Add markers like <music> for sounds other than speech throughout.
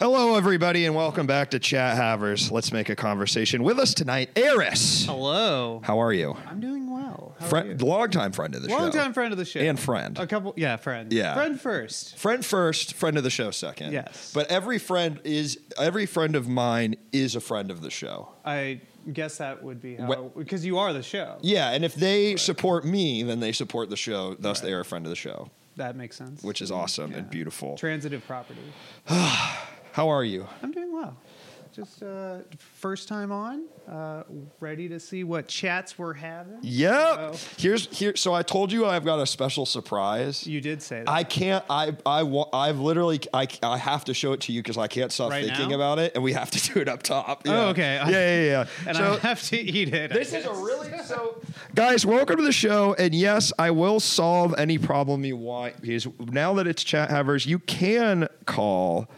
Hello, everybody, and welcome back to Chat Havers. Let's make a conversation with us tonight. Eris, Hello. how are you? I'm doing well. How are Friend, longtime friend of the you? show. Long time friend of the show. And friend. A couple, yeah, friend. Yeah. Friend first. Friend first, friend of the show second. Yes. But every friend is every friend of mine is a friend of the show. I guess that would be how, What- because you are the show. Yeah, and if they support me, then they support the show. Thus, they are a friend of the show, That makes sense. which is awesome and Yeah. beautiful. Transitive property. How are you? I'm doing well. Just uh, first time on, uh, ready to see what chats we're having. Yep. Oh. Here's here. So I told you I've got a special surprise. You did say that. I can't. I I wa- I've literally. I I have to show it to you because I can't stop Right thinking now? Oh, about it, and we have to <laughs> do it up top. Yeah. okay. Yeah, yeah, yeah. <laughs> and So- I have to eat it. I This is a guess. really so guys, welcome to the show. And yes, I will solve any problem you want because now that it's chat havers, you can call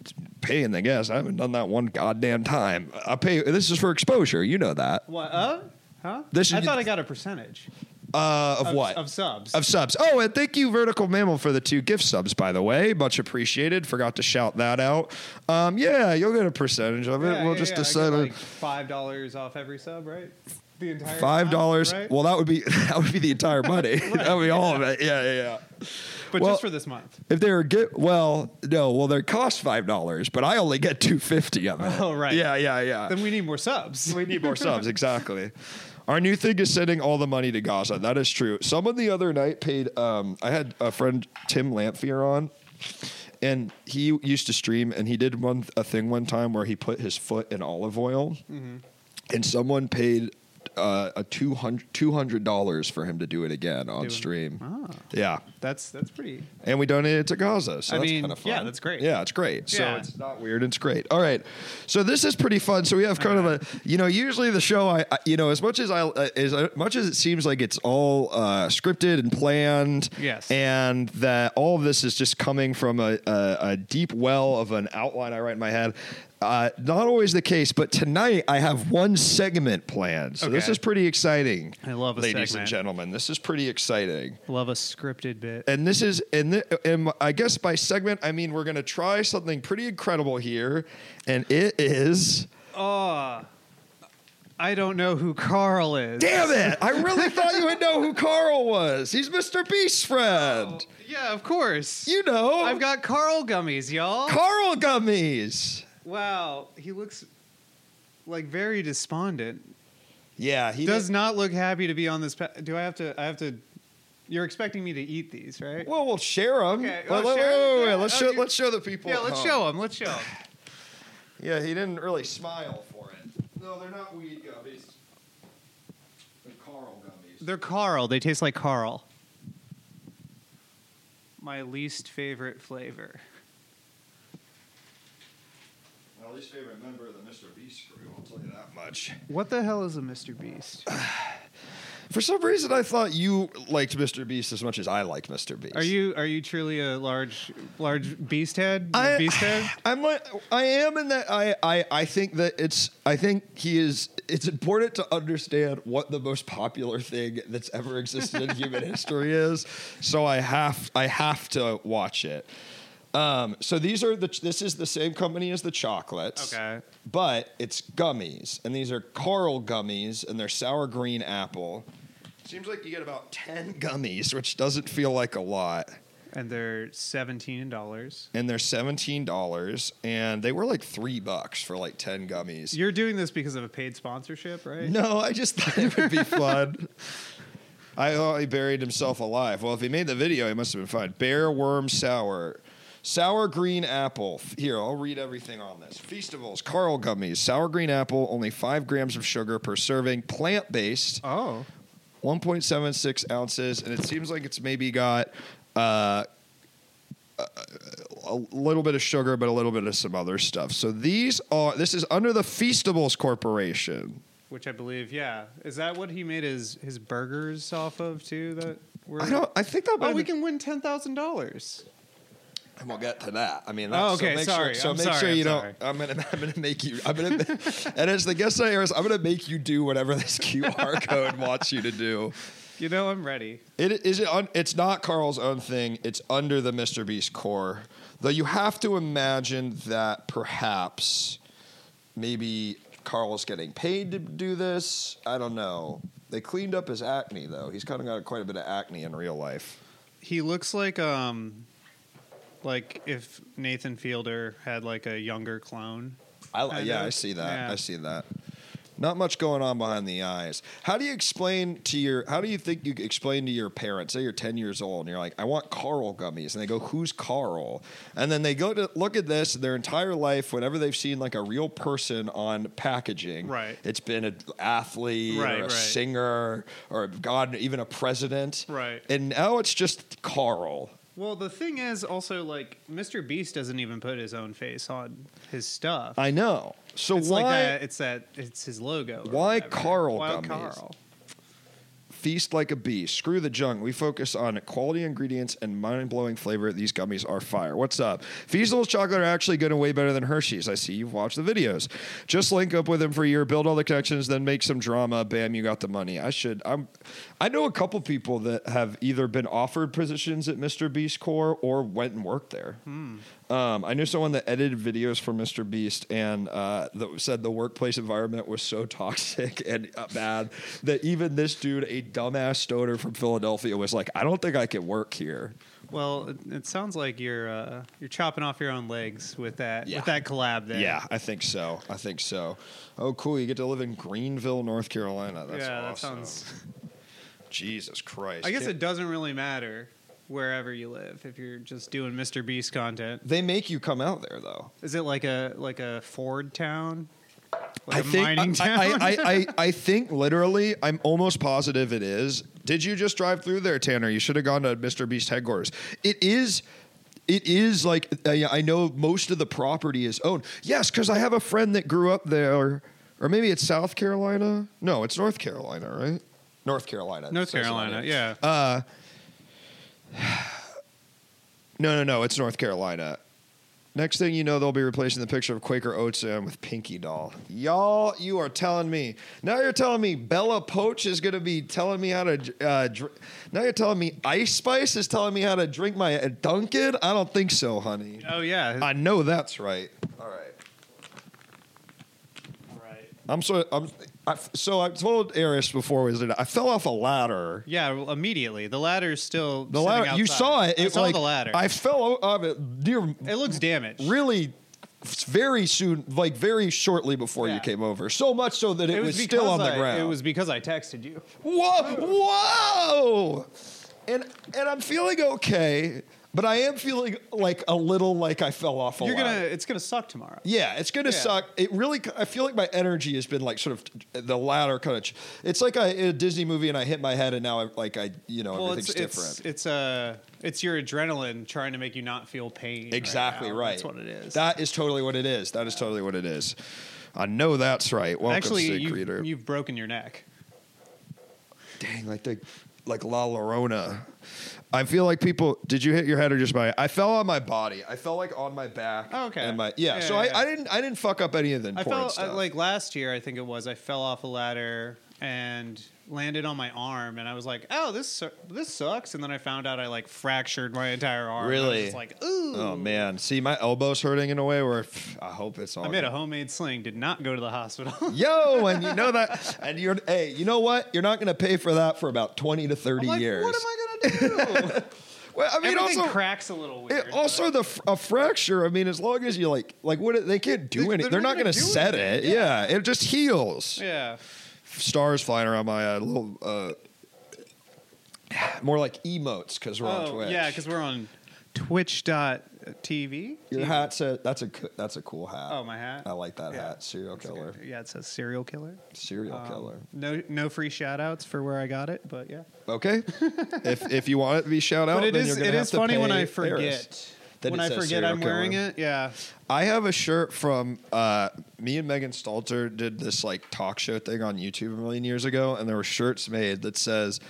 It's paying the guest. I haven't done that one goddamn time. I pay this is for exposure, you know that. What? Uh, huh? This I is- thought I got a percentage. Uh, of, Of- what? Of subs. of subs. Oh, and thank you, Vertical Mammal, for the two gift subs, by the way. Much appreciated. Forgot to shout that out. Um, yeah, you'll get a percentage of it. Yeah, we'll yeah, just yeah, I get decide on like five dollars off every sub, right? The entire five dollars. amount, right? Well, that would be <laughs> that would be the entire money. <laughs> that would be all of it. Yeah, yeah, yeah. but well- just for this month. If they were get well, no, well they cost five dollars, but I only get two fifty of it. Oh, right. Yeah, yeah, yeah. Then we need more subs. we need more subs, exactly. Our new thing is sending all the money to Gaza. That is true. Someone the other night paid. Um, I had a friend Tim Lamphere on, and he used to stream, and he did one a thing one time where he put his foot in olive oil, and someone paid. Uh, a 200 dollars for him to do it again on Do it. stream. Ah. Yeah, <laughs> That's that's pretty. and we donated it to Gaza. So I that's mean, kind of fun. yeah, that's great. Yeah, it's great. So Yeah. it's not weird. It's great. All right. So this is pretty fun. So we have kind of a, you know, usually the show, I, I you know, as much as I, uh, as uh, much as it seems like it's all uh, scripted and planned. Yes. And that all of this is just coming from a, a, a deep well of an outline I write in my head. Uh, not always the case, but tonight I have one segment planned. So this Okay. is pretty exciting. I love a ladies and segment. gentlemen. This is pretty exciting Love a scripted bit. and this is and, th- and I guess by segment I mean we're gonna try something pretty incredible here, and it is Oh, I don't know who Carl is. damn it! <laughs> I really thought you would know who Carl was. He's Mr. Beast's friend. Yeah, of course. You know, I've got Carl gummies, y'all. Carl gummies. wow, he looks like very despondent. Yeah, he Does not look happy to be on this. Pa- Do I have to? I have to. You're expecting me to eat these, right? Well, we'll share them. Okay, Well, oh, wait, share 'em? wait, wait, Yeah, Let's oh, show. you- Let's show the people. yeah, at let's home. show him. Let's show him. Yeah, he didn't really smile for it. No, they're not weed gummies. They're Carl gummies. They're Carl. They taste like Carl. My least favorite flavor. My least favorite member of the Mr. Beast crew. I'll tell you that much. What the hell is a Mr. Beast? For some reason, I thought you liked Mr. Beast as much as I liked Mr. Beast. Are you are you truly a large large beast head? I, <sighs> beast head? I'm like, I am in that. I, I, I think that it's. I think he is. It's important to understand what the most popular thing that's ever existed in <laughs> human history is. So I have. I have to watch it. Um, so these are the. This is the same company as the chocolates. Okay. But it's gummies, and these are Carl gummies, and they're sour green apple. Seems like you get about ten <laughs> gummies, which doesn't feel like a lot And they're seventeen dollars. and they're seventeen dollars, and they were like three bucks for like ten gummies. You're doing this because of a paid sponsorship, right? no, I just thought it would be fun. I thought he buried himself alive. Well, if he made the video, he must have been fine. Bear worm sour. Sour green apple. F- Here, I'll read everything on this. Feastables, Carl gummies, sour green apple, only five grams of sugar per serving, plant based. Oh. 1.76 ounces, and it seems like it's maybe got uh, a, a little bit of sugar, but a little bit of some other stuff. So these are this is under the Feastables Corporation. Which I believe, yeah. Is that what he made his his burgers off of too? That were I don't. I think that. might Oh, we have- can win ten thousand dollars. And we'll get to that. I mean, Oh, that's, okay, So make sorry, Sure, so I'm make sorry, sure you I'm don't. sorry. I'm gonna. I'm gonna make you. I'm gonna. <laughs> and as the guest on air is, I'm gonna make you do whatever this <laughs> QR code wants you to do. You know, I'm ready. It is it. Un, it's not Carl's own thing. It's under the Mr. Beast core. Though you have to imagine that perhaps maybe Carl's getting paid to do this. I don't know. They cleaned up his acne though. He's kind of got quite a bit of acne in real life. He looks like um, like if Nathan Fielder had like a younger clone. I, I yeah, know. I see that. Yeah. I see that. Not much going on behind the eyes. How do you explain to your? How do you think you explain to your parents? Say you're 10 years old and you're like, I want Carl gummies, and they go, Who's Carl? And then they go to look at this. Their entire life, whenever they've seen like a real person on packaging, Right. It's been an athlete or Right, a right. singer or God, even a president, Right. And now it's just Carl. Well, the thing is also like Mr. Beast doesn't even put his own face on his stuff. I know. So it's why like that. It's that. It's his logo. or Why whatever. Carl Why gummies? Carl? Feast like a beast. Screw the junk. We focus on quality ingredients and mind blowing flavor. These gummies are fire. What's up? Feastables chocolate are actually good and way better than Hershey's. I see you've watched the videos. Just link up with them for a year, build all the connections, then make some drama. Bam, you got the money. I should. I'm. I know a couple people that have either been offered positions at Mr. Beast Corps or went and worked there. Hmm. Um, I knew someone that edited videos for Mr. Beast and uh, that said the workplace environment was so <laughs> toxic and uh, bad that even this dude, a dumbass stoner from Philadelphia, was like, I don't think I can work here. Well, it, it sounds like you're uh, you're chopping off your own legs with that Yeah. with that collab there. Yeah, I think so. I think so. Oh, cool. You get to live in Greenville, North Carolina. That's yeah, awesome. that sounds. Jesus Christ. I guess Can't- it doesn't really matter wherever you live if you're just doing Mr. Beast content. They make you come out there, though. Is it like a like a Ford town? Like I a think mining I, town? I, I, <laughs> I, I think literally, I'm almost positive it is. Did you just drive through there, Tanner? You should have gone to Mr. Beast headquarters. It is. It is like I, I know most of the property is owned. Yes, because I have a friend that grew up there, or maybe it's South Carolina. No, it's North Carolina, right? North Carolina. North It says it on Carolina, here. yeah. Uh, no, no, no. It's North Carolina. Next thing you know, they'll be replacing the picture of Quaker Oats Oatsam with Pinky Doll. Y'all, you are telling me. Now you're telling me Bella Poach is going to be telling me how to. Uh, dr- now you're telling me Ice Spice is telling me how to drink my uh, Dunkin'? I don't think so, honey. oh yeah. I know that's right. All right. right. I'm so I'm I, so I told Eris before we was I fell off a ladder. Yeah, well, immediately. The ladder's still The sitting ladder you outside. saw it. It I saw like the ladder. I fell o- off it near it looks damaged. really f- very soon, like very shortly before you Yeah. came over. So much so that it, was, still because on the I- ground. It was because I texted you. whoa, whoa, and and I'm feeling okay, but I am feeling like a little like I fell off a You're lot. gonna. It's gonna suck tomorrow. Yeah, it's gonna Yeah. suck. It really, I feel like my energy has been like sort of the latter kind of. It's like I, in a Disney movie, and I hit my head, and now I like I, you know, Well, it's everything's different. it's it's uh it's your adrenaline trying to make you not feel pain. right exactly now. right. That's what it is. That is totally what it is. That is totally what it is. I know that's right. Welcome, Actually, Sig you, Reader. you've broken your neck. Dang, like the like La Llorona. I feel like people. Did you hit your head or just my? I fell on my body. I fell like on my back. Oh, okay. And my yeah. Yeah, so yeah, I, yeah. I didn't I didn't fuck up any of the I important fell I, stuff. like last year. I think it was. I fell off a ladder and landed on my arm, and I was like, "Oh, this su- this sucks." And then I found out I like fractured my entire arm. and I was Really? just like, ooh. Oh man, see my elbow's hurting in a way where pff, I hope it's all. I made a good. homemade sling. Did not go to the hospital. <laughs> Yo, and you know that, and you're hey, you know what? You're not gonna pay for that for about twenty to I'm 30 like, years. What <laughs> am I gonna do? well, I mean, Everything also, cracks a little weird. it, also but- the fr- a fracture. I mean, as long as you like, like what they can't do They- anything. they're They're not not gonna, gonna do set it. anything. Yeah. it just heals. yeah. Stars flying around my uh, little. Uh, <sighs> more like emotes because we're on Oh, Twitch. yeah, because we're on Twitch.tv. your hat said that's a co- that's a cool hat. Oh, my hat. I like that Yeah. hat. Serial That's a killer. good- Yeah, it says serial killer. Serial Um, killer. No, no free shout outs for where I got it, but yeah. Okay. if if you want it to be shout out, <laughs> but it then is you're gonna it have is to funny when pay I forget. Harris. That when it I says forget I'm serial wearing killer. it, yeah. I have a shirt from uh, me and Megan Stalter did this like talk show thing on YouTube a million years ago, and there were shirts made that says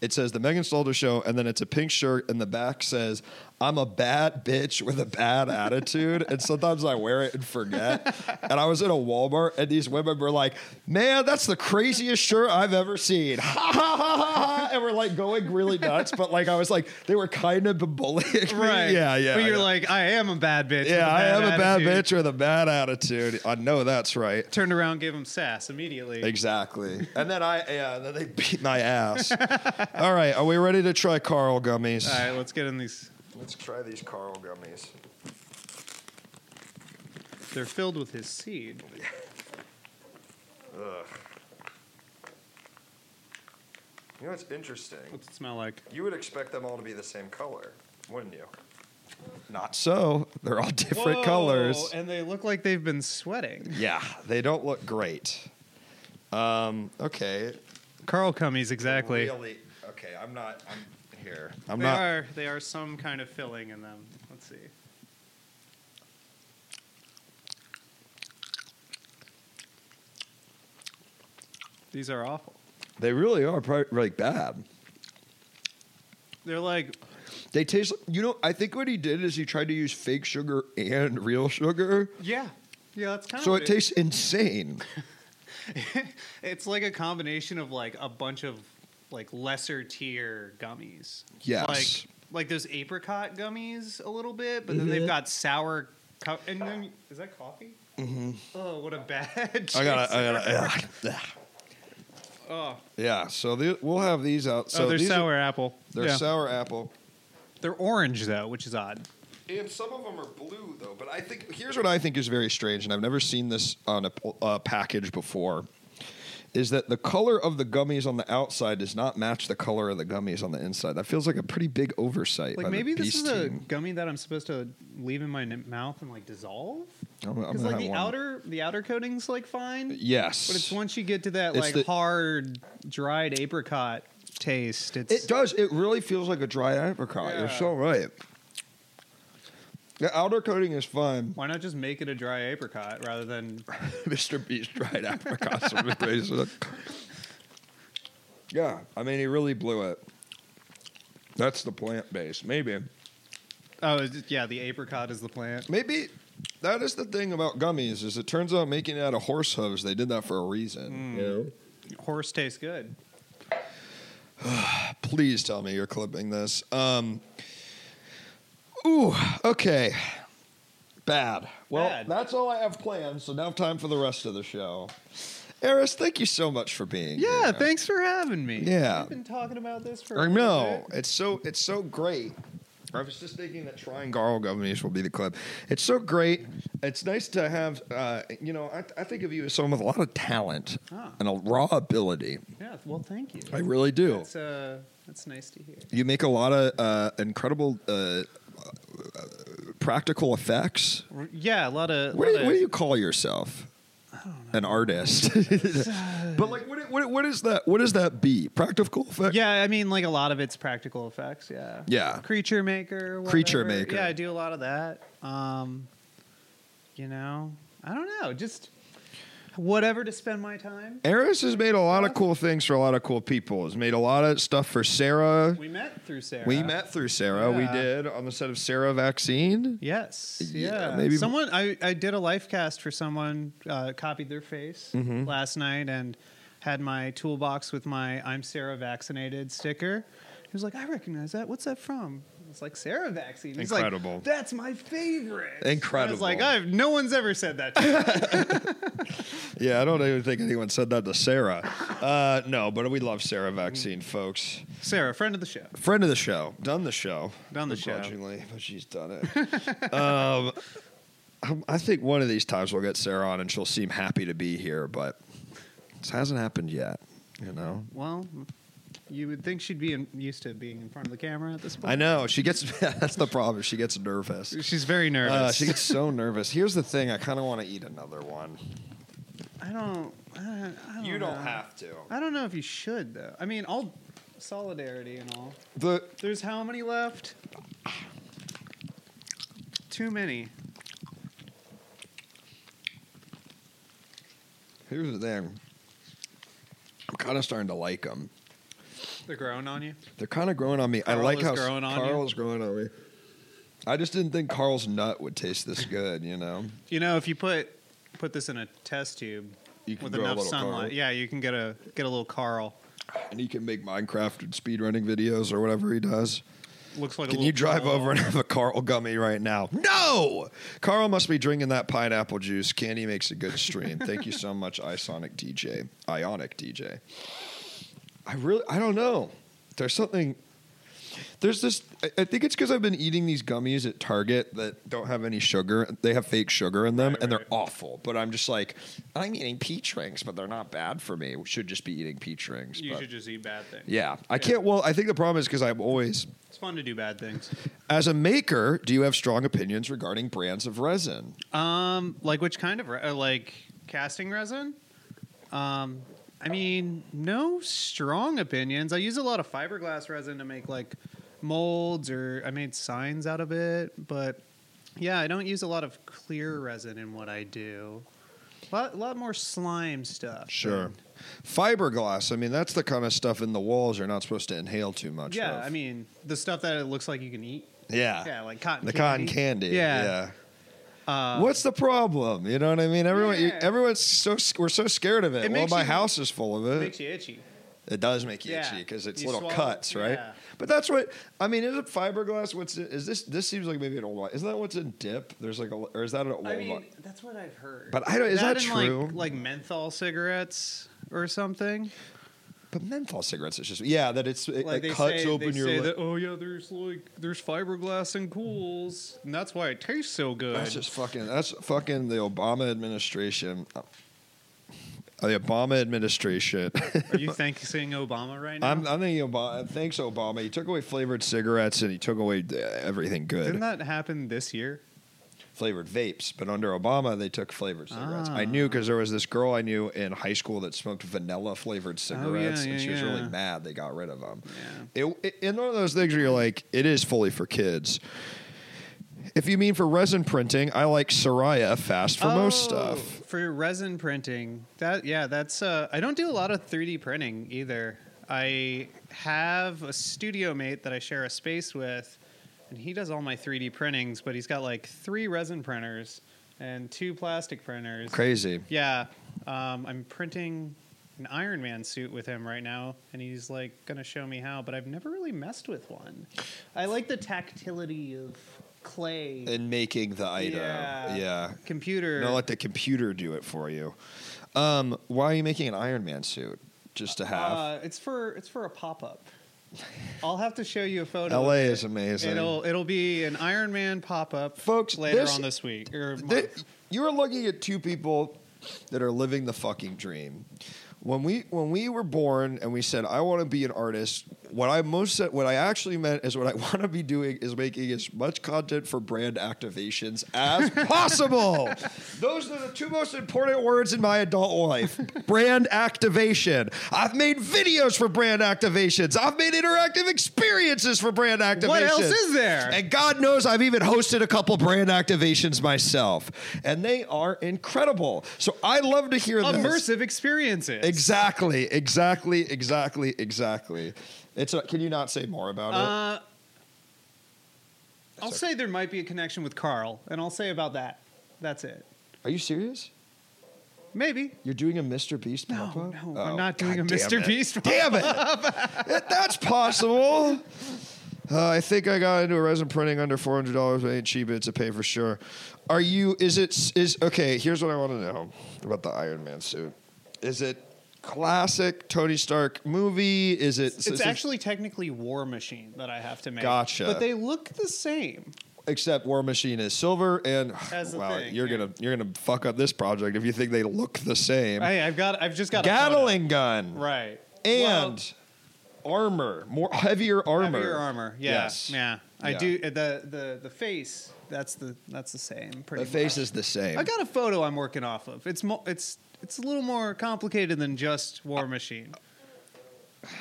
it says the Megan Stalter show, and then it's a pink shirt, and the back says I'm a bad bitch with a bad attitude, and sometimes I wear it and <laughs> forget. And I was in a Walmart, and these women were like, "Man, that's the craziest shirt I've ever seen!" Ha ha ha ha! ha. And we're like going really nuts, but like I was like, they were kind of bullying me. Right. <laughs> Yeah, yeah. But you're yeah. like, I am a bad bitch. yeah, I I am a bad bitch with a bad attitude. I know that's right. Turned around, gave him sass immediately. Exactly. And then I, yeah, and then they beat my ass. <laughs> All right, are we ready to try Carl gummies? All right, let's get in these. Let's try these Carl gummies. They're filled with his seed. You know what's interesting? What's it smell like? You would expect them all to be the same color, wouldn't you? Not so. They're all <laughs> different Whoa, colors. And they look like they've been sweating. Yeah, they don't look great. Um, okay. Carl Cummies, exactly. Really, okay, I'm not, I'm here. I'm they not. are they are some kind of filling in them. Let's see. These are awful. They really are probably like bad. They're like They taste, you know, I think what he did is he tried to use fake sugar and real sugar. yeah. Yeah, that's kind So of it tastes insane. <laughs> it's like a combination of like a bunch of like lesser tier gummies. Yes. Like like those apricot gummies a little bit, but then they've Mhm. got sour co- and then is that coffee? Mm-hmm. Oh, what a bad. <laughs> I gotta, I chaser. gotta, yeah. <laughs> Oh, yeah so the, we'll have these out. So oh, they're these are- sour apple. they're Yeah. sour apple. They're orange though, which is odd. And some of them are blue though. But I think here's what I think is very strange, and I've never seen this on a p- uh, package before, is that the color of the gummies on the outside does not match the color of the gummies on the inside. That feels like a pretty big oversight. Like by the maybe this Beast is a team. gummy that I'm supposed to leave in my n- mouth and like dissolve. I'm- I'm Because gonna like have the one. outer the outer coating's like fine. Yes, But it's once you get to that It's like the- hard dried apricot taste, it's It does. It really feels like a dry apricot. You're Yeah. so right. The outer coating is fine. <laughs> why not just make it a dry apricot rather than Mr. Beast dried apricots. from the place. yeah, I mean, he really blew it. That's the plant base. Maybe. oh is it- yeah the apricot is the plant. Maybe that is the thing about gummies is it turns out making it out of horse hooves, they did that for a reason. you know? Horse tastes good. Please tell me you're clipping this. Um, ooh, okay. Bad. Well, Bad. that's all I have planned, so now time for the rest of the show. Eris, thank you so much for being Yeah, here. thanks for having me. Yeah. We've been talking about this for. I a little know. bit. It's so it's so great. I was just thinking that trying Garl Gummies will be the clip. It's so great. It's nice to have, uh, you know, I, I think of you as someone with a lot of talent Ah. and a raw ability. Yeah. Well, thank you. I really do. That's uh, that's nice to hear. You make a lot of uh, incredible uh, uh, practical effects. R- Yeah, a lot of. What do, lot you, of what do you call yourself? An <laughs> artist, <laughs> but like, what, what, what is that? What is that be? Practical effect? yeah, I mean, like a lot of it's practical effects. Yeah. Yeah. Creature maker. Whatever. Creature maker. Yeah, I do a lot of that. Um, you know, I don't know, just whatever to spend my time. Eris has made a lot of cool things for a lot of cool people. Has made a lot of stuff for Sarah. We met through Sarah. We met through Sarah. We Yeah. did on the set of Sarah Vaccine. Yes. Yeah, Yeah. maybe- someone I, I did a life cast for someone, uh, copied their face Mm-hmm. last night and had my toolbox with my I'm Sarah vaccinated sticker. He was like, I recognize that. What's that from? It's like Sarah vaccine. He's like, Incredible. That's my favorite. I Incredible. was like, I've no one's ever said that. To <laughs> me. Yeah, I don't even think anyone said that to Sarah. Uh, no, but we love Sarah Vaccine, folks. Sarah, friend of the show. Friend of the show, done the show, Done the show. begrudgingly, but she's done it. <laughs> um, um, I think one of these times we'll get Sarah on and she'll seem happy to be here, but this hasn't happened yet. You know, Well, you would think she'd be in, used to being in front of the camera at this point. I know she gets. <laughs> that's the problem. She gets nervous. She's very nervous. Uh, she gets so nervous. Here's the thing. I kind of want to eat another one. I don't. I don't, I don't You don't know. have to. I don't know if you should though. I mean, all solidarity and all. The There's how many left? Too many. here's the thing. I'm kind of starting to like them. They're growing on you. They're kind of growing on me. I Carl like is how growing on Carl you? is growing on me. I just didn't think Carl's nut would taste this good, you know? You know, if you put put this in a test tube You can with grow a enough little sunlight, Carl. yeah, you can get a get a little Carl. And he can make Minecraft and speedrunning videos or whatever he does. Looks like a Can little you drive Carl. over and have a Carl gummy right now? No! Carl must be drinking that pineapple juice. Candy makes a good stream. Thank you so much, Isonic DJ. Ionic DJ. I really, I don't know. There's something, there's this, I, I think it's because I've been eating these gummies at Target that don't have any sugar. They have fake sugar in them Right, and right. they're awful. But I'm just like, I'm eating peach rings, but they're not bad for me. We should just be eating peach rings. You but- should just eat bad things. yeah. I can't, well, I think the problem is because I'm always, It's fun to do bad things. as a maker, do you have strong opinions regarding brands of resin? Um, like which kind of re- uh, like casting resin? Um, I mean, no strong opinions. I use a lot of fiberglass resin to make like molds, or I made signs out of it. But yeah, I don't use a lot of clear resin in what I do. A lot, lot more slime stuff. than- Fiberglass, I mean, that's the kind of stuff in the walls you're not supposed to inhale too much Yeah, of. I mean the stuff that it looks like you can eat. yeah. Yeah, like cotton. Uh, the candy. cotton candy. yeah. Yeah. Uh, What's the problem? You know what I mean? Everyone, you- Yeah. everyone's so s- we're so scared of it. It well, makes my you- house is full of It it. makes you itchy. It does make you Yeah. itchy because it's You little swallow- cuts, right? yeah. But that's what I mean. Is it fiberglass? What's it, is this? This seems like maybe an old one. Isn't that what's in dip? There's like a or is that an old I one? mean, that's what I've heard. But I don't- is that and, true? Like, like menthol cigarettes or something. But menthol cigarettes, it's just yeah, that it's it, Like like they cuts say, open they your. say lip. that, oh yeah, there's like there's fiberglass and cools, and that's why it tastes so good. That's just fucking. That's fucking the Obama administration. Uh, The Obama administration. <laughs> Are you thanking Obama right now? I'm, I'm thinking Obama. Thanks, Obama. He took away flavored cigarettes and he took away uh, everything good. Didn't that happen this year? flavored vapes, but under Obama they took flavored cigarettes. I Ah. knew because there was this girl I knew in high school that smoked vanilla flavored cigarettes, Oh, yeah, and she was really yeah. mad they got rid of them. Yeah. It, it, and one of those things where you're like, it is fully for kids. If you mean for resin printing, I like Soraya fast for most Oh. stuff. for resin printing. That yeah, that's. Uh, I don't do a lot of 3D printing either. I have a studio mate that I share a space with, and he does all my 3D printings. But he's got like three resin printers and two plastic printers. Crazy. Yeah, um, I'm printing an Iron Man suit with him right now, and he's like gonna show me how. But I've never really messed with one. I like the tactility of clay. And making the item. Yeah. yeah. Computer. No, let the computer do it for you. Um, why are you making an Iron Man suit? Just to have. Uh, it's for it's for a pop up. I'll have to show you a photo. of LA it. is amazing. It'll it'll be an Iron Man pop up, Folks, Later this- on this week or Th- month. you're looking at two people that are living the fucking dream. When we when we were born and we said I want to be an artist, what I most said, what I actually meant is what I <laughs> want to be doing is making as much content for brand activations <laughs> as possible. Those are the two most important words in my adult life: brand activation. I've made videos for brand activations. I've made interactive experiences for brand activations. What else is there? And God knows I've even hosted a couple brand activations myself, and they are incredible. So I love to hear this. immersive experiences. Exactly, exactly, exactly, exactly. It's a, can you not say more about it? Uh, I'll say there might be a connection with Carl, and I'll say about that. That's it. Are you serious? Maybe. You're doing a Mr. Beast No, pop up? no, I'm not doing a Mr. Beast Damn it! <laughs> That- that's possible. Uh, I think I got into a resin printing under four hundred dollars. It ain't cheap. It's a pay for sure. Are you? Is it? Is okay? Here's what I want to know about the Iron Man suit. Is it classic Tony Stark movie? Is it? It's actually technically War Machine that I have to make. Gotcha. But they look the same. except War Machine is silver, and <sighs> That's the wow, thing, you're yeah. gonna you're gonna fuck up this project if you think they look the same. Hey, I've got. I've just got Gatling A gun, photo. Right. Well, And armor, more heavier armor. Heavier armor. Yeah. Yes. Yeah. I Yeah. do uh, the the the face. That's the that's the same. Pretty The face much. is the same. I got a photo I'm working off of. It's mo- it's it's a little more complicated than just War Machine.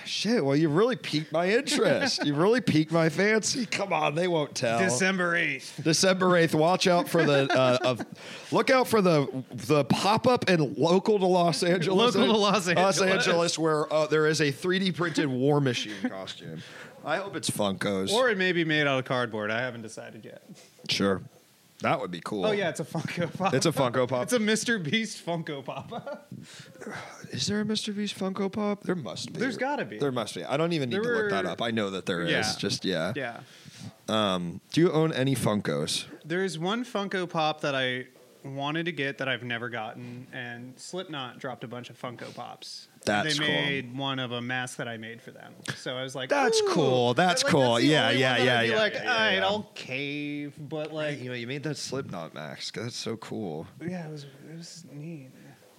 Shit, well, you really piqued my interest. you really piqued my fancy. Come on, they won't tell. December eighth. December 8th, watch out for the, uh, of, look out for the the pop up and local to Los Angeles. Local to Los Angeles. Angeles, where uh, there is a 3D printed war machine costume. I hope it's Funkos. Or it may be made out of cardboard. I haven't decided yet. sure, that would be cool. Oh yeah, it's a Funko Pop. It's a Funko Pop. <laughs> It's a Mr. Beast Funko <laughs> Pop. Is there a Mr. Beast Funko Pop? There must be. There's gotta be. There must be. I don't even need There to look that were- up. I know that there is. Yeah. Just yeah. yeah. Um, do you own any Funkos? There's one Funko Pop that I wanted to get that I've never gotten, and Slipknot dropped a bunch of Funko Pops. That's they cool. made one of a mask that I made for them. So I was like, That's "Ooh." cool. That's Like, cool. the Yeah, only one yeah, that I'd yeah, be yeah, Like, yeah, all right, yeah. I'll cave, but like, You know, you made that Slipknot mask. That's so cool. yeah, it was it was neat.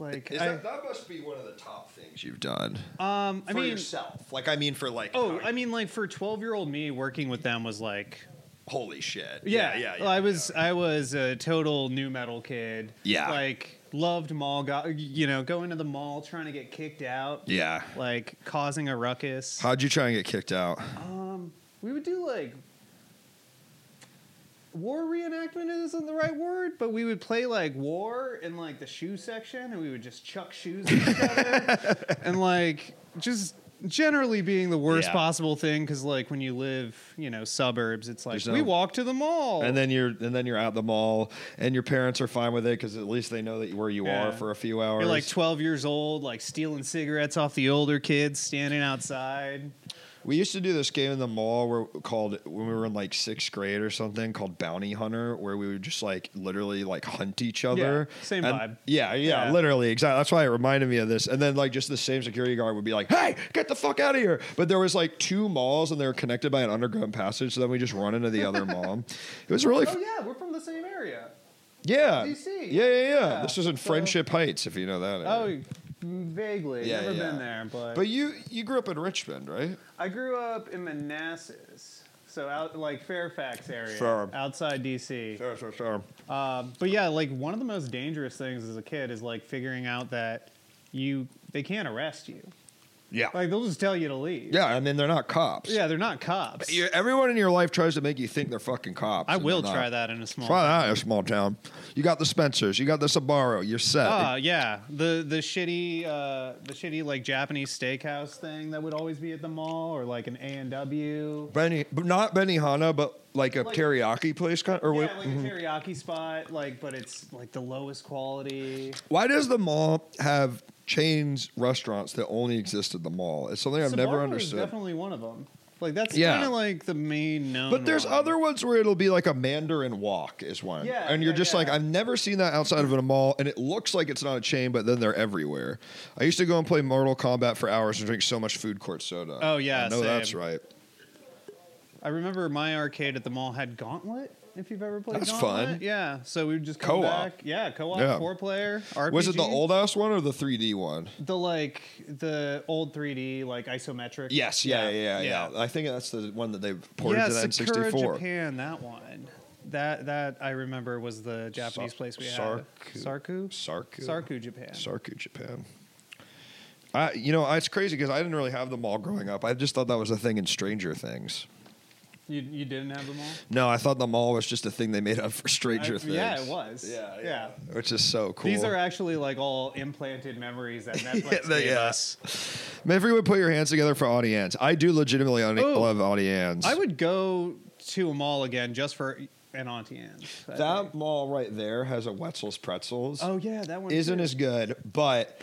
Like, Is I, that, that must be one of the top things you've done um, I for mean, yourself. Like, I mean, for like, oh, I mean, like for twelve year old me, working with them was like, holy shit. Yeah, yeah, yeah. Well, I was I was a total new metal kid. Yeah. like loved mall. Go- you know, going to the mall trying to get kicked out. yeah. like causing a ruckus. How'd you try and get kicked out? Um, we would do like war reenactment isn't the right word, but we would play like war in like the shoe section, and we would just chuck shoes at each other, <laughs> and like just generally being the worst Yeah. possible thing because like when you live you know suburbs it's like There's no- we walk to the mall And then you're and then you're at the mall, and your parents are fine with it because at least they know that you- where you Yeah. are for a few hours. You're like 12 years old, like stealing cigarettes off the older kids standing outside. We used to do this game in the mall where called when we were in like sixth grade or something called Bounty Hunter, where we would just like literally like hunt each other. same And- vibe. Yeah, yeah, Yeah. literally, exactly. That's why it reminded me of this. And then like just the same security guard would be like, "Hey, get the fuck out of here!" But there was like two malls and they were connected by an underground passage, so then we just run into the <laughs> other mall. It was really, f- Oh, yeah, we're from the same area. yeah. DC. yeah, yeah, yeah, Yeah, This was in so- Friendship Heights, if you know that. area. Oh, vaguely. Yeah, Never yeah. been there, but, But you you grew up in Richmond, right? I grew up in Manassas. So out like Fairfax area, Fair. outside DC. Sure, sure, sure. Um, but yeah, like one of the most dangerous things as a kid is like figuring out that you they can't arrest you. Yeah, Like they'll just tell you to leave. yeah. I mean, they're not cops. yeah, they're not cops. you everyone in your life tries to make you think they're fucking cops. I and will they're not. try that in a small. Try that in a small town. You got the Spencers. You got the Sabaro. You're set. Ah, yeah. The the shitty uh, the shitty like Japanese steakhouse thing that would always be at the mall or like an A and W. Benny, but not Benihana, but like a Like- teriyaki place. Kind or Yeah, wait, mm-hmm. like a teriyaki spot, like but it's like the lowest quality. why does the mall have chains restaurants that only exist at the mall? It's something I've never Sbarro is understood. Definitely one of them. Like that's Yeah. kind of like the main known. But there's one. other ones where it'll be like a Mandarin Walk is one, Yeah, and you're yeah, just like, yeah. I've never seen that outside of a mall, and it looks like it's not a chain, but then they're everywhere. I used to go and play Mortal Kombat for hours and drink so much food court soda. Oh, yeah, I know same. that's right. I remember my arcade at the mall had Gauntlet. If you've ever played That's Gauntlet, fun. yeah. So we would just come Co-op. back. Yeah, co-op Yeah. four player RPG. Was it the old ass one or the 3D one? the like the old 3D like isometric? Yes, yeah, yeah, yeah, yeah. I think that's the one that they ported yeah, to the Sakura N64. Japan, that one. That that I remember was the Japanese Sa- place we had. Sarku- Sarku. Sarku. Sarku, Japan. Sarku, Japan. I, you know, it's crazy because I didn't really have the mall growing up. I just thought that was a thing in Stranger Things. you you didn't have them all. No, I thought the mall was just a thing they made up for Stranger I- Things. yeah, it was. Yeah, yeah. yeah. Which is so cool. <laughs> These are actually like all implanted memories that Netflix Yeah, they- gave yeah. us. Everyone put your hands together for audience. I do legitimately on- Oh. love audience. I would go to a mall again just for an Auntie Anne's. I that think. mall right there has a Wetzel's Pretzels. Oh yeah, that one isn't too. as good, but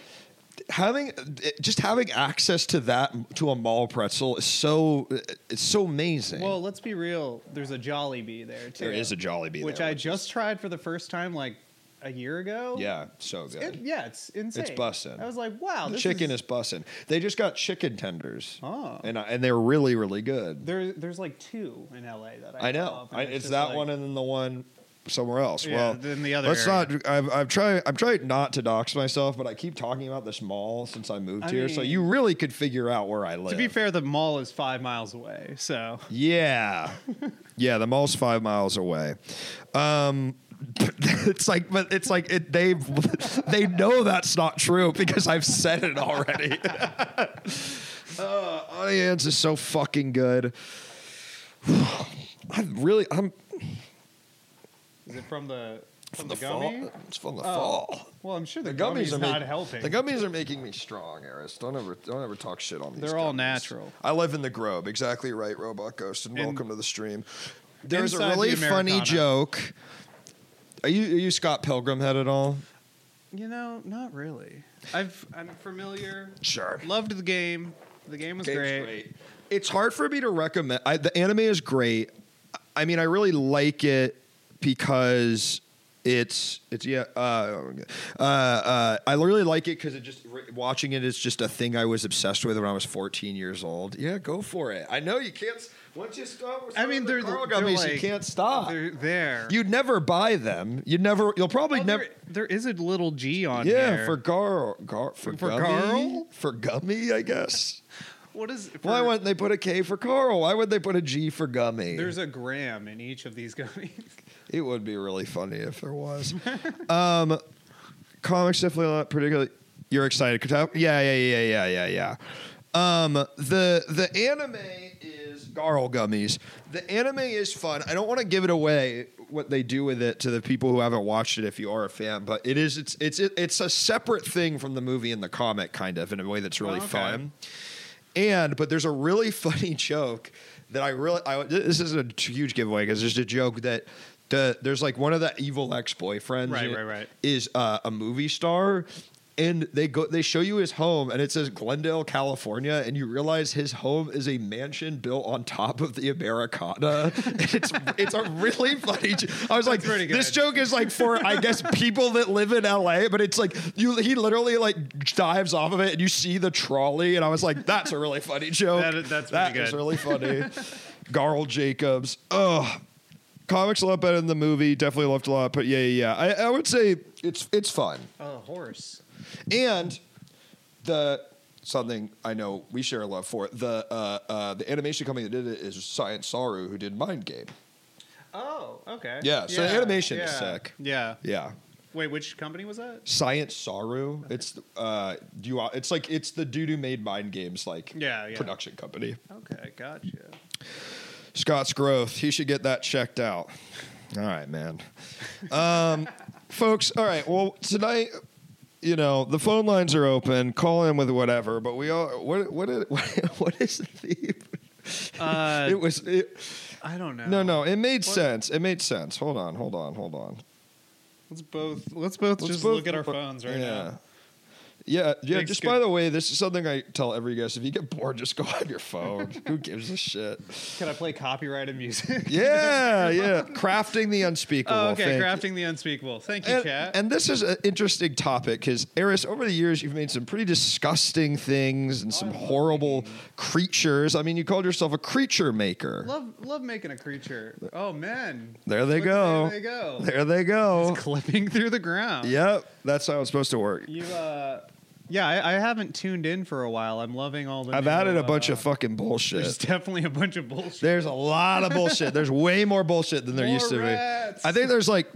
having it- just having access to that to a mall pretzel is so it's so amazing. Well, let's be real. There's a Jolly Bee there too. there is a Jollibee, which there, I just tried for the first time like a year ago. yeah, so good. It- yeah, it's insane. bussin'. I was like, wow, the this chicken is, bussin'. They just got chicken tenders, Oh. and I, and they're really really good. there. There's like two in LA that I, I know. love, and I, it's just that like- one and then the one somewhere else. Yeah, well, then the other Let's area. not. I've I've tried. I'm trying not to dox myself, but I keep talking about this mall since I moved I here. so mean- you really could figure out where I live. To be fair, the mall is five miles away, so Yeah. yeah, the mall's five miles away. Um <laughs> it's like but it's like it they <laughs> they know that's not true because I've said it already. <laughs> uh, audience is so fucking good. <sighs> I really I'm is it from the From the the, fall. gummy? It's from the Oh. fall. Well, I'm sure the, The gummies, gummies are not make- helping. The gummies are making me strong, Eris. Don't ever, don't ever talk shit on these. They're all gummies. natural. I live in the Grove. Exactly right, Robot Ghost, and In- welcome to the stream. There's a inside the really funny Americana. joke. Are you, are you Scott Pilgrim head at all? You know, not really. I've I'm familiar. Sure. Loved the game. The game was great. It's hard for me to recommend. I, the anime is great. I mean, I really like it because it's it's yeah. Uh, uh, uh, I really like it because it just re- watching it is just a thing I was obsessed with when I was 14 years old. Yeah, go for it. I know you can't. s- Once you stop, with I mean, some of they're, the they're Carl gummies. like, you can't stop. They're there. You'd never buy them. You'd never. You'll probably Oh, never. there, there is a little G on Yeah, here. for Gar, Gar for, For gummy, Carl? for gummy, I guess. what is? Why for- wouldn't they put a K for Carl? Why would they put a G for gummy? There's a gram in each of these gummies. it would be really funny if there <laughs> was. um, comics definitely not particularly. You're excited, Kata- yeah, yeah, yeah, yeah, yeah, yeah. Um, the the anime is Garl gummies. The anime is fun. I don't want to give it away what they do with it to the people who haven't watched it. If you are a fan, but it is it's it's it's a separate thing from the movie and the comic, kind of in a way that's really Oh, okay. fun. And but there's a really <laughs> funny joke that I really I, this is a huge giveaway because there's a joke that the there's like one of the evil ex boyfriends Right, right, right. is uh, a movie star. And they go. They show you his home, and it says Glendale, California, and you realize his home is a mansion built on top of the Americana. <laughs> And it's it's a really funny. jo- I was like, pretty this good. joke is like for I guess people that live in LA, but it's like you. He literally like dives off of it, and you see the trolley, and I was like, that's a really funny joke. That- that's That pretty is good. really funny. <laughs> Garl Jacobs. Ugh comics a lot better than the movie. Definitely loved a lot, but yeah, yeah, yeah. I, I would say it's it's fun A horse. and the something I know we share a love for the uh, uh, the animation company that did it is Science Saru, who did Mind Game. Oh, okay. Yeah, so the animation is sick. Yeah. Yeah, Wait, which company was that? Science Saru. It's uh, do you, it's like it's the dude who made Mind Games like Yeah, yeah. production company. Okay, gotcha. Scott's growth. He should get that checked out. All right, man. Um, folks, all right. Well, tonight, you know, the phone lines are open. Call in with whatever. But we all what what is, <laughs> what is the theme? Uh, <laughs> it was it, I don't know. no, no. It made What- sense. It made sense. Hold on, hold on, hold on. Let's both let's both Let's just both- look at our phones right yeah. now. Yeah, yeah. Thanks, just good- by the way, this is something I tell every guest. If you get bored, just go on your <laughs> phone. Who gives a shit? Can I play copyrighted music? <laughs> Yeah, yeah. Crafting the unspeakable. Oh, okay, Thank you. crafting the unspeakable. Thank you, and, chat. and this is an interesting topic because Eris, over the years, you've made some pretty disgusting things and some I love horrible creatures. I mean, you called yourself a creature maker. love love making a creature. Oh man, there they Look, go. There they go. There they go. Clipping through the ground. Yep, that's how it's supposed to work. You uh, yeah. I, I haven't tuned in for a while. I'm loving all the. I've new, added a uh, bunch of fucking There's bullshit. definitely a bunch of bullshit. There's a lot of bullshit. There's way more bullshit than there More used to rats. be. I think there's like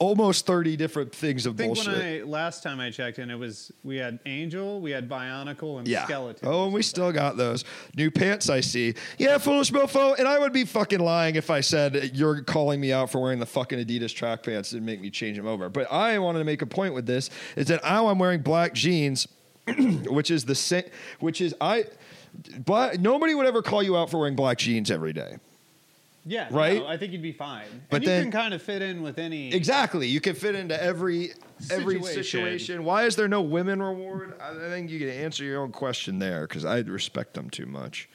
almost 30 different things of I think bullshit. when I last time I checked in, it was we had Angel, we had Bionicle, and Yeah. Skeleton. Oh, and we still got those new pants. I see. Yeah, foolish mofo. And I would be fucking lying if I said you're calling me out for wearing the fucking Adidas track pants and make me change them over. But I wanted to make a point with this is that now I'm wearing black jeans, <clears throat> which is the same. Which is I. But nobody would ever call you out for wearing black jeans every day. yeah, right? no, I think you'd be fine. But and then- you can kind of fit in with any. Exactly. You can fit into every every Situation. situation. Why is there no women reward? I I think you can answer your own question there because I respect them too much.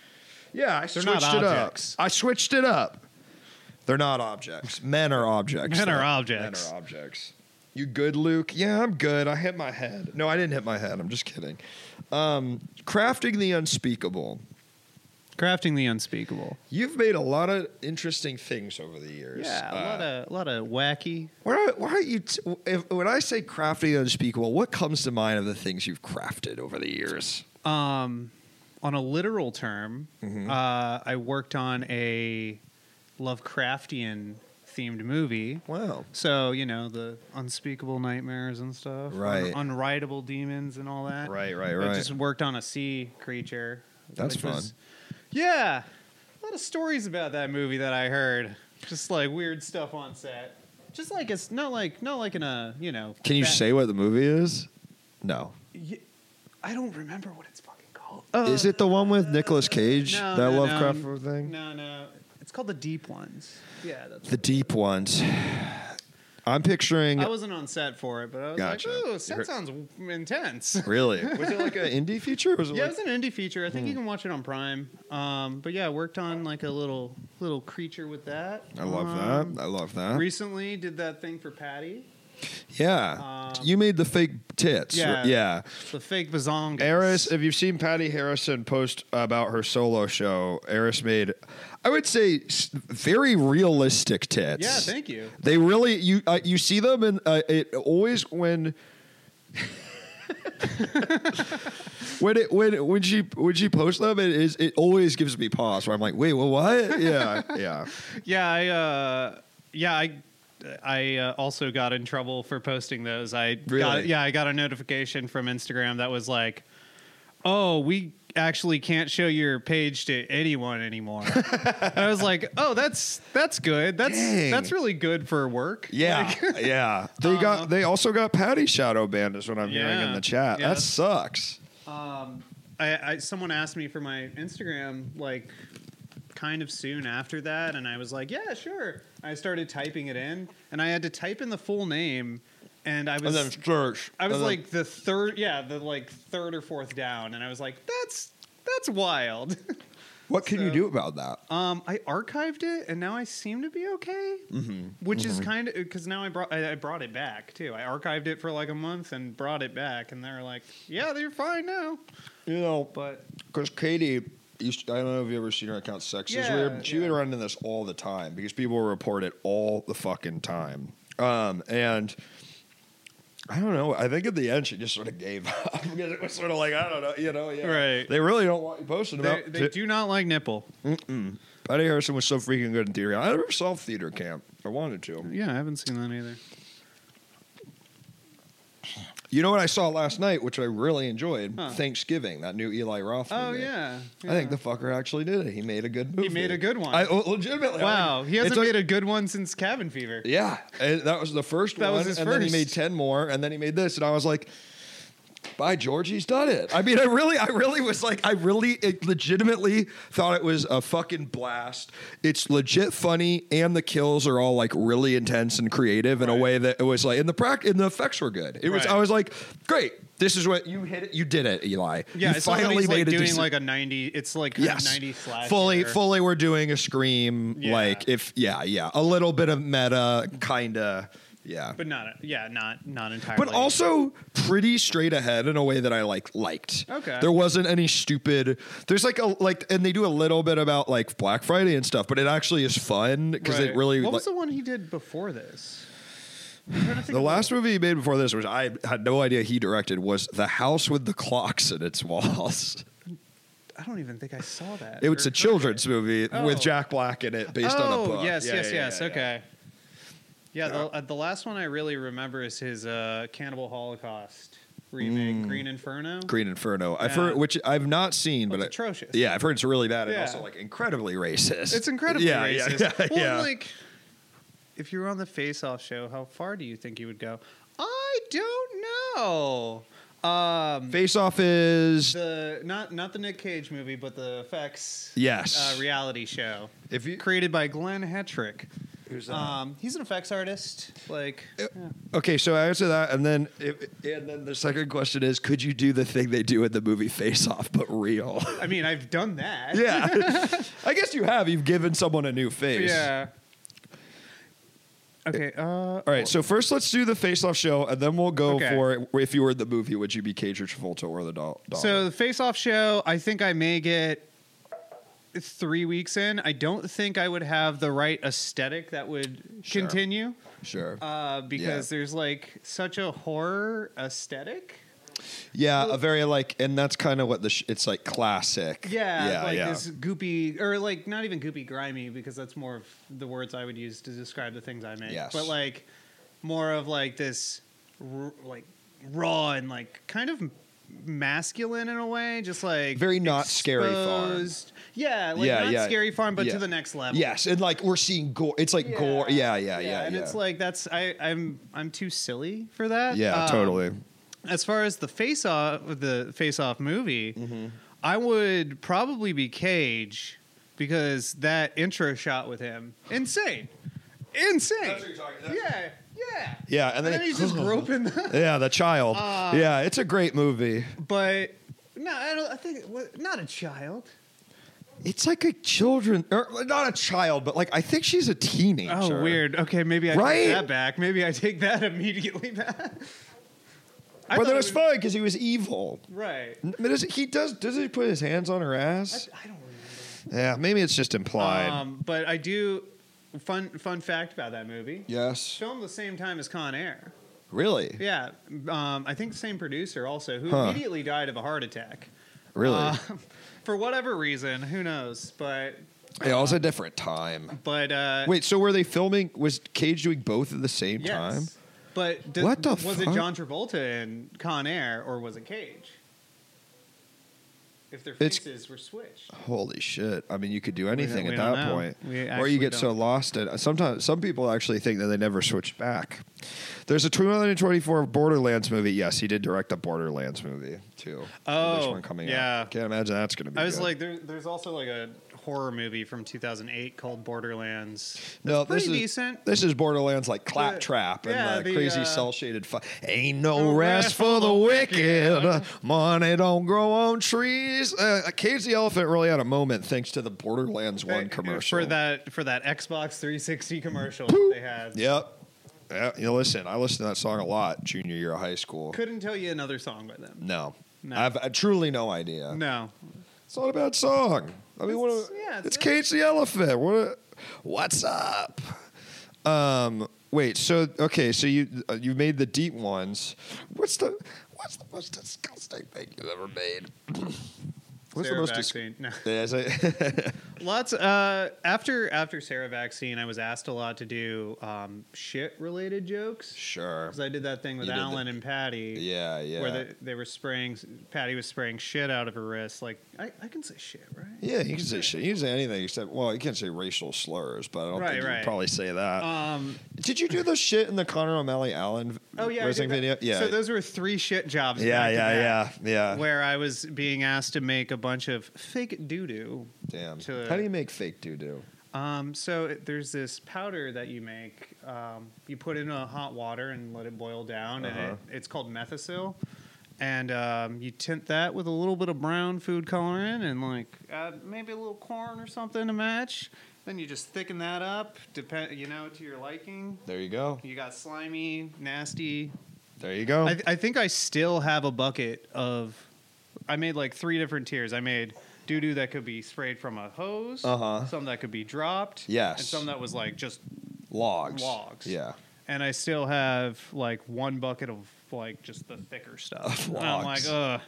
Yeah, I They're not switched it objects. up. I switched it up. They're not objects. Men are objects. Men are though. objects. Men are objects. You good, Luke? Yeah, I'm good. I hit my head. No, I didn't hit my head. I'm just kidding. Um, crafting the unspeakable. Crafting the unspeakable. You've made a lot of interesting things over the years. Yeah, a Uh, lot of lot of wacky. Why are, why are you? T- if, when I say crafting unspeakable, what comes to mind of the things you've crafted over the years? Um, on a literal term, Mm-hmm. uh, I worked on a Lovecraftian themed movie. Wow. So you know the unspeakable nightmares and stuff, Right. un- unwritable demons and all that. Right, right, I right. just worked on a sea creature. That's which was- yeah, a lot of stories about that movie that I heard. Just like weird stuff on set. Just like it's not like not like in a you know. Can you ba- say what the movie is? No. Y- I don't remember what it's fucking called. is it the one with Nicolas Cage? Uh, No, Oh, that no, Lovecraft no. thing? No, no. It's called the deep ones. Yeah, that's. The deep ones. I'm picturing I wasn't on set for it, but I was Gotcha. like, "Ooh, set You're- sounds w- intense." <laughs> really. Was it like an indie feature? Was it Yeah, like Hmm. it's an indie feature. I think you can watch it on Prime. Um, but yeah, I worked on like a little little creature with that. I love Um, that. I love that. Recently, did that thing for Patty, yeah. Um, you made the fake tits. Yeah. right? Yeah. the fake bazongas. Eris, if you've seen Patty Harrison post about her solo show, Eris made, I would say, s- very realistic tits. Yeah, thank you. They really you uh, you see them and uh, it always when <laughs> when it when when she when she posts them it is it always gives me pause where I'm like wait well what <laughs> yeah yeah Yeah, I uh, yeah I I uh, also got in trouble for posting those. I got Really? yeah I got a notification from Instagram that was like, "Oh, we actually can't show your page to anyone <laughs> anymore." and I was like, "Oh, that's that's good. That's Dang. that's really good for work." yeah yeah they got they also got Patty shadow banned is what I'm hearing in Uh-huh. Yeah. the chat Yeah, that that's- sucks <laughs> I, I someone asked me for my Instagram like kind of soon after that, and I was like, "Yeah, sure." I started typing it in, and I had to type in the full name, and I was search I was like the third, yeah, the like third or fourth down, and I was like, "That's that's wild." <laughs> what can you so- do about that um, I archived it, and now I seem to be okay, mm-hmm. which is kind of because now I brought I, I brought it back too. I archived it for like a month and brought it back, and they're like, "Yeah, you're fine now." you know But Because Katie, used I don't know if you ever seen her account Sex is Yeah, Weird. She yeah. would run into this all the time because people report it all the fucking time. Um, and I don't know. I think at the end she just sort of gave <laughs> up because it was sort of like I don't know, you know, yeah. Right. They really don't want you posting they, about. they do not like nipple. Patty Harrison was so freaking good in theater. I never saw theater camp. I wanted to. Yeah, I haven't seen that either. You know what I saw last night, which I really enjoyed. Huh. Thanksgiving, that new Eli Roth. Oh movie. yeah, I think the fucker actually did it. He made a good movie. made a good one. I oh, legitimately. I wow, like- he it hasn't took- made a good one since Cabin Fever. Yeah, and that was the first That one. was his and then he first. made ten more, and then he made this, and I was like, "By George, he's done it." I mean, I really, I really was like, I really, it legitimately thought it was a fucking blast. It's legit funny, and the kills are all like really intense and creative in a Right. way that it was like, and the prac, and the effects were good. It was, Right. I was like, "Great, this is what you hit. It, you did it, Eli. Yeah, you I saw that he's like doing decent- like a ninety. It's like kind of Yes, ninety slash. fully, fully. We're doing a scream, Yeah. like if yeah, yeah, a little bit of meta, kinda, yeah, but not yeah, not not entirely. but also pretty straight ahead in a way that I like liked. Okay. There wasn't any stupid. There's like a like, and they do a little bit about like Black Friday and stuff, but it actually is fun because it really. What was like- the one he did before this? I'm trying to think the of last movie he made before this, which I had no idea he directed, was The House with the Clocks in Its Walls. I don't even think I saw that. It was or a heard children's movie Oh. with Jack Black in it, it. based oh, on a book. yes, Yeah, yes, yeah, yes. yeah, yeah. okay. Yeah, the, uh, the last one I really remember is his uh, Cannibal Holocaust remake, Green Inferno. Mm. Green Inferno. I've Yeah. heard, which I've not seen, but it's I- atrocious. Yeah, I've heard it's really bad and Yeah. also like incredibly racist. It's incredibly yeah, yeah, <laughs> racist. Yeah, well, yeah. like, if you were on the Face Off show, how far do you think you would go? I don't know. Um, Face Off is the not not the Nick Cage movie, but the effects yes. uh, reality show if you created by Glenn Hetrick. who's that? Um, he's an effects artist. Like, yeah. okay, so I answer that, and then if, and then the second question is, could you do the thing they do in the movie Face Off but real? <laughs> I mean, I've done that. yeah, <laughs> I guess you have. You've given someone a new face. yeah. Okay. Uh, all All right, so first let's do the Face Off show, and then we'll go Okay. for if you were in the movie, would you be Cage or Travolta or the doll? So the Face Off show, I think I may get three weeks in. I don't think I would have the right aesthetic that would Sure. continue sure. uh, because there's like such a horror aesthetic. Yeah, a very like, and that's kind of what the sh- it's like classic. Yeah, like this goopy or like not even goopy grimy because that's more of the words I would use to describe the things I make. Yes. But like more of like this r- like raw and like kind of masculine in a way, just like Very not scary farm. exposed. Yeah, like Yeah, not yeah. scary farm, but Yeah. to the next level. Yes, and like we're seeing gore. It's like gore. Yeah, yeah, yeah, yeah. And it's like that's I I'm I'm too silly for that. yeah, Um, totally. As far as the face off the face off movie, Mm-hmm. I would probably be Cage because that intro shot with him insane, insane. That's what you're talking- that's- yeah, yeah. Yeah, and then, <laughs> he's just Uh, groping. The, <laughs> Yeah, the child. yeah, it's a great movie. but no, I don't. I think what, not a child. It's like a children, or not a child, but like I think she's a teenager. Oh, weird. Okay, maybe I Right? take that back. Maybe I take that <laughs> immediately back. I but thought it it was fun because he was evevil. Right. N- but Does he does does he put his hands on her I, ass? I don't remember. Yeah, maybe it's just implied. Um, but I do. Fun fun fact about that movie. yes, Filmed the same time as Con Air. really, Yeah, um, I think the same producer also, who Huh. immediately died of a heart attack. really. Um, for whatever reason, who knows? But yeah, it was a different time. but uh, <laughs> Wait, so were they filming? Was Cage doing both at the same yes. time? But d- What the was it fuck? John Travolta in Con Air or was it Cage? If their It's- Oh faces were switched. Holy shit! I mean, you could do anything we at don't that know. point, We or actually you get so don't. lost. In, sometimes some people actually think that they never switched back. There's a 2024 Borderlands movie. Yes, he did direct a Borderlands movie too. Oh, There's one coming out. yeah. Can't imagine that's gonna be. I was good. like, there, there's also like a horror movie from 2008 called Borderlands. no, pretty this is decent. this is Borderlands like claptrap and yeah, uh, the, crazy uh, cell shaded. Fu- Ain't no rest for the wicked. Money don't grow on trees. Uh, Cage the Elephant really had a moment thanks to the Borderlands one commercial for that for that Xbox 360 commercial that they had. Yep. Yeah, you know, listen, I listened to that song a lot junior year of high school. Couldn't tell you another song by them. no. No. I've I truly no idea. No, It's not a bad song. I mean, what a, It's- yeah, it's, it's- Cage the Elephant. What a- what's up? Um, wait, so okay, so you uh, you made the deep ones. What's the what's the most disgusting thing you've ever made? <clears throat> what's the Sarah most disgusting? vaccine. <laughs> No. I Lots. Uh, after after Sarah vaccine, I was asked a lot to do um, shit related <laughs> jokes sure. because I did that thing with You did the- Alan and Patty. Yeah, yeah. Where they, they were spraying, Patty was spraying shit out of her wrist. Like I, I can say shit, right? Yeah, you can say shit. You can say anything except, well, you can't say racial slurs, but I don't Right, think you can right. probably say that. Um, did you do the shit in the Connor O'Malley Allen <laughs> Oh yeah, I wrestling did video? that. Yeah. So those were three shit jobs. yeah, back to yeah, yeah, back, yeah, Where I was being asked to make a bunch of fake doo doo. Damn. to- How do you make fake doo doo? Um, so it, there's this powder that you make. Um, you put in a hot water and let it boil down, Uh-huh. and it, it's called methicil. And um, you tint that with a little bit of brown food coloring and like uh, maybe a little corn or something to match. Then you just thicken that up, depend, you know, to your liking. There you go. You got slimy, nasty There you go. I, I think I still have a bucket of. I made like three different tiers. I made doo doo that could be sprayed from a hose, Uh-huh. some that could be dropped, Yes. and some that was like just. logs. Logs. Yeah. And I still have like one bucket of like just the thicker stuff. And I'm like, Logs. ugh.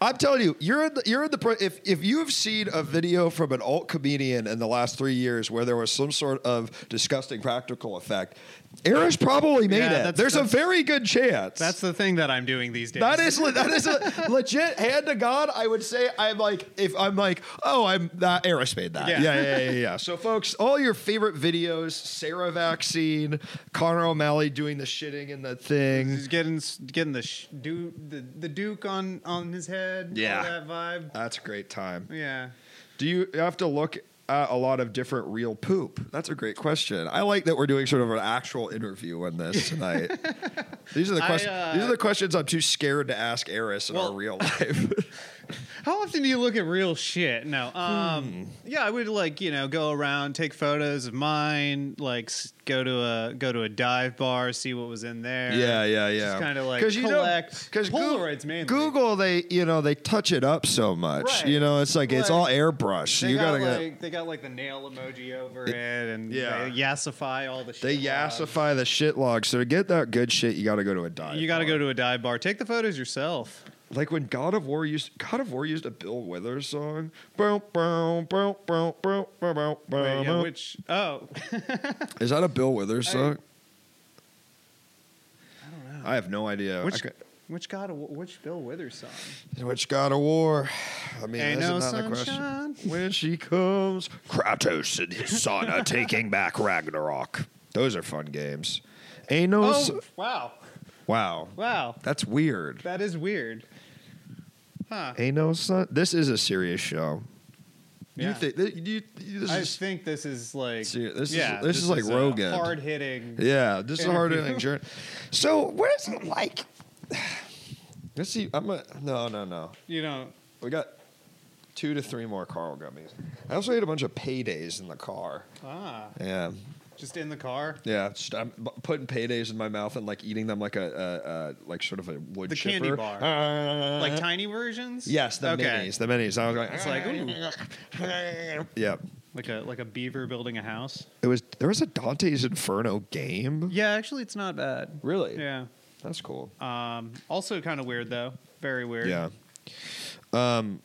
I'm telling you, you're in the, you're in the pre- if if you have seen a video from an alt comedian in the last three years where there was some sort of disgusting practical effect, Erish probably made Yeah, it. that's- There's a that's- very good chance. That's the thing that I'm doing these days. That is le- that is <laughs> a legit hand to God. I would say I'm like if I'm like oh I'm that Eris made that. Yeah. yeah, yeah, yeah, yeah. So folks, all your favorite videos: Sarah vaccine, Connor O'Malley doing the shitting and the thing. He's getting s- getting the sh- du- the the Duke on on his head. all Yeah. that vibe. That's a great time. Yeah. Do you have to look at a lot of different real poop? That's a great question. I like that we're doing sort of an actual interview on this <laughs> tonight. these are the I, questions. uh, these are the questions I'm too scared to ask Eris in our Well- real <laughs> life. How often do you look at real shit? No. Um, Hmm. Yeah, I would like you know go around, take photos of mine, like s- go to a go to a dive bar, see what was in there. Yeah, yeah, yeah. Just kind of like 'Cause you know- collect 'cause Goo- Polaroids mainly. Google, they you know they touch it up so much. Right. You know, it's like it's all Like, airbrush. They you got gotta like get. they got like the nail emoji over it, and yeah. they yassify all the shit. They around. yassify the shit log. So to get that good shit, you got to go to a dive. You got to bar. go to a dive bar. Take the photos yourself. like when God of War used God of War used a Bill Withers song. Bow, bow, bow, bow, bow, bow, bow, Wait, yeah, bow. which oh, Is that a Bill Withers I- song? I don't know. I have no idea. I which could- Which got a, which Bill Withers song? Which God of War? I mean, Ain't that's no not a sunshine. question. When she comes, Kratos and his son are taking back Ragnarok. Those are fun games. Ain't no. Oh, su- wow, wow. wow, That's weird. that is weird. Huh? Ain't no sun. This is a serious show. Yeah. You think th- you, you- this I is, think this is like Ser- this is- yeah, this is like Rogan. hard hitting. yeah, this is a <laughs> hard Interview. hitting journey. So where's like? Let's see. I'm a no, no, no. You know, We got two to three more Carl gummies. I also ate a bunch of paydays in the car. ah, Yeah, just in the car. yeah. it's Just, I'm b- putting paydays in my mouth and like eating them like a, a, a like sort of a wood The chipper. candy bar. Ah. Like tiny versions? Yes, the okay. minis, the minis. I was like, It's like, yeah. Like a like a beaver building a house. It was there was a Dante's Inferno game. Yeah, actually, it's not bad. Really? Yeah. That's cool. Um, also, kind of weird though. Very weird. Yeah. Um,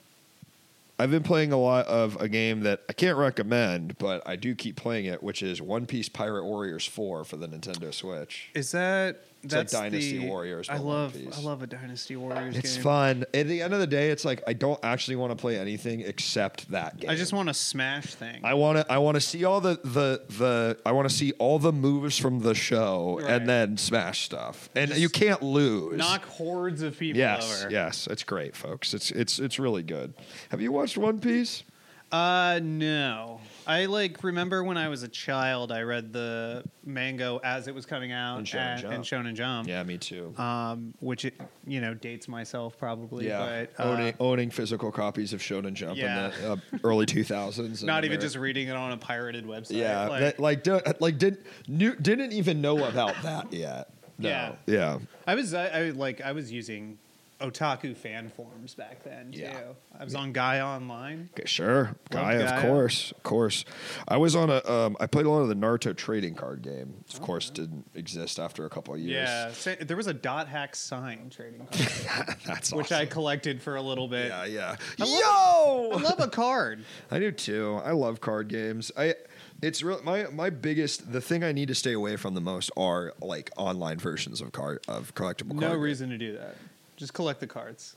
I've been playing a lot of a game that I can't recommend, but I do keep playing it, which is One Piece Pirate Warriors Four for the Nintendo Switch. Is that It's like that's Dynasty the- Warriors, I but One love Piece. I love a Dynasty Warriors. It's game. fun. At the end of the day, it's like I don't actually want to play anything except that game. I just want to smash thing. I want to. I want to see all the the the. I want to see all the moves from the show, Right. and then smash stuff. And Just you can't lose. knock hordes of people yes, over. yes, it's great, folks. It's it's it's really good. Have you watched One Piece? Uh, no. I like remember when I was a child. I read the mango as it was coming out And Shonen at- Jump. and Shonen Jump. Yeah, me too. Um, which it, you know dates myself probably. Yeah, But, uh, owning, owning physical copies of Shonen Jump Yeah. in the uh, early <laughs> 2000s. in not even America. just reading it on a pirated website. yeah, like, that- like don't- like didn't knew, didn't even know about that yet. No. Yeah. yeah, I was I, I like I was using otaku fan forms back then too. Yeah. I was on Guy Online. Okay, sure, Love Guy, of Gaia. course, of course. I was on a, um, I played a lot of the Naruto trading card game. Which Oh, of course, didn't exist after a couple of years. Yeah, sa- there was a dot hack sign trading, card, <laughs> that's which I awesome. collected for a little bit. yeah, yeah. I Yo, love <laughs> a card. I do too. I love card games. I it's real my my biggest the thing I need to stay away from the most are like online versions of card of collectible No card reason to do that. Just collect the cards.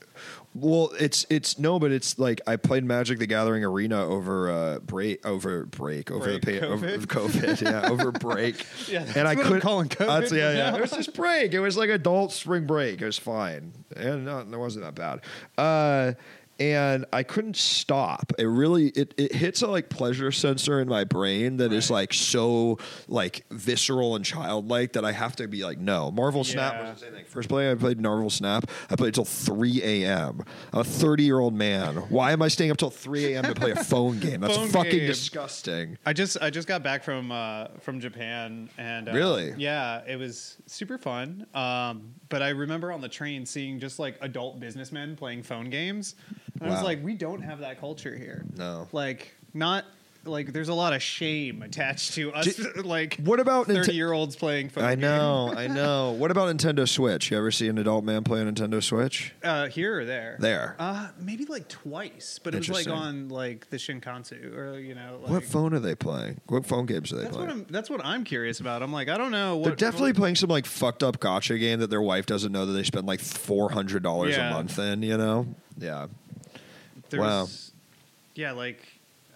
Well, it's it's no, but it's like I played Magic the Gathering Arena over uh break over break over the Break, pa- over COVID? COVID, yeah, <laughs> over break. Yeah, that's and I what I'm couldn't calling COVID that's- yeah, yeah. <laughs> now. It was just break. It was like adult spring break. It was fine, and not, it wasn't that bad. Uh, and I couldn't stop. It really it, it hits a like pleasure sensor in my brain that is Right. like so like visceral and childlike that I have to be like no. Marvel Snap Yeah. was the same thing. First play I played Marvel Snap. I played till 3 a.m. I'm a 30 year old man. Why am I staying up till 3 a.m. to play a phone game? That's Phone fucking game. disgusting. I just I just got back from uh, from Japan and uh, Really? yeah it was super fun um, but I remember on the train seeing just like adult businessmen playing phone games and I was Wow. like we don't have that culture here No. like not like there's a lot of shame attached to us Did- <laughs> like What about Ninte- thirty year olds playing phone I games. <laughs> know, I know. What about Nintendo Switch? You ever see an adult man play a Nintendo Switch? uh, here or there There. uh, maybe like twice but it was like Interesting. on like the Shinkansu or you know like, what phone are they playing? What phone games are they that's playing? what I'm that's what I'm curious about I'm like I don't know what They're definitely playing some like fucked up gotcha game that their wife doesn't know that they spend like four hundred dollars Yeah. a month in. You know? Yeah. There's, Wow. Yeah, like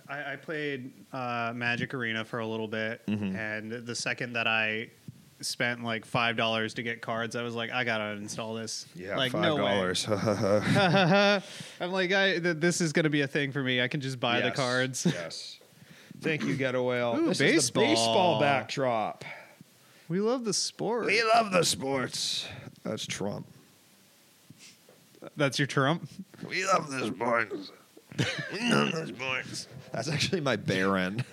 I, I played uh, Magic Arena for a little bit, Mm-hmm. and the second that I spent like five dollars to get cards, I was like, I gotta install this. like no way. <laughs> I'm like, I, th- this is gonna be a thing for me. I can just buy the cards. <laughs> yes. Thank you, Get a Whale. Ooh, this is the baseball. baseball backdrop. We love the sport. We love the sports. That's Trump. That's your Trump. <laughs> We love the sports. we love the <laughs> sports. That's actually my Baron.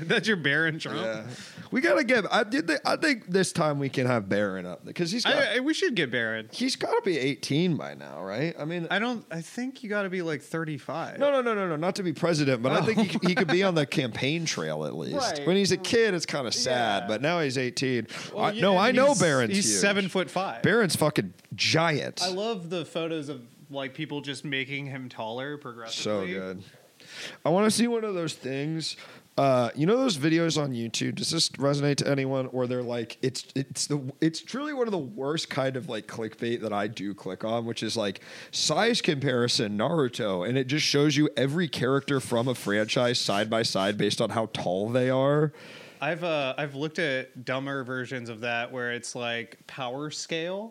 That's your Baron Trump. yeah. <laughs> We gotta get. I did. thi- I think this time we can have Baron up because he's got. I, I, we should get Baron. he's got to be eighteen by now, right? I mean, I don't. I think you got to be like 35. No, no, no, no, no, not to be president, but I Oh. think he, he could be <laughs> on the campaign trail at least. Right. When he's a kid, it's kind of sad, Yeah. but now he's 18. Well, I, yeah, no, and I know he's- Barron's He's huge. seven foot five. Barron's fucking giant. I love the photos of like people just making him taller so progressively. good. I want to see one of those things Uh, you know those videos on YouTube? Does this resonate to anyone? Where they're like, it's it's the it's truly one of the worst kind of like clickbait that I do click on, which is like size comparison Naruto, and it just shows you every character from a franchise side by side based on how tall they are. I've uh, I've looked at dumber versions of that where it's like power scale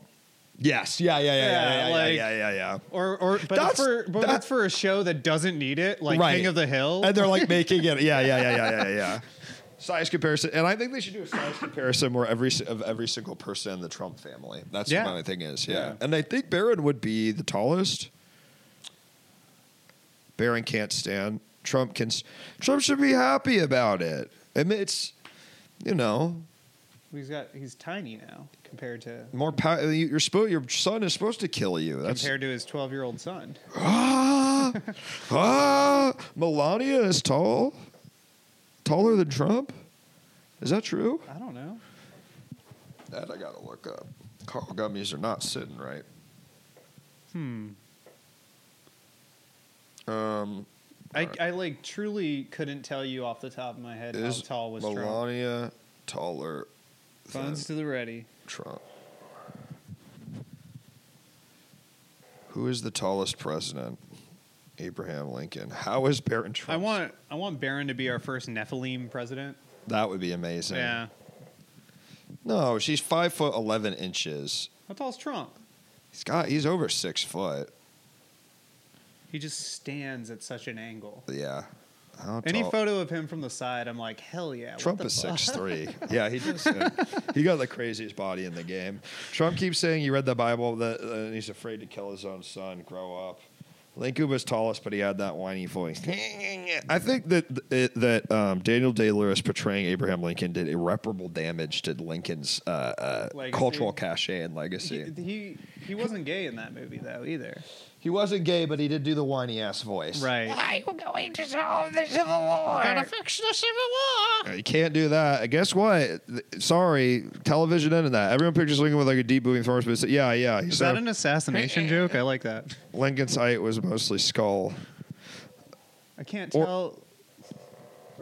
Yes, yeah, yeah, yeah, yeah, yeah, Yeah, yeah, like- yeah, yeah, yeah. or or but That's- for but that- that's for a show that doesn't need it like Right. King of the Hill. and they're like making it. Yeah, yeah, yeah, yeah, yeah, yeah, yeah. <laughs> Size comparison, and I think they should do a size comparison where every s- of every single person in the Trump family. That's Yeah. what my thing is. Yeah. Yeah. and I think Barron would be the tallest. Barron can't stand Trump. Can s- Trump should be happy about it? I mean, it's you know he's got he's tiny now compared to more power. You're supposed your son is supposed to kill you. That's compared to his 12 year old son. ah, ah. Melania is tall, taller than Trump. Is that true? I don't know. That I gotta look up. Carl gummies are not sitting right. Hmm. Um, I, I like truly couldn't tell you off the top of my head is how tall was Trump. Melania taller than Funds to the ready. Trump? Who is the tallest president? Abraham Lincoln. How is Barron I Trump? want I want Barron to be our first Nephilim president. that would be amazing. Yeah. No, she's five foot eleven inches. How tall is Trump? He's got. He's over six foot. He just stands at such an angle. Yeah. How Any tall- photo of him from the side, I'm like, hell yeah. what Trump the is fuck? six <laughs> three. Yeah, he does. yeah. He got the craziest body in the game. Trump keeps saying he read the Bible that uh, and he's afraid to kill his own son. Grow up. Lincoln was tallest, but he had that whiny voice. I think that it, that um, Daniel Day Lewis portraying Abraham Lincoln did irreparable damage to Lincoln's uh, uh, Legacy. cultural cachet and legacy. He, he he wasn't gay in that movie though either. He wasn't gay, but he did do the whiny ass voice. Right. I'm going to solve the Civil War. Gotta fix the Civil War. Uh, You can't do that. And Guess what? Th- Sorry, television ended that. Everyone pictures Lincoln with like a deep booming force, but it's- yeah, yeah. He Is said- that an assassination joke? I like that. Lincoln's height was mostly skull. I can't Or- tell.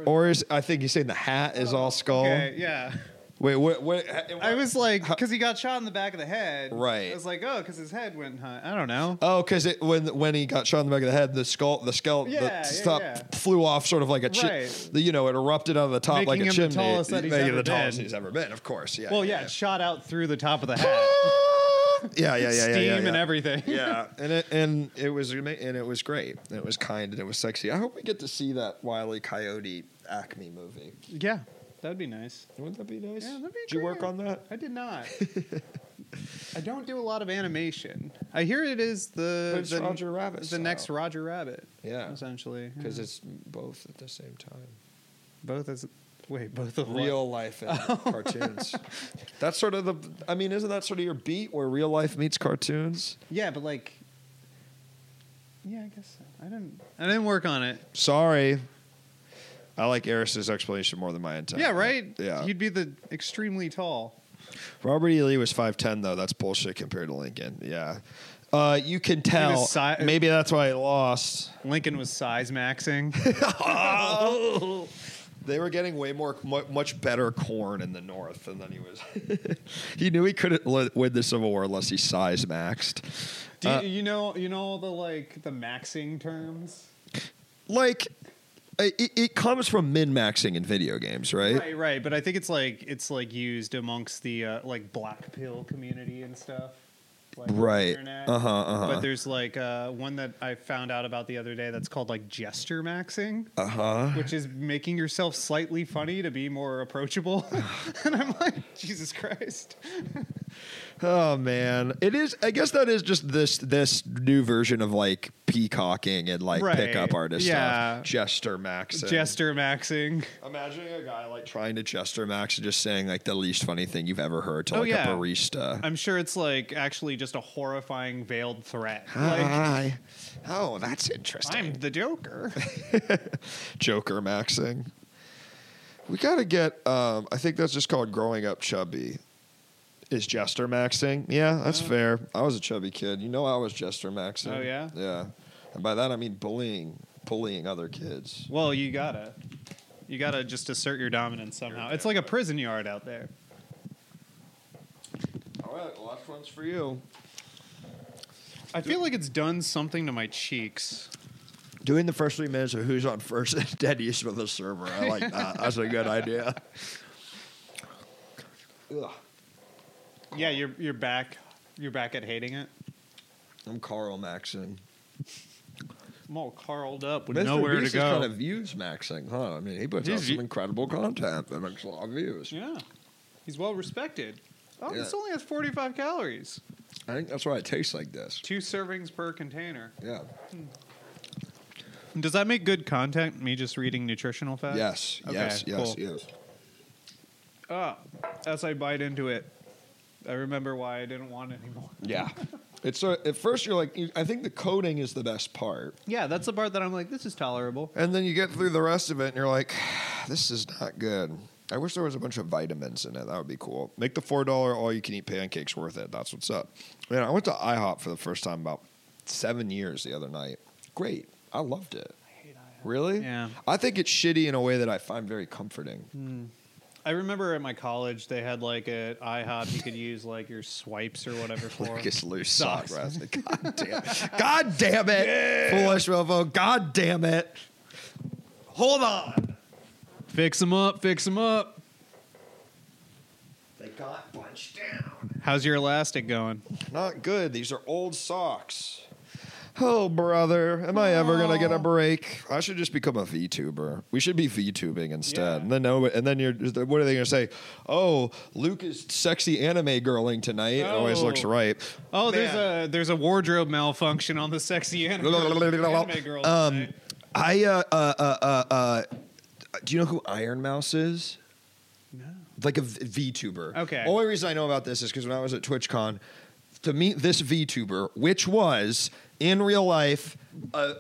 Or is I think he's saying the hat is all skull. Okay, yeah. Wait, what? what I was like, because he got shot in the back of the head. Uh, Right. I was like, oh, because his head went high. I don't know. Oh, because when when he got shot in the back of the head, the skull, the skull, Yeah, the yeah, stuff yeah. flew off, sort of like a chi- Right. the, you know, it erupted out of the top Making like a him the chimney, tallest that he's making ever the tallest been. he's ever been. Of course, yeah. Well, yeah, it shot out through the top of the hat. <laughs> yeah, yeah, yeah, yeah, yeah, Steam yeah, and everything. Yeah, and it and it was ama- and it was great. And it was kind and it was sexy. I hope we get to see that Wiley Coyote Acme movie. <laughs> yeah, that would be nice. Wouldn't that be nice? Yeah, that'd be Did you work great. on that? I <laughs> did not. I don't do a lot of animation. I hear it is the But it's the, Roger Rabbit the style. next Roger Rabbit. Yeah. essentially because yeah. it's both at the same time. both as wait both of what? Oh. Real life <laughs> and cartoons. That's sort of the. I mean, isn't that sort of your beat where real life meets cartoons? Yeah, but like, yeah, I guess so. I didn't. I didn't work on it. Sorry, I like Eris's explanation more than my intent. Yeah, right. Yeah. you'd be the extremely tall. Robert E. Lee was five ten though. That's bullshit compared to Lincoln. Yeah. Uh, you can tell. si- Maybe that's why I lost. Lincoln was <laughs> size maxing. Oh. Oh. They were getting way more, mu- much better corn in the North, and then he was. <laughs> he knew he couldn't li- win the Civil War unless he size maxed. Do you, Uh, you know you know all the like the maxing terms? like it, it- it comes from min maxing in video games, right? Right, right. But I think it's like it's like used amongst the uh, like black pill community and stuff. Like on the Right. internet. Uh-huh, uh-huh. But there's like uh, one that I found out about the other day that's called like gesture maxing, Uh huh. which is making yourself slightly funny to be <sighs> more approachable. <laughs> and I'm like, Jesus Christ. Oh man, it is. I guess that is just this this new version of like peacocking and like Right. pickup artist Yeah. stuff. Jester maxing. Gesture maxing. Imagining a guy like trying to jester max and just saying like the least funny thing you've ever heard to Oh, like yeah. a barista. I'm sure it's like actually just a horrifying veiled threat. Like, Hi. oh, that's interesting. I'm <laughs> the Joker. Joker maxing. We got to get. Um, I think that's just called growing up chubby. Is jester maxing? Yeah, that's fair. I was a chubby kid. You know, I was jester maxing. Oh, yeah? yeah. And by that I mean bullying, bullying other kids. Well, you gotta. You gotta just assert your dominance somehow. It's like a prison yard out there. All right, last one's for you. I feel like it's done something to my cheeks. Doing the first three minutes of who's on first and <laughs> deadiest with the server. I like that. That's a good idea. <laughs> Ugh, Yeah, you're you're back. You're back at hating it. I'm Carl maxing. I'm all carled up with Mr. nowhere Beast to is go. kind of views maxing, huh? I mean, he puts out He's- some incredible content that makes a lot of views. yeah, he's well respected. Oh, this Yeah. only has 45 calories. I think that's why it tastes like this. Two servings per container. Yeah. Does that make good content? Me just reading nutritional facts. yes. Uh, Okay, yes. Yes. cool. Yes. Ah, as I bite into it, I remember why I didn't want any more. Yeah. It's a, at first you're like you- I think the coding is the best part, Yeah, that's the part that I'm like, this is tolerable. and then you get through the rest of it and you're like, <sighs> this is not good. I wish there was a bunch of vitamins in it. That would be cool. Make the four dollar all you can eat pancakes worth it. That's what's up. Man, I went to IHOP for the first time about seven years the other night. Great. I loved it. Really? Yeah. I think it's shitty in a way that I find very comforting. I remember at my college they had like at IHOP you could use like your swipes or <laughs> whatever for. Lucas loose sock Sucks. rosin. <laughs> God damn. God damn it. Foolish Wilvo. God damn it. Hold on. Fix them up, fix them up. They got bunched down. How's your elastic going? Not good. These are old socks. Oh, brother. Am I ever going to get a break? I should just become a VTuber. We should be VTubing instead. Yeah. And then, no, and then you're, what are they going to say? Oh, Luke is sexy anime girling tonight. It always Oh. looks right. Man. Oh, there's a there's a wardrobe malfunction on the sexy anime, <laughs> anime girl. Um, tonight. I uh, uh, uh, uh, uh, do you know who Iron Mouse is? No. Like a v- VTuber. Okay. Only reason I know about this is because when I was at TwitchCon, to meet this VTuber, which was in real life, uh,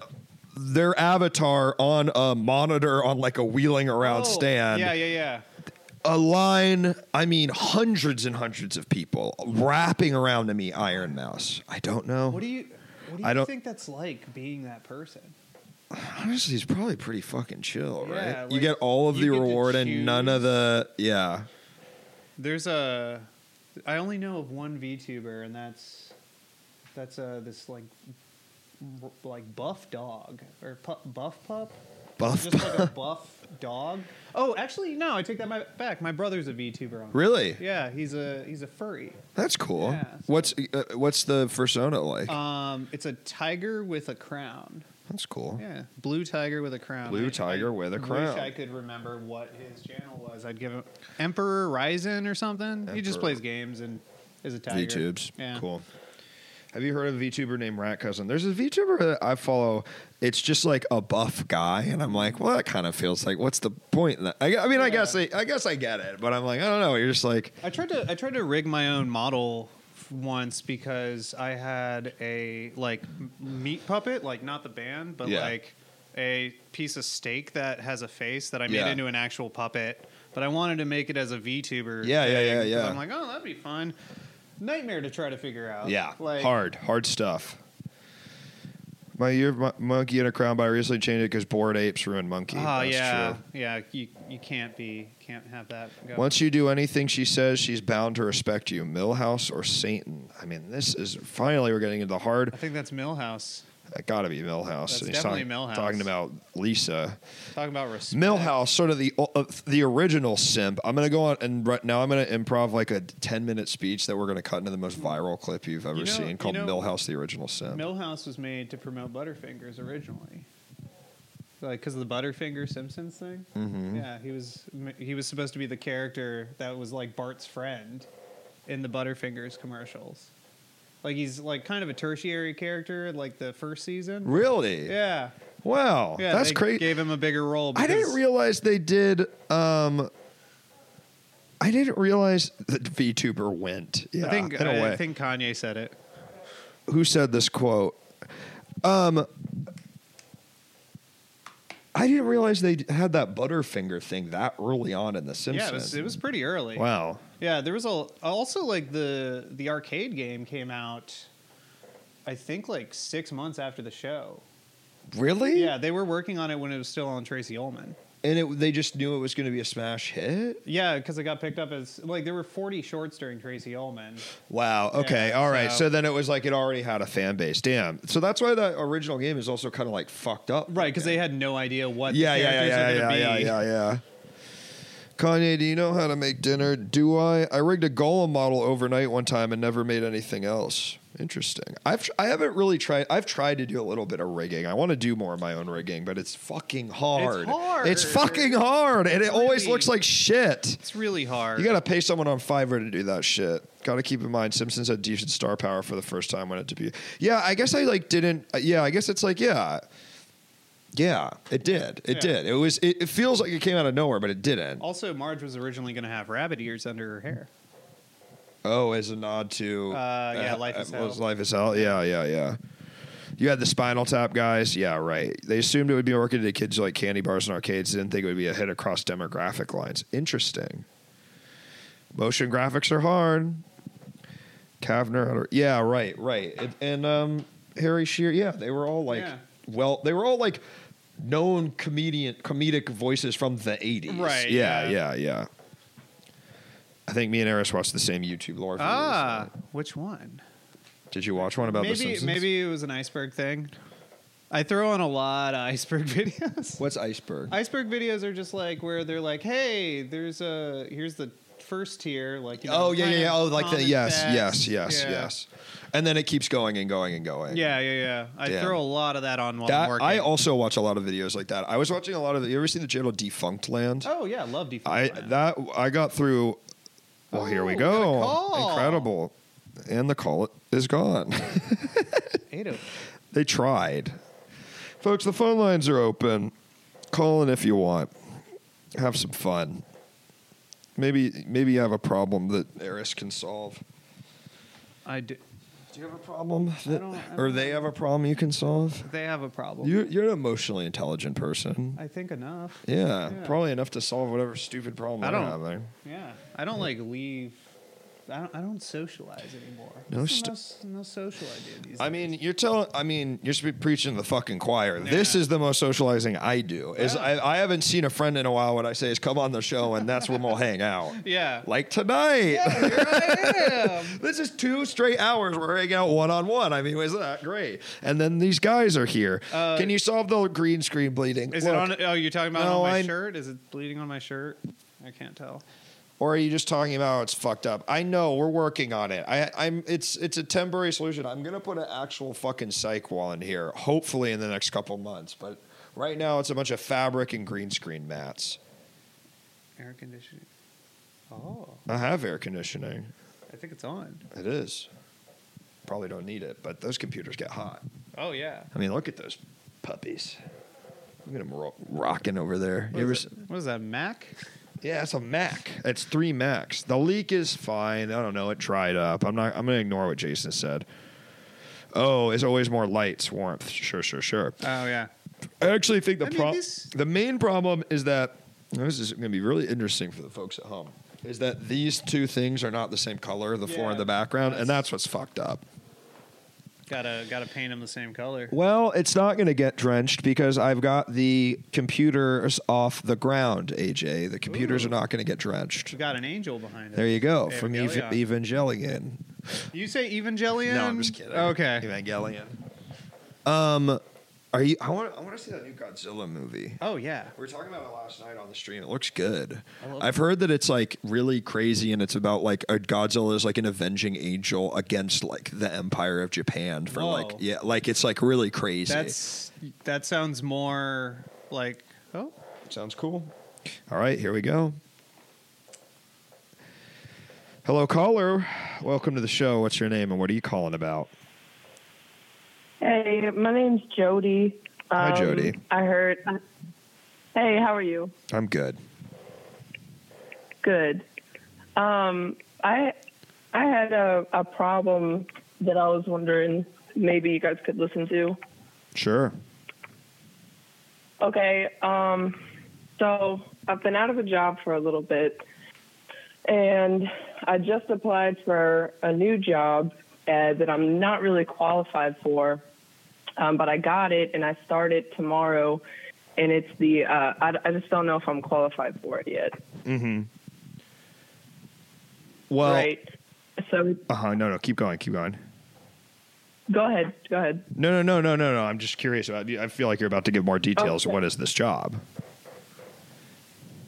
their avatar on a monitor on like a wheeling around Oh, stand Yeah, yeah, yeah. a line, I mean, hundreds and hundreds of people wrapping around to me, Iron Mouse. I don't know. What do you what do you I don't- think that's like being that person? Honestly, he's probably pretty fucking chill, right? Yeah, you like, get all of you the get to reward and none of the yeah. There's a. I only know of one VTuber, and that's that's uh, this like r- like buff dog or pu- buff pup. Buff Just like a buff <laughs> dog. Oh, actually, no, I take that my, back. My brother's a VTuber. On Really? Yeah, he's a he's a furry. That's cool. Yeah, so- What's uh, what's the persona like? Um, it's a tiger with a crown. That's cool. Yeah, blue tiger with a crown. Blue I- tiger I with a Wish crown. I could remember what his channel was. I'd give him Emperor Ryzen or something. He just Emperor. plays games and is a tiger. VTubes. Yeah. Cool. Have you heard of a VTuber named Rat Cousin? There's a VTuber that I follow. It's just like a buff guy, and I'm like, well, that kind of feels like. What's the point? In that? I, I mean, I Yeah. guess I, I guess I get it, but I'm like, I don't know. You're just like, I tried to I tried to rig my own model f- once because I had a like m- meat puppet, like not the band, but Yeah. like a piece of steak that has a face that I made Yeah. into an actual puppet. But I wanted to make it as a VTuber. Yeah, yeah, thing, yeah, 'cause yeah. I'm like, oh, that'd be fun. Nightmare to try to figure out. Yeah, Uh, like, hard, hard stuff. My year, Mon- monkey in a crown. But I recently changed it because bored apes ruined monkey. Oh That's yeah, true. yeah. You you can't be can't have that. Go. Once you do anything she says, she's bound to respect you. Millhouse or Satan? I mean, this is finally we're getting into the hard. I think that's Millhouse It got to be Millhouse. That's And definitely talking, Milhouse. Talking about Lisa talking about respect. Millhouse, sort of the uh, the original simp. I'm gonna go on and right now I'm gonna improv like a 10 minute speech that we're gonna cut into the most viral clip you've ever know- seen you called know- Millhouse, the original simp. Millhouse was made to promote Butterfingers originally, like because of the Butterfinger Simpsons thing. Mm-hmm. Yeah, he was he was supposed to be the character that was like Bart's friend in the Butterfingers commercials. Like he's like kind of a tertiary character, like the first season. really? Yeah, Wow. yeah. That's they crazy. Gave him a bigger role. I didn't because- realize they did. Um, I didn't realize that VTuber went. Yeah, I think in a I, way. I think Kanye said it. Who said this quote? Um, I didn't realize they d- had that Butterfinger thing that early on in The Simpsons. Yeah, it was it was pretty early. Wow. Yeah, there was a also like the the arcade game came out. I think like six months after the show. Really? Yeah, they were working on it when it was still on Tracy Ullman. and it, they just knew it was going to be a smash hit. Yeah, because it got picked up as like there were 40 shorts during Tracy Ullman. Wow. Okay. Yeah, All right. so- So then it was like it already had a fan base. Damn. So that's why that original game is also kind of like fucked up. Right, because they had no idea what Yeah, the yeah, characters yeah, were yeah, going to yeah, be. yeah, yeah. Kanye, do you know how to make dinner? Do I? I rigged a golem model overnight one time and never made anything else. Interesting. I've I haven't really tried. I've tried to do a little bit of rigging. I want to do more of my own rigging, but it's fucking hard. hard. It's fucking hard, and it always really- looks like shit. It's really hard. You gotta pay someone on Fiverr to do that shit. Gotta keep in mind, Simpsons had decent star power for the first time when it debuted. Yeah, I guess I like didn't. uh, yeah, I guess it's like yeah, yeah, it did. It Yeah. did. It was. It, it feels like it came out of nowhere, but it didn't. also, Marge was originally going to have rabbit ears under her hair. Oh, as a nod to Uh, yeah, Life is was Hell. Life is hell. Yeah, yeah, yeah. You had the Spinal Tap guys. Yeah, right. They assumed it would be marketed to kids who like candy bars and arcades. Didn't think it would be a hit across demographic lines. Interesting. Motion graphics are hard. Kavner, had a- yeah, right, right, and, and um, Harry Shearer. Yeah, they were all like, Yeah. well, they were all like known comedian comedic voices from the '80s. Right, Yeah, yeah, yeah. yeah. I think me and Eris watched the same YouTube lore. videos. Ah, which one? Did you watch one about the Maybe Simpsons? maybe it was an iceberg thing. I throw on a lot of <laughs> iceberg videos. What's iceberg? Iceberg videos are just like where they're like, "Hey, there's a here's the first tier." Like, you know, oh yeah, yeah, kind yeah. of Oh, like the common yes, facts. yes, yes, Yeah. yes. And then it keeps going and going and going. Yeah, yeah, yeah. I Damn. throw a lot of that on while I'm That, working. I also watch a lot of videos like that. I was watching a lot of. You ever seen the channel Defunct Land? oh yeah, love defense. I plan. that I got through. Well, here we Oh, we got a go. call. Incredible, and the call is gone. <laughs> Eight oh- They tried. Folks, the phone lines are open. Call in if you want. Have some fun. Maybe maybe you have a problem that Eris can solve. I do. Do you have a problem? I don't- I or don't they have a problem you can solve? They have a problem. You're, you're an emotionally intelligent person. I think enough. yeah, Yeah. probably enough to solve whatever stupid problem I they're don't- having. Yeah, I don't like leave. I don't. I don't socialize anymore. No This is st- no, s- no social idea. These I days. mean, you're telling. I mean, you're sp- preaching to the fucking choir. Yeah. This is the most socializing I do. Is Yeah. I, I haven't seen a friend in a while. When I say is come on the show, and that's when we'll hang out. yeah. <laughs> Like tonight. <laughs> Here I am. <laughs> This is two straight hours we're hanging out one on one. I mean, was that great? And then these guys are here. Uh, Can you solve the green screen bleeding? Is Look, it on? Oh, you're talking about it No, on my I- shirt? Is it bleeding on my shirt? I can't tell. or are you just talking about how it's fucked up? I know we're working on it. I, I'm. It's it's a temporary solution. I'm gonna put an actual fucking psych wall in here, hopefully in the next couple months. But right now, it's a bunch of fabric and green screen mats. Air conditioning. Oh, I have air conditioning. I think it's on. It is. Probably don't need it, but those computers get hot. Oh yeah. I mean, look at those puppies. Look at them ro- rocking over there. What You ever is, s- it? What is that? Mac? yeah, it's a Mac. It's three Macs. The leak is fine. I don't know. It dried up. I'm not. I'm gonna ignore what Jason said. Oh, it's always more lights, warmth. Sure, sure, sure. Oh yeah. I actually think the I mean, pro- this- the main problem is that and this is going to be really interesting for the folks at home is that these two things are not the same color, the floor and Yeah, the background, and that's- that's what's fucked up. Gotta gotta paint them the same color. Well, it's not going to get drenched because I've got the computers off the ground, AJ. The computers Ooh. are not going to get drenched. We got an angel behind it. There you go, There from we go, Ev- yeah. Evangelion. You say Evangelion? No, I'm just kidding. Okay. Evangelion. Um, are you? I want. I want to see that new Godzilla movie. Oh yeah. We were talking about it last night on the stream. It looks good. I love I've heard that it's like really crazy, and it's about like a Godzilla is like an avenging angel against like the Empire of Japan for like Whoa. yeah, like it's like really crazy. That's that sounds more like oh Sounds cool. All right, here we go. Hello, caller. Welcome to the show. What's your name and what are you calling about? Hey, my name's Jody. Um, Hi, Jody. I heard. Hey, how are you? I'm good. Good. Um, I I had a, a problem that I was wondering maybe you guys could listen to. Sure. Okay. Um, so I've been out of a job for a little bit, and I just applied for a new job uh, that I'm not really qualified for, um, but I got it and I started tomorrow. and it's the uh, I, I just don't know if I'm qualified for it yet. Mm-hmm. Well, right. So uh huh. No, no. Keep going. Keep going. go ahead, go ahead. No, no, no, no, no, no. I'm just curious about. I feel like you're about to give more details. Okay. What is this job?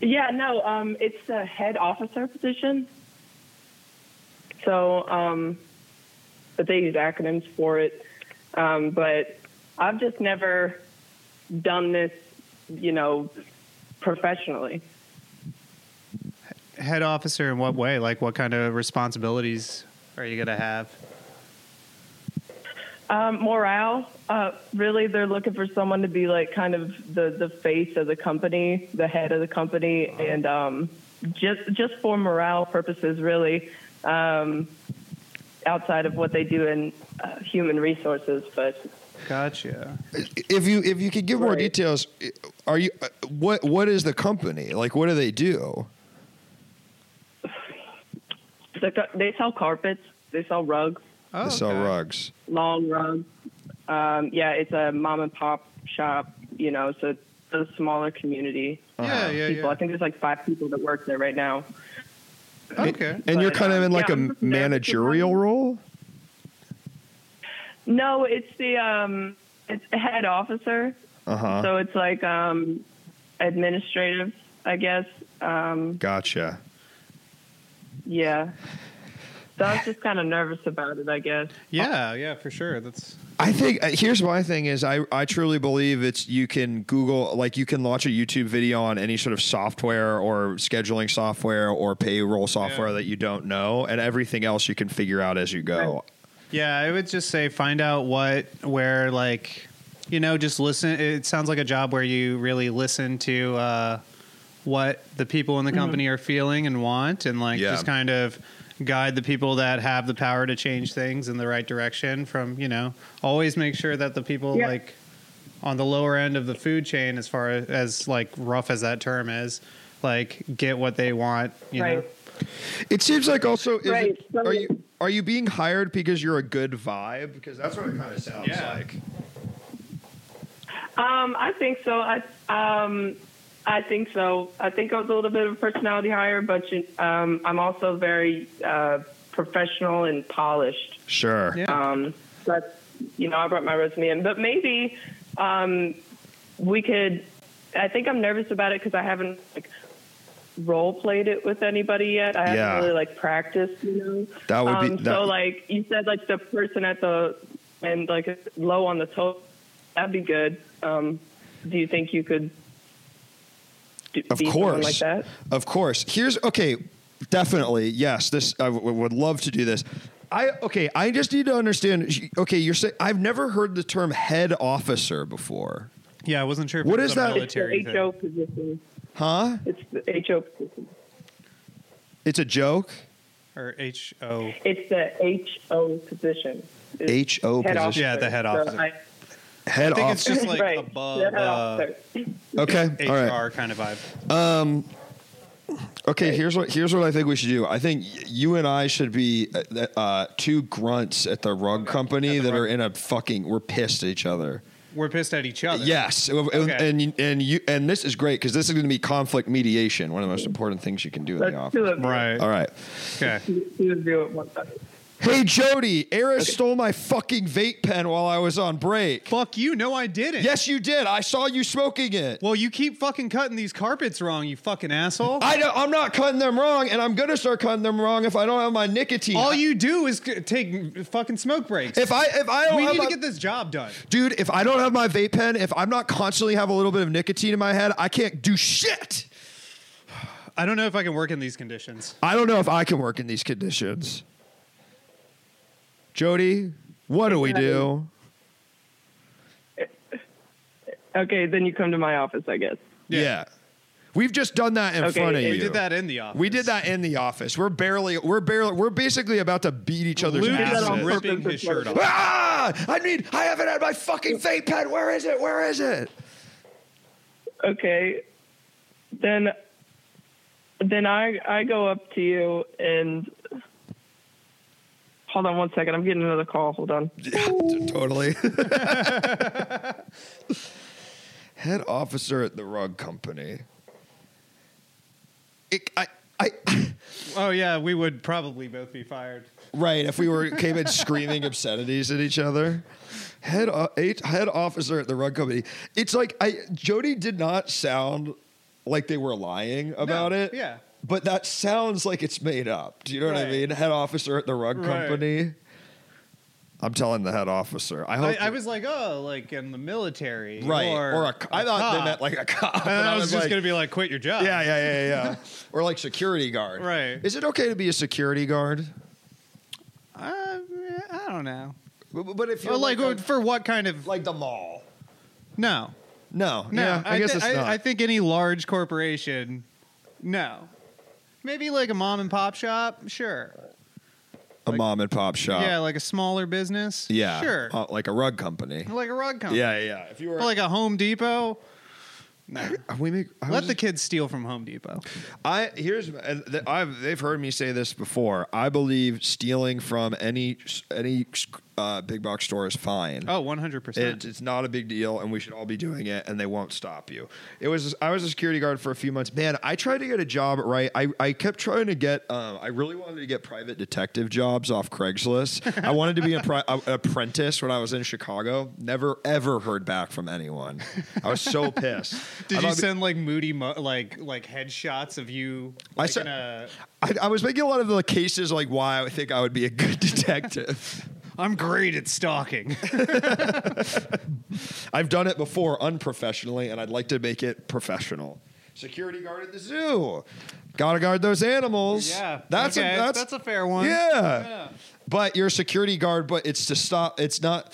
Yeah, no, um, it's the head officer position. So, um, but they use acronyms for it. Um, but I've just never done this, you know, professionally. Head officer in what way? Like, what kind of responsibilities are you going to have? Um, morale, uh, really, they're looking for someone to be like kind of the, the face of the company, the head of the company, Uh-huh. and um, just just for morale purposes, really. Um, outside of what they do in uh, human resources, but Gotcha. If you if you could give more Right. details, are you uh, what what is the company like? What do they do? the, co- they sell carpets, they sell rugs, Oh, they sell okay. rugs. long rugs. Um, yeah, it's a mom and pop shop, you know, so it's a smaller community. Uh-huh. Yeah, yeah, people. I yeah. think there's like five people that work there right now. Okay. And you're But, kind of um, in like yeah, I'm a just there. managerial role. No, it's the um, it's the head officer. Uh huh. So it's like um, administrative, I guess. Um, Gotcha. yeah. So I was just kind of nervous about it, I guess. Yeah, yeah, for sure. That's I think uh, here's my thing is I, I truly believe it's you can Google like you can launch a YouTube video on any sort of software or scheduling software or payroll software Yeah. that you don't know and everything else you can figure out as you go. Yeah, I would just say find out what, where, like, you know, just listen. It sounds like a job where you really listen to uh, what the people in the company are feeling and want, and like Yeah. just kind of guide the people that have the power to change things in the right direction. From you know, always make sure that the people Yeah. like on the lower end of the food chain, as far as, like rough as that term is, like get what they want. You know, Right. It seems like also is Right, it- so- are you are you being hired because you're a good vibe because that's what it kind of sounds Yeah. like. Um, I think so. I um, I think so. I think I was a little bit of a personality hire, but you, um, I'm also very uh, professional and polished. Sure. Yeah. Um, but you know, I brought my resume in, but maybe um, we could. I think I'm nervous about it because I haven't like role played it with anybody yet. I haven't Yeah. really like practiced, you know. That would be- um, that- so. Like you said, like the person at the and like low on the toe, that'd be good. Um, do you think you could? Do, Of be someone course. like that. Of course. Here's okay. Definitely yes. This I w- would love to do this. I okay. I just need to understand. Okay, you're saying I've never heard the term head officer before, yeah, I wasn't sure. If What it was is a that? It's Military the thing. HO position. huh? It's the HO position. It's a joke. or H O. It's the HO position. It's HO head position. officer. Yeah, the head So officer. I- Head I think it's officer. just like <laughs> right. above the head uh, officer. Okay. HR All right. kind of vibe. Okay, here's what here's what I think we should do. I think y- you and I should be uh, th- uh, two grunts at the rug company At the that are rug- in a fucking. We're pissed at each other. We're pissed at each other. Yes, Okay. and, and and you and this is great because this is going to be conflict mediation, one of the most important things you can do in the Let's office. do it. Right. All right. Okay. Let's do it one time. Hey Jody, Eric stole my fucking vape pen while I was on break. <laughs> Fuck you. No, I didn't. Yes, you did. I saw you smoking it. Well, you keep fucking cutting these carpets wrong, you fucking asshole. I know I'm not cutting them wrong, and I'm gonna start cutting them wrong if I don't have my nicotine. All you do is c- take fucking smoke breaks. if I if I don't we have need my, to get this job done. dude, if I don't have my vape pen, if I'm not constantly have a little bit of nicotine in my head, I can't do shit. I don't know if I can work in these conditions. I don't know if I can work in these conditions. Jody, what do we do? Okay, then you come to my office, I guess. Yeah. We've just done that in Okay, front of you. and We did that in the office. We did that in the office. We're barely, we're barely, we're basically about to beat each other's Luke did that is on asses. purpose. ripping his shirt off. Ah! I mean, I haven't had my fucking vape pen. Where is it? Where is it? Okay, then then I I go up to you and hold on one second. I'm getting another call. Hold on. totally. <laughs> head officer at the rug company. It, I, I, <laughs> Oh yeah, we would probably both be fired. Right, if we were came in screaming obscenities at each other. Head o- eight, head officer at the rug company. It's like I Jody did not sound like they were lying about No, it. yeah. But that sounds like it's made up. Do you know what I Right. mean? Head officer at the rug Right. company. I'm telling the head officer. I I, hope I was like, oh, like in the military, right Or, or, a co- I thought cop. they meant like a cop. And and <laughs> I was, just like, gonna be like, quit your job. <laughs> yeah, yeah, yeah, <laughs> yeah. or like security guard. Right. Is it okay to be a security guard? Uh, I don't know. But, but if you're Well, like, like, for what kind of? a- like the mall. no, No, no. yeah, I, guess thi- it's not. I, I think any large corporation, no. Maybe like a mom and pop shop, sure. a like- mom and pop shop. Yeah, like a smaller business, Uh, yeah, sure. uh, like a rug company. like a rug company, Yeah, yeah. If you were Or like a Home Depot. No. we make I Let was the just- kids steal from Home Depot. I here's and th- I've they've heard me say this before. I believe stealing from any any uh, big box store is fine. Oh, 100%. It's, it's not a big deal, and we should all be doing it, and they won't stop you. It was I was a security guard for a few months. Man, I tried to get a job. Right, I, I kept trying to get. Um, I really wanted to get private detective jobs off <laughs> Craigslist. I wanted to be a pri- a, an apprentice when I was in Chicago. Never ever heard back from anyone. I was <laughs> so pissed. I Did thought you it'd be- send like moody mo- like like headshots of you? I Like, sent- in a, I, I was making a lot of the cases like why I think I would be a good <laughs> detective. I'm great at stalking. I've done it before unprofessionally, and I'd like to make it professional. Security guard at the zoo. Gotta guard those animals. <laughs> that's Okay, a that's, that's a fair one. Yeah. But you're a security guard, but it's to stop. It's not.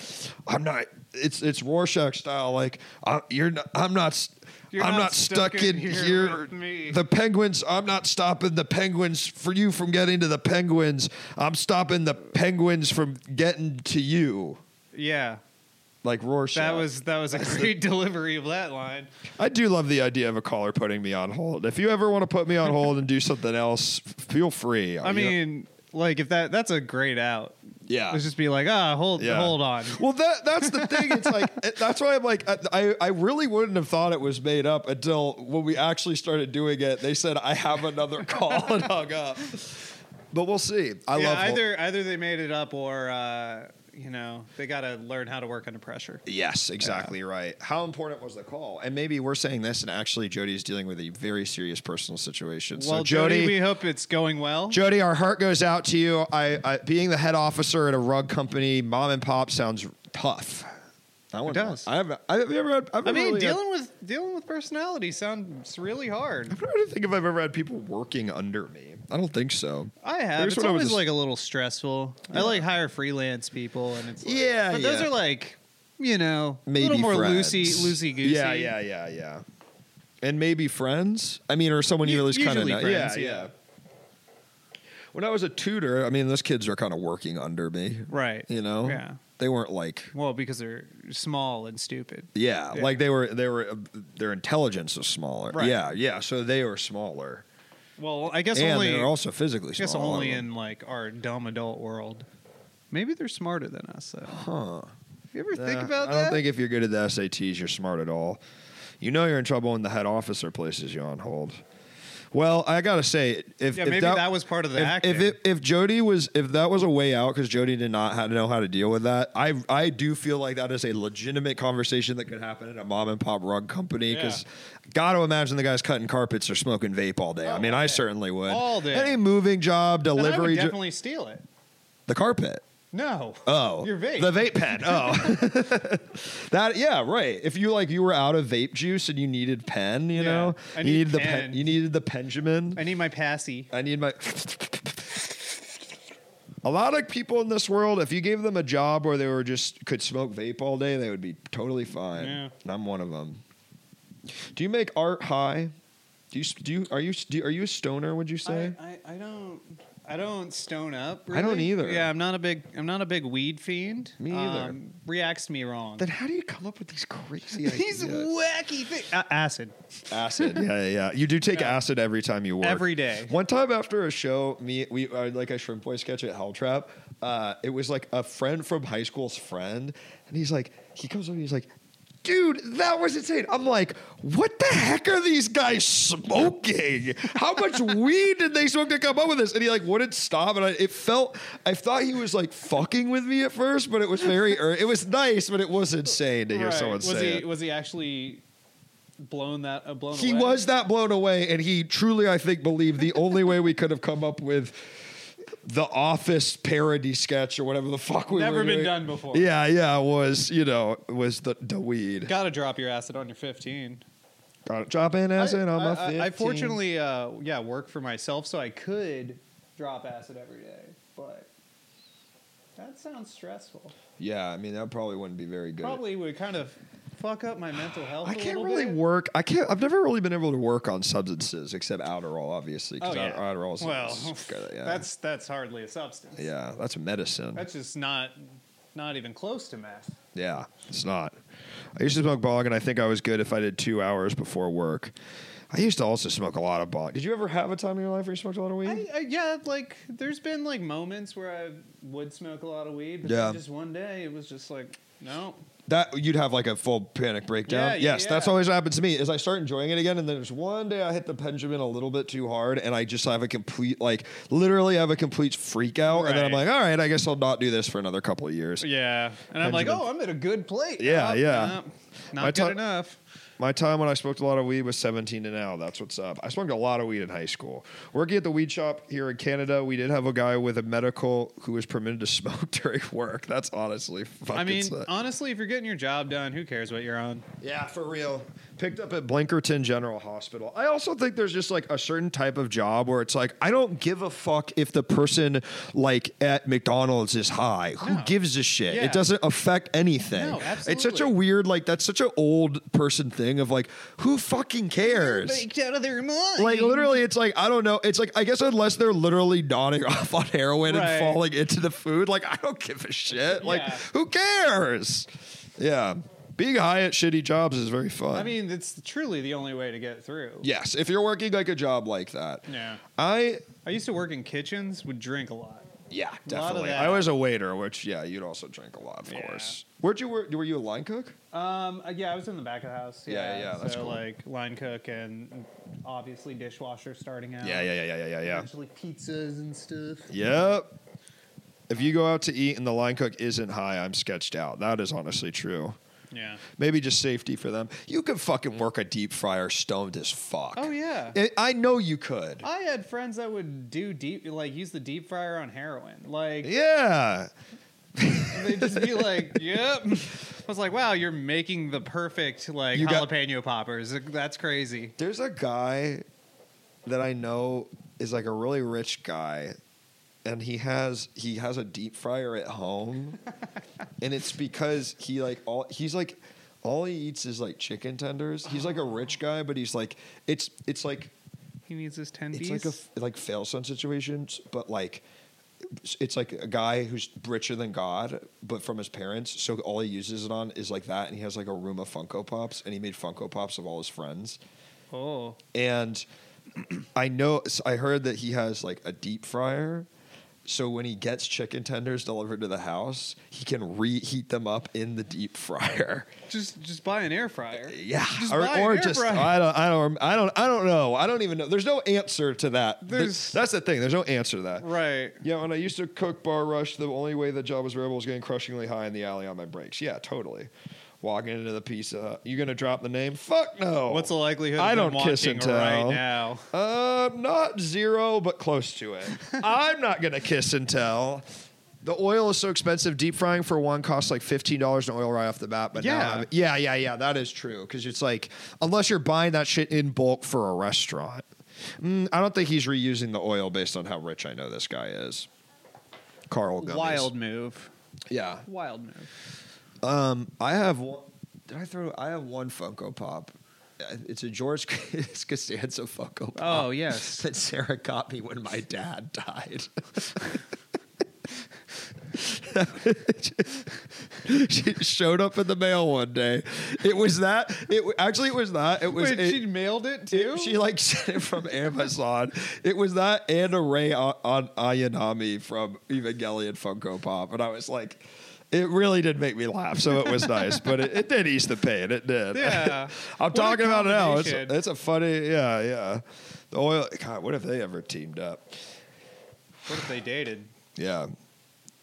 I'm not. It's it's Rorschach style. Like I, you're. Not, I'm not. s- You're I'm not not, stuck, in, here. with me. The penguins. I'm not stopping the penguins for you from getting to the penguins. I'm stopping the penguins from getting to you. yeah. Like Rorschach. That was that <laughs> was a great delivery of that line. I do love the idea of a caller putting me on hold. If you ever want to put me on hold and do something else, f- feel free. I You know- mean, like if that that's a great out. yeah. Let's just be like, ah, hold Yeah. hold on. Well, that that's the thing. It's <laughs> like it- that's why I'm like I I really wouldn't have thought it was made up until when we actually started doing it. They said I have another call and hung up. But we'll see. <laughs> I yeah, love hol- either either they made it up or uh, you know they got to learn how to work under pressure. Yes, exactly right. How important was the call? And maybe we're saying this, and actually Jody is dealing with a very serious personal situation. so well, Jody, we hope it's going well. Jody, our heart goes out to you. I, I being the head officer at a rug company, mom and pop sounds tough. I wouldn't- does. I haven't. I've never. Had, I've I never mean, really uh, had- dealing with dealing with personality sounds really hard. I'm trying to think if I've ever had people working under me. I don't think so. I have. Here's it's what I was always just- like a little stressful. I like hire freelance people, and it's like, Yeah, But those yeah. are like you know Maybe a little more friends. loosey loosey goosey. Yeah, yeah, yeah, yeah. And maybe friends. I mean, or someone you U- really kind of usually know. friends, yeah, yeah. yeah. When I was a tutor, I mean, those kids are kind of working under me. Right. You know. Yeah. They weren't like Well, because they're small and stupid. Yeah, Yeah. like they were, they were, uh, their intelligence was smaller. Right. Yeah, yeah. So they were smaller, Well, I guess and only. they're also physically I guess smaller. only in like our dumb adult world. Maybe they're smarter than us. Though. huh? You ever Uh, think about I that? don't think if you're good at the SATs, you're smart at all. You know you're in trouble when the head officer places you on hold. Well, I gotta say, if yeah, if maybe that, was part of the if, acting. if it, if Jody was if that was a way out because Jody did not how know how to deal with that, I I do feel like that is a legitimate conversation that could happen at a mom and pop rug company because got to imagine the guys cutting carpets or smoking vape all day. I mean, I certainly would. Oh, All day. Any moving job, Then I would delivery, jo- definitely steal it. the carpet. No. Oh, Your vape. the vape <laughs> pen. Oh, <laughs> that yeah, right. If you like, you were out of vape juice and you needed pen, you Yeah. know, I you need needed the pen. pen. You needed the Benjamin. I need my passy. I need my. A lot of people in this world, if you gave them a job where they were just could smoke vape all day, they would be totally fine. Yeah. And I'm one of them. Do you make art high? Do you do you, are you do, are you a stoner? Would you say? I, I, I don't I don't stone up. I don't really. either. Yeah, I'm not a big I'm not a big weed fiend. Um, Me either. reacts me wrong. <laughs> then how do you come up with these crazy <laughs> These ideas? wacky things. acid. acid. Yeah, yeah, yeah. You do take Yeah. acid every time you work. Every day. One time after a show, me we I did, like a shrimp boy sketch at Hell Trap. Uh, it was like a friend from high school's friend, and he's like, he comes over, and he's like. dude, that was insane. I'm like, what the heck are these guys smoking? How <laughs> much weed did they smoke to come up with this? And he like wouldn't stop, and I, it felt, I thought he was like fucking with me at first, but it was very, er, it was nice, but it was insane to hear Right. someone was say he it. was he actually blown that uh, blown He away? was that blown away, and he truly, I think, believed the only way we could have come up with the office parody sketch or whatever the fuck we Never were been doing. done before. Yeah, yeah, was you know was the the weed. Got, Gotta drop your acid on your 15. it. Dropping acid I, on my. I- I 15. fortunately, uh, yeah, work for myself, so I could drop acid every day, but that sounds stressful. Yeah, I mean that probably wouldn't be very good. Probably would kind of fuck up my mental health. I I can't really work. I can't. I've never really been able to work on substances except Adderall, obviously. 'cause Oh, yeah. Adderall's well, <laughs> yeah. that's that's hardly a substance. yeah, that's medicine. That's just not not even close to meth. Yeah, it's not. I used to smoke bog, and I think I was good if I did two hours before work. I used to also smoke a lot of bog. Did you ever have a time in your life where you smoked a lot of weed? I, I, yeah, like there's been like moments where I would smoke a lot of weed, but Yeah. then just one day it was just like no. that you'd have like a full panic breakdown. Yeah, yes, that's yeah. always what happens to me. Is I start enjoying it again, and then there's one day I hit the pendulum a little bit too hard, and I just have a complete like literally have a complete freak out, and then I'm Right. like, all right, I guess I'll not do this for another couple of years. Yeah, and I'm like, Benjamin. oh, I'm at a good plate. Yeah, Nope, yeah. nope, not My good tongue- enough. My time when I smoked a lot of weed was 17 to now. That's what's up. I smoked a lot of weed in high school. Working at the weed shop here in Canada, we did have a guy with a medical who was permitted to <laughs> smoke during work. That's honestly fucking I mean, uh, sick. honestly, if you're getting your job done, who cares what you're on? Yeah, for real. Picked up at Blankerton General Hospital. I also think there's just like a certain type of job where it's like I don't give a fuck if the person like at McDonald's is high. Who No. gives a shit? Yeah. It doesn't affect anything. No, It's such absolutely. a weird like that's such an old person thing of like who fucking cares? out of their mind. Like literally, it's like I don't know. It's like I guess unless they're literally nodding <laughs> off on heroin Right. and falling into the food, like I don't give a shit. Like Yeah. who cares? Yeah, being high at shitty jobs is very fun. I mean, it's truly the only way to get through. yes, if you're working like a job like that, Yeah. I I used to work in kitchens, would drink a lot. yeah A lot of definitely. that. I was a waiter, which yeah, you'd also drink a lot, of Yeah. course. Where'd you work? Were you a line cook? Um, uh, yeah, I was in the back of the house. Yeah, Yeah, yeah, that's so cool. like line cook and obviously dishwasher starting out. yeah, yeah, yeah, yeah, yeah, yeah. Eventually pizzas and stuff. Yep. If you go out to eat and the line cook isn't high, I'm sketched out. That is honestly true. Yeah. Maybe just safety for them. You could fucking work a deep fryer stoned as fuck. Oh yeah. I- I know you could. I had friends that would do deep, like use the deep fryer on heroin. Like yeah. they'd just be like, <laughs> "Yep." I was like, "Wow, you're making the perfect like You got- jalapeno poppers. That's crazy." There's a guy that I know is like a really rich guy and he has he has a deep fryer at home <laughs> and it's because he like all he's like all he eats is like chicken tenders. He's like a rich guy, but he's like it's it's like He needs his ten it's D's. like a f- like fail son situations, but like it's like a guy who's richer than God, but from his parents. So all he uses it on is like that, and he has like a room of Funko Pops, and he made Funko Pops of all his friends. oh, And <clears throat> I know I heard that he has like a deep fryer. So when he gets chicken tenders delivered to the house, he can reheat them up in the deep <laughs> fryer. just just buy an air fryer. Yeah, Just or, buy an or air just fryer. I don't, I don't, I don't, I don't know. I don't even know. There's no answer to that. Th- There's- that's the thing. There's no answer to that. Right. Yeah, when I used to cook bar rush, the only way the job was variable was getting crushingly high in the alley on my breaks. Yeah, totally. Walking into the pizza, Hut. you gonna drop the name? Fuck no. What's the likelihood? Of Oh. I them don't kiss watching and tell. right now. Uh, not zero, but close to <laughs> it. I'm not gonna kiss and tell. The oil is so expensive. Deep frying for one costs like fifteen dollars an oil right off the bat. But Yeah. now I'm- yeah, yeah, yeah, that is true. Because it's like unless you're buying that shit in bulk for a restaurant, Mm, I don't think he's reusing the oil based on how rich I know this guy is. Carl Gummies. Wild move. yeah. Wild move. Um, I have one. Did I throw? I have one Funko Pop. Uh, It's a George <laughs> Costanza Funko Pop. Oh yes. <laughs> that Sarah got me when my dad died. <laughs> she showed up in the mail one day. It was that. It w- actually it was that. It was Wait, a- she mailed it too. it- she like <laughs> sent it from Amazon. It was that and a Ray on, on Ayanami from Evangelion Funko Pop, and I was like, It really did make me laugh, so it was nice, but it, it did ease the pain. It did. Yeah. <laughs> I'm What a talking about it now. It's, combination. it's a funny, yeah, yeah. The oil, God, what if they ever teamed up? What if they dated? Yeah.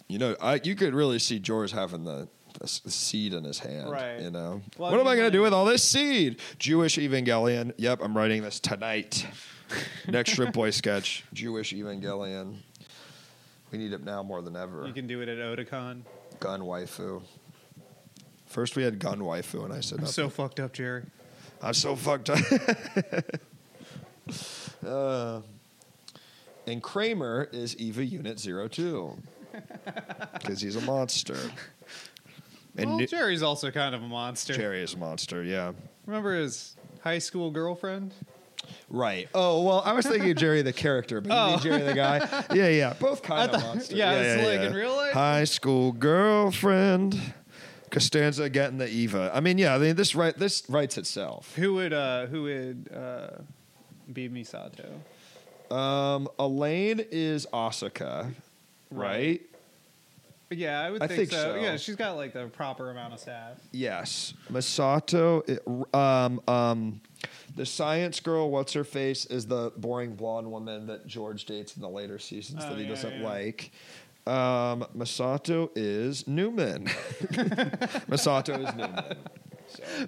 You know, I you could really see George having the, the s- the seed in his hand. Right. You know, Well, what I am I mean, going to like- do with all this seed? Jewish Evangelion. Yep, I'm writing this tonight. Next shrimp boy <laughs> sketch. Jewish Evangelion. We need it now more than ever. You can do it at Otakon. gun waifu. First we had gun waifu, and I said, I'm "Nothing." so fucked up, Jerry. I'm so fucked up. <laughs> uh, and Kramer is Eva Unit 02 because he's a monster. And well, Nu- Jerry's also kind of a monster. Jerry is a monster, yeah. Remember his high school girlfriend? Right. Oh, well, I was thinking of Jerry the character, but you mean Jerry the guy? <laughs> Yeah, yeah. Both kind of monsters. Oh. yeah, it's like in real life? High school girlfriend. Costanza getting the Eva. I mean, yeah, I mean, this, write, this writes itself. Who would uh who would uh be Misato? Um, Elaine is Asuka, right? Yeah, I would I think, think so. so. Yeah, she's got like the proper amount of staff. Yes. Masato, i- um, um, the science girl, what's her face, is the boring blonde woman that George dates in the later seasons Oh, that he yeah, doesn't yeah. like. Um, Masato is Newman. <laughs> Masato is Newman.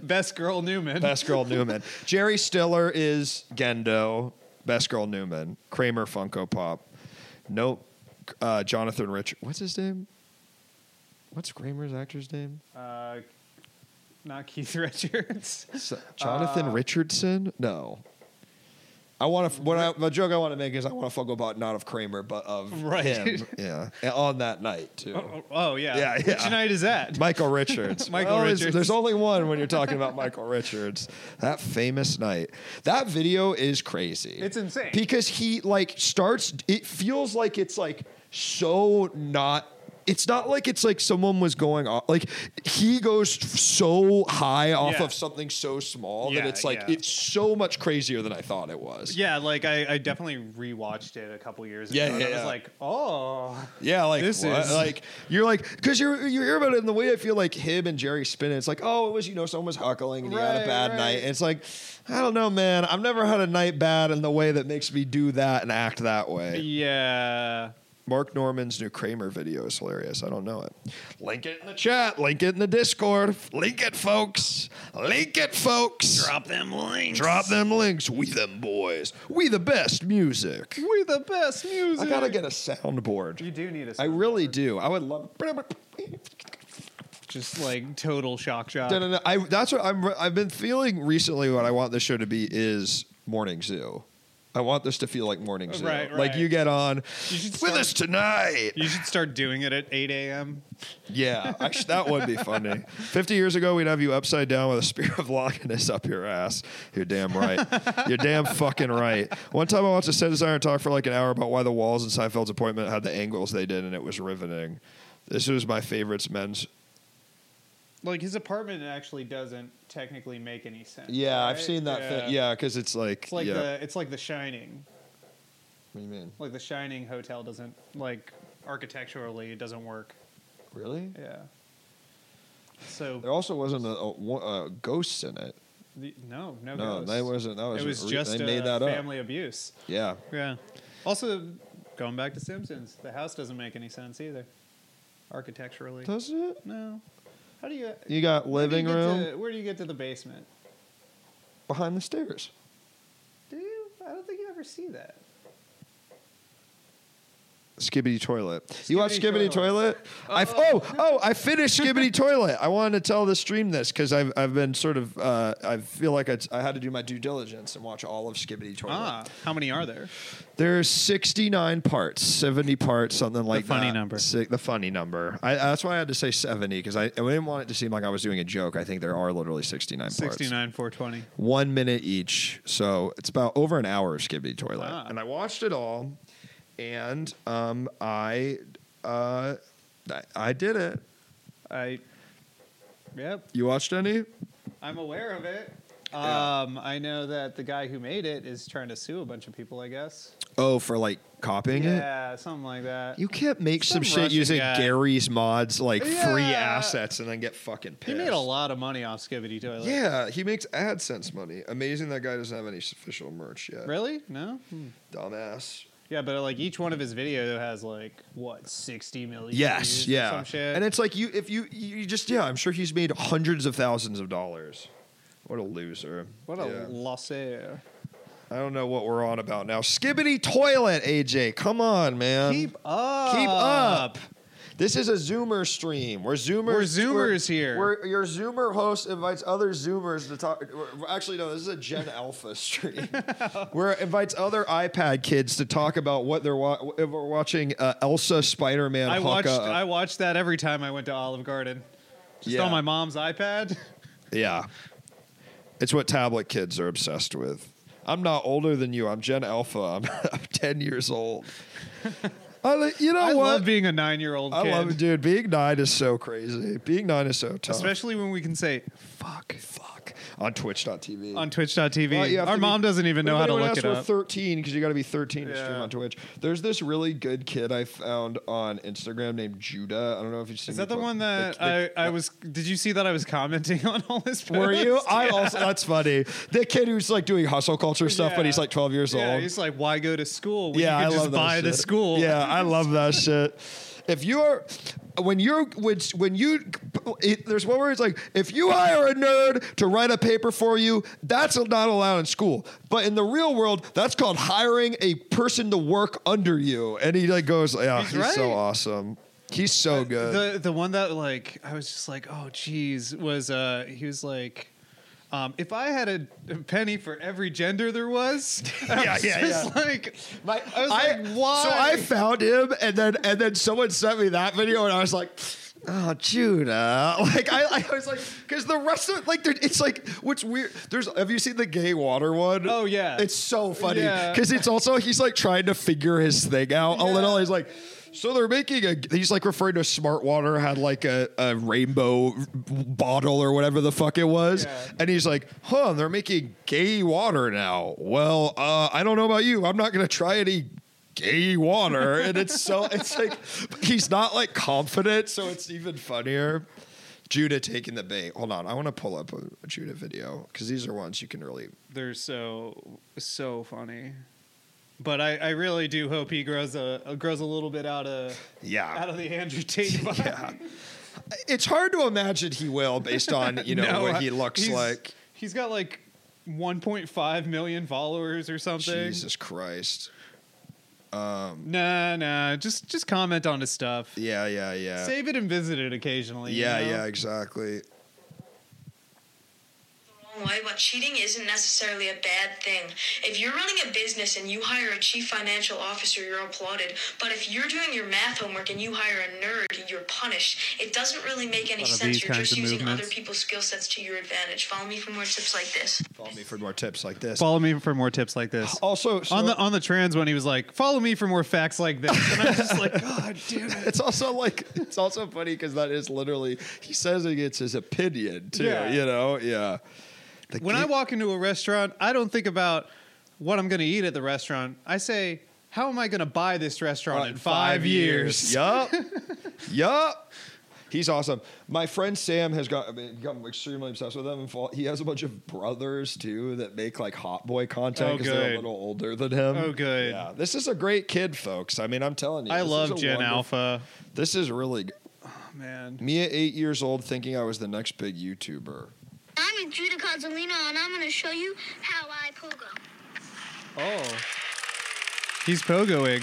Best girl Newman. Best girl Newman. Jerry Stiller is Gendo. Best girl Newman. Kramer Funko Pop. Nope. Uh, Jonathan Rich. What's his name? What's Kramer's actor's name? Uh not Keith <laughs> Richards. <laughs> S- Jonathan Richardson? No. I want to. What I, the joke I want to make is I want to fuck about not of Kramer but of Right. him. Yeah, And on that night too. oh, oh, yeah. Yeah, yeah. Which night is that? <laughs> Michael Richards. Michael there's- Richards. There's only one when you're talking about Michael Richards. That famous night. That video is crazy. It's insane. Because he like starts it feels like it's like so not it's not like it's like someone was going off like he goes so high off Yeah. of something so small Yeah, that it's like yeah. it's so much crazier than I thought it was. yeah, like I, I definitely rewatched it a couple years ago. Yeah, and yeah, I was yeah. like, oh Yeah, like This what? is- like you're like because you're you hear about it in the way I feel like him and Jerry Spinner. It's like oh, it was you know someone was huckling and he had a Right, bad right. night. And it's like I don't know, man. I've never had a night bad in the way that makes me do that and act that way. yeah. Mark Norman's new Kramer video is hilarious. I don't know it. Link it in the chat. Link it in the Discord. Link it, folks. Link it, folks. Drop them links. Drop them links. We them boys. We the best music. We the best music. I gotta get a soundboard. You do need a I really do. I would love. just like total shock jock. No, no, no. I, that's what I'm. I've been feeling recently. What I want this show to be is Morning Zoo. I want this to feel like Morning Zoo. Right, Like right. you get on should with us tonight. You should start doing it at 8 a.m. Yeah, actually, that would be funny. Fifty years ago, we'd have you upside down with a spear of Longinus up your ass. You're damn right. You're damn fucking right. One time, I watched a set designer talk for like an hour about why the walls in Seinfeld's appointment had the angles they did, and it was riveting. This was my favorite's men's Like his apartment actually doesn't technically make any sense. Yeah, I've right? seen that. Yeah, yeah, because it's like, It's like yeah. the it's like the Shining. what do you mean? Like the Shining hotel doesn't like architecturally it doesn't work. Really? Yeah. So There also wasn't a, a, wo- a ghost in it. the, no, no, No, ghosts. that wasn't. That was, it was re- just they a made that up. family abuse. Yeah, Yeah. Also, going back to Simpsons, the house doesn't make any sense either, architecturally. does it? No. How do you? You got where do you living get room To, where do you get to the basement? behind the stairs. Do you? I don't think you ever see that. Skibbity Toilet. you watch Skibbity Skibbity Toilet? I f- oh oh I finished Skibbity Toilet. I wanted to tell the stream this because I've I've been sort of uh, I feel like I, I had to do my due diligence and watch all of Skibbity Toilet. Ah, how many are there? There's 69 parts, 70 parts, something like that. funny number. Si- the funny number. I, that's why I had to say 70 because I, I didn't want it to seem like I was doing a joke. I think there are literally 69, parts. 69, 420. One minute each. So it's about over an hour of Skibbity Toilet. Ah. And I watched it all and um, I, uh, I, I did it. I. Yep, You watched any? I'm aware of it. Yeah. Um, I know that the guy who made it is trying to sue a bunch of people. I guess. Oh, for like copying it. Yeah, something like that. You can't make some, Some shit Russian using guy. Gary's mods like free Yeah. assets and then get fucking pissed. he made a lot of money off Skibbity Toilet. Yeah, he makes AdSense money. Amazing that guy doesn't have any official merch yet. Really? No. Hmm. Dumbass. Yeah, but like each one of his videos has like what sixty million. Yes, views or yeah. Some shit. And it's like you if you you just yeah, I'm sure he's made hundreds of thousands of dollars. What a loser. what a Yeah. loser. I don't know what we're on about now. Skibbity toilet, AJ. Come on, man. Keep up. Um, Keep up. This is a Zoomer stream. We're Zoomers. We're Zoomers here. We're, your Zoomer host invites other Zoomers to talk. we're- Actually, no, this is a Gen Alpha <laughs> stream. <laughs> Where it invites other iPad kids to talk about what they're wa- if we're watching. Uh, Elsa Spider Man. I watched. I watched that every time I went to Olive Garden. Just Yeah. on my mom's iPad. Yeah. It's what tablet kids are obsessed with. I'm not older than you. I'm Gen Alpha. I'm, <laughs> I'm 10 years <laughs> old. I, li- you know I what? love being a nine-year-old I kid, love it, dude. Being nine is so crazy. Being nine is so tough. especially when we can say fuck, fuck. On twitch.tv. on Twitch.tv. Well, you have Our to mom be- doesn't even but know if how to anyone look asks, it we're up. 13 because you got to be 13 to stream Yeah. on Twitch. There's this really good kid I found on Instagram named Judah. I don't know if you've seen Is that me the put- one that the- the- I, I was? Did you see that I was commenting on all this? <laughs> Were you? I also. That's funny. The kid who's like doing hustle culture stuff, but he's Yeah. like 12 years Yeah, old. he's like, why go to school? When yeah, you I could just love that buy the shit. school. Yeah, I love <laughs> that shit. If you're when you're when, when you it, there's one where it's like if you hire a nerd to write a paper for you, that's not allowed in school. But in the real world, that's called hiring a person to work under you. And he like goes, yeah, he's, He's so right. awesome. He's so good. The the one that like I was just like, oh geez, was uh he was like. Um, if I had a penny for every gender <laughs> there was, <laughs> I Yeah, was yeah, just like my, I was I- like, why? So I found him, and then and then someone sent me that video, and I was like. Oh, Judah! <laughs> Like I, I was like, because the rest of it, like, there- it's like, what's weird? There's, have you seen the gay water one? Oh, yeah. it's so funny Yeah. because it's also he's like trying to figure his thing out a Yeah. little. He's like, so they're making a. He's like referring to smart water had like a, a rainbow bottle or whatever the fuck it was, Yeah. and he's like, huh, they're making gay water now. Well, uh, I don't know about you. I'm not going to try any gay water. and it's <laughs> so, it's like, he's not like confident. So it's even funnier. Judah taking the bait. Hold on. I want to pull up a, a Judah video because these are ones you can really. They're so so funny, but I, I really do hope he grows a, a grows a little bit out of out Yeah. of the <laughs> Andrew Tate vibe. Yeah. It's hard to imagine he will based on, you know, <laughs> No, what I- he looks he's- like. He's got like 1.5 million followers or something. Jesus Christ. Nah, nah. Just just comment on his stuff. Yeah, yeah, yeah. Save it and visit it occasionally. you yeah, know? yeah, exactly. wrong way, but cheating isn't necessarily a bad thing. If you're running a business and you hire a chief financial officer, you're applauded. But if you're doing your math homework and you hire a nerd, you're punished. It doesn't really make any One of sense. these You're kinds just of using other movements. people's skill sets to your advantage. Follow me for more tips like this. Follow me for more tips like this. Follow me for more tips like this. Also, so- on the on the trans one, he was like, "Follow me for more facts like this," and I'm just <laughs> like, "God damn it!" it's also like it's also funny because that is literally he says it, it's his opinion too. Yeah. You know, yeah. The When kid- I walk into a restaurant, I don't think about what I'm going to eat at the restaurant. I say, "How am I going to buy this restaurant in five, years?" <laughs> Yup. yup. He's awesome. My friend Sam has got I mean, become extremely obsessed with him. And fo- he has a bunch of brothers too that make like hot boy Oh, content because they're a good. little older than him. Oh, good. Yeah, this is a great kid, folks. I mean, I'm telling you, I this is a love Gen wonderful- Alpha. This is really g- Oh, Man, me at eight years old thinking I was the next big YouTuber. I'm Judah Cozzolino, and I'm going to show you how I pogo. oh, he's pogoing.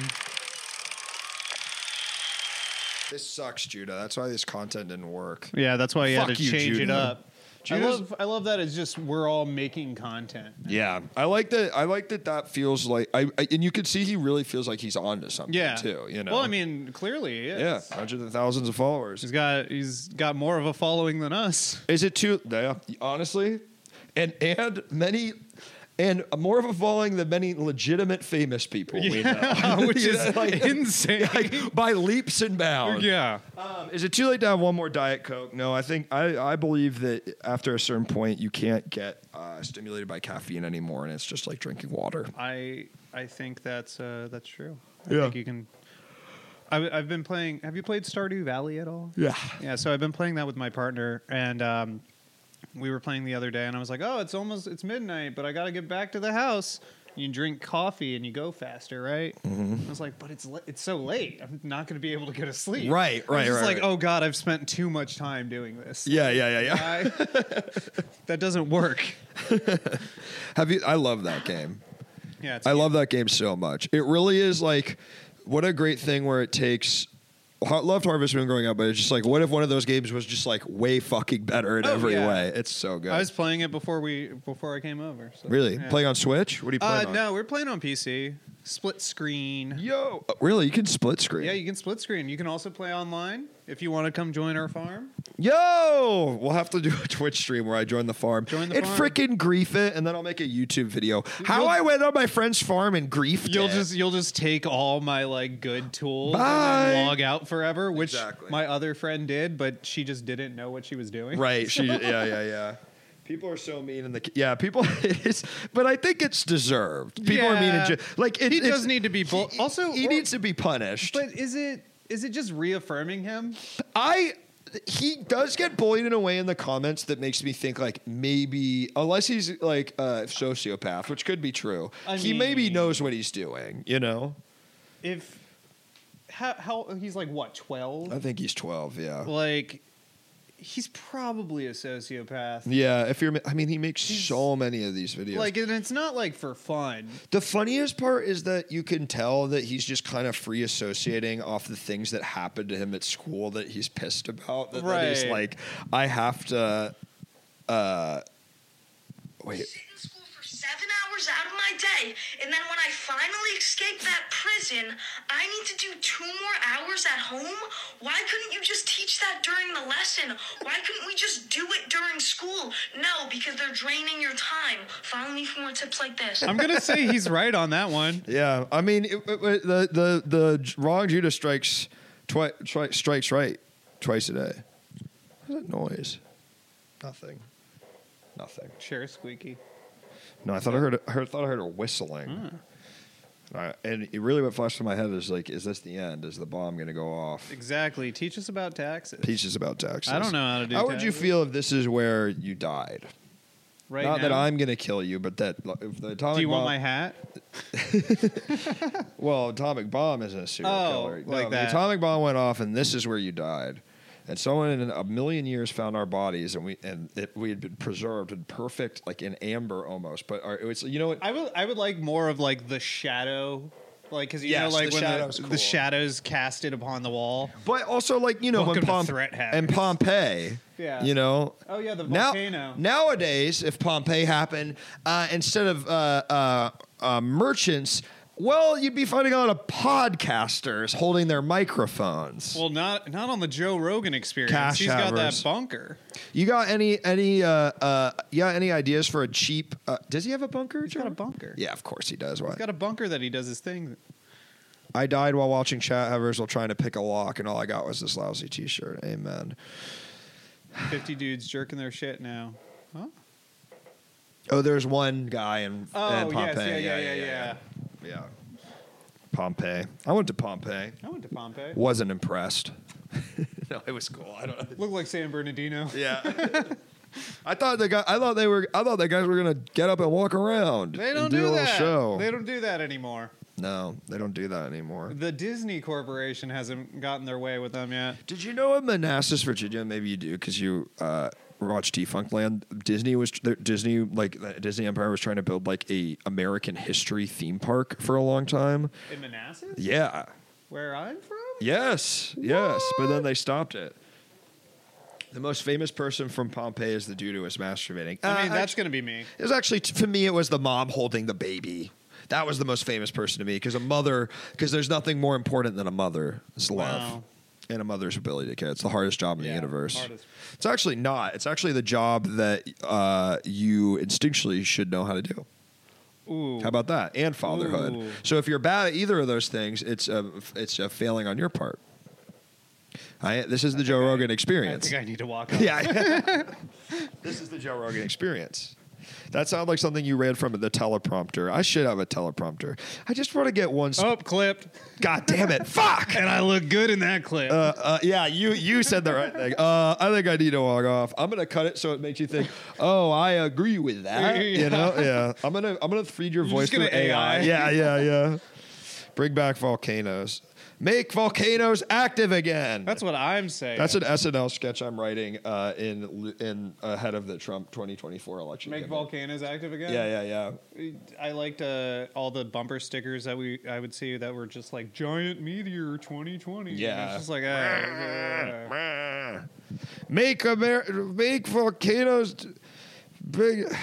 This sucks, Judah. That's why this content didn't work. Yeah, that's why you Fuck had to you, change it Judah. up. I Judah's- love, I love that it's just we're all making content. Yeah, I like that. I like that. That feels like I, I and you can see he really feels like he's onto something. Yeah, too. You know. Well, I mean, clearly, he yeah, is. hundreds of thousands of followers. He's got he's got more of <laughs> a following than us. <laughs> Is it too? Yeah, honestly, and and many. and more of a following than many legitimate famous people <laughs> we know, which You is know, like- insane. like, by leaps and bounds. yeah. Um, is it too late to have one more Diet Coke? No, I think I, I believe that after a certain point, you can't get uh, stimulated by caffeine anymore, and it's just like drinking water. I I think that's uh, that's true. I Yeah. think you can. I, I've been playing. Have you played Stardew Valley at all? Yeah. Yeah. So I've been playing that with my partner, and um, we were playing the other day, and I was like, "Oh, it's almost it's midnight, but I got to get back to the house." You drink coffee and you go faster, right? Mm-hmm. I was like, "But it's la- it's so late. I'm not going to be able to go to sleep." Right, I was right, just right, like, right. "Oh God, I've spent too much time doing this." Yeah, yeah, yeah, <laughs> yeah. <laughs> I, that doesn't work. Have you? I love that game. Yeah. It's I love that game so much. It really is like what a great thing where it takes. I loved Harvest Moon growing up, but it's just like, what if one of those games was just like way fucking better in Oh, every yeah. way? It's so good. I was playing it before we before I came over. So, really yeah. playing on Switch? What are you Uh, playing on? no, we're playing on PC. Split screen. Yo, Uh, really? You can split screen. Yeah, you can split screen. You can also play online if you want to come join our farm. Yo, we'll have to do a <laughs> Twitch stream where I join the farm. Join the and farm. freaking grief it, and then I'll make a YouTube video. How You'll- I went on my friend's farm and griefed You'll it. just you'll just take all my like good tools Bye. and then log out forever, which Exactly. my other friend did, but she just didn't know what she was <laughs> doing. Right. She. yeah. Yeah. Yeah. People are so mean in the. Yeah. People. <laughs> It's, but I think it's deserved. People are mean. Yeah. And ju- like it, He it's- does need to be bull- he- also he or- needs to be punished. But is it is it just reaffirming him? I he does get bullied in a way in the comments that makes me think like maybe unless he's like a sociopath, which could be true. I he maybe mean- knows what he's doing. You know. If how, how he's like what twelve? I think he's twelve. Yeah. like he's probably a sociopath. yeah, if you're, ma- I mean, he makes so many of these videos. Like and it's not like for fun. The funniest part is that you can tell that he's just kind of free associating off the things that happened to him at school that he's pissed about. That, that he's Right. like, I have to. Uh, wait. sit in school for seven hours out of my day, and then when I finally escape that prison, I need to do two more hours at home? Why couldn't you just teach that during the lesson? Why couldn't we just do it during school? No, because they're draining your time. Follow me for more tips like this. I'm gonna say he's right on that one. <laughs> Yeah, I mean, it, it- it- the the the j- wrong Judah strikes twi- tri- strikes right twice a day. What's that noise? Nothing. Nothing. Sure, squeaky. No, I thought I heard, I heard thought I heard her whistling. Ah. Uh, and it really what flashed through my head is like, is this the end? Is the bomb going to go off? Exactly. Teach us about taxes. Peaches about taxes. I don't know how to do How would you taxes. feel if this is where you died? Right Not that now. I'm going to kill you, but that if the atomic Do you bomb, want my hat? well, atomic bomb isn't a serial Oh, killer. like the that. atomic bomb went off, and this is where you died. And someone in a million years found our bodies, and we and it, we had been preserved in perfect, like in amber almost. But our, it was, you know what? I would. I would like more of like the shadow, like because you Yes, know, like the when shadow's the, cool. the shadows casted upon the wall. But also, like you know, when Welcome to Pomp- Threat Hackers. and Pompeii, Yeah. you know, Oh yeah, the now volcano. nowadays, if Pompeii happened, uh, instead of uh, uh, uh, merchants, well, you'd be finding a lot of podcasters holding their microphones. well, not not on the Joe Rogan experience. Cash He's got havers. that bunker. you got any any uh, uh, you got any ideas for a cheap? Uh, does he have a bunker? He's got a Joe? bunker. Yeah, of course he does. Why? He's got a bunker that he does his thing. I died while watching chat havers while trying to pick a lock, and all I got was this lousy T-shirt. Amen. Fifty dudes jerking their shit now. Huh? Oh, there's one guy in, Oh in yes, Pompeii. yeah, yeah, yeah, yeah, Yeah. Pompeii. I went to Pompeii. I went to Pompeii. Wasn't impressed. <laughs> no, it was cool. I don't Looked like San Bernardino. Yeah. I thought the guy I thought they were I thought the guys were gonna get up and walk around. <laughs> They and don't do, a do little that. show. They don't do that anymore. no, they don't do that anymore. The Disney Corporation hasn't gotten their way with them yet. Did you know in Manassas, Virginia? Maybe you do because you uh, watch Defunct Land. Disney was their- Disney like the Disney Empire was trying to build like a American history theme park for a long time. In Manassas? Yeah, Where I'm from? Yes, yes, but then they stopped it. The most famous person from Pompeii is the dude who was masturbating. I mean, Uh, that's going to be me. it was actually for me. It was the mom holding the baby. That was the most famous person to me because a mother. Because there's nothing more important than a mother. It's love. Wow. And a mother's ability to care. It's the hardest job in the Yeah, universe. hardest. It's actually not. It's actually the job that uh, you instinctually should know how to do. Ooh. How about that? And fatherhood. Ooh. So if you're bad at either of those things, it's a it's a failing on your part. I this is the Joe Rogan I experience. think I need to walk. Up. <laughs> yeah. <laughs> this is the Joe Rogan experience. That sounds like something you read from the teleprompter. I should have a teleprompter. I just want to get one. Sp- Oh, clipped. God damn it! Fuck. And I look good in that clip. Uh, uh, yeah, you you said the right thing. Uh, I think I need to walk off. I'm gonna cut it so it makes you think. Oh, I agree with <laughs> that. You know, yeah. I'm gonna I'm gonna feed your voice just gonna to AI. AI. Yeah, yeah, yeah. Bring back volcanoes. Make volcanoes active again. That's what I'm saying. That's an SNL sketch I'm writing uh, in in ahead of the Trump 2024 election. Make campaign. volcanoes active again. Yeah, yeah, yeah. I liked uh, all the bumper stickers that we I would see that were just like giant meteor 2020. And Yeah. it's just like ah, yeah. Make Amer- make volcanoes t- big.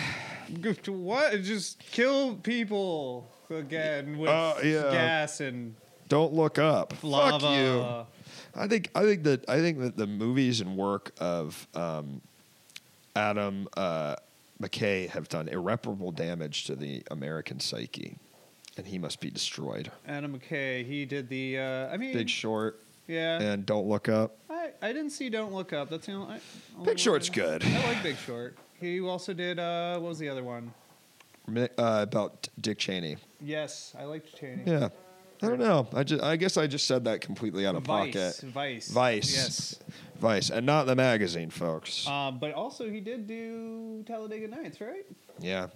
Goof- what? Just kill people again with Uh, yeah. gas and Don't look up. lava. Fuck you. I think I think that I think that the movies and work of um, Adam uh, McKay have done irreparable damage to the American psyche, and he must be destroyed. Adam McKay, he did the. Uh, I mean, Big Short yeah. and Don't Look Up. I, I didn't see Don't Look Up. That's the only. I, only one Big Short's I- good. I like Big Short. He also did. Uh, what was the other one? Mi- Uh, about Dick Cheney. Yes, I liked Channing. Yeah, I don't know. I just I guess I just said that completely out of Vice. pocket. Vice. Vice. Yes. Vice and not the magazine, folks. Uh, but also, he did do Talladega Nights, right? yeah,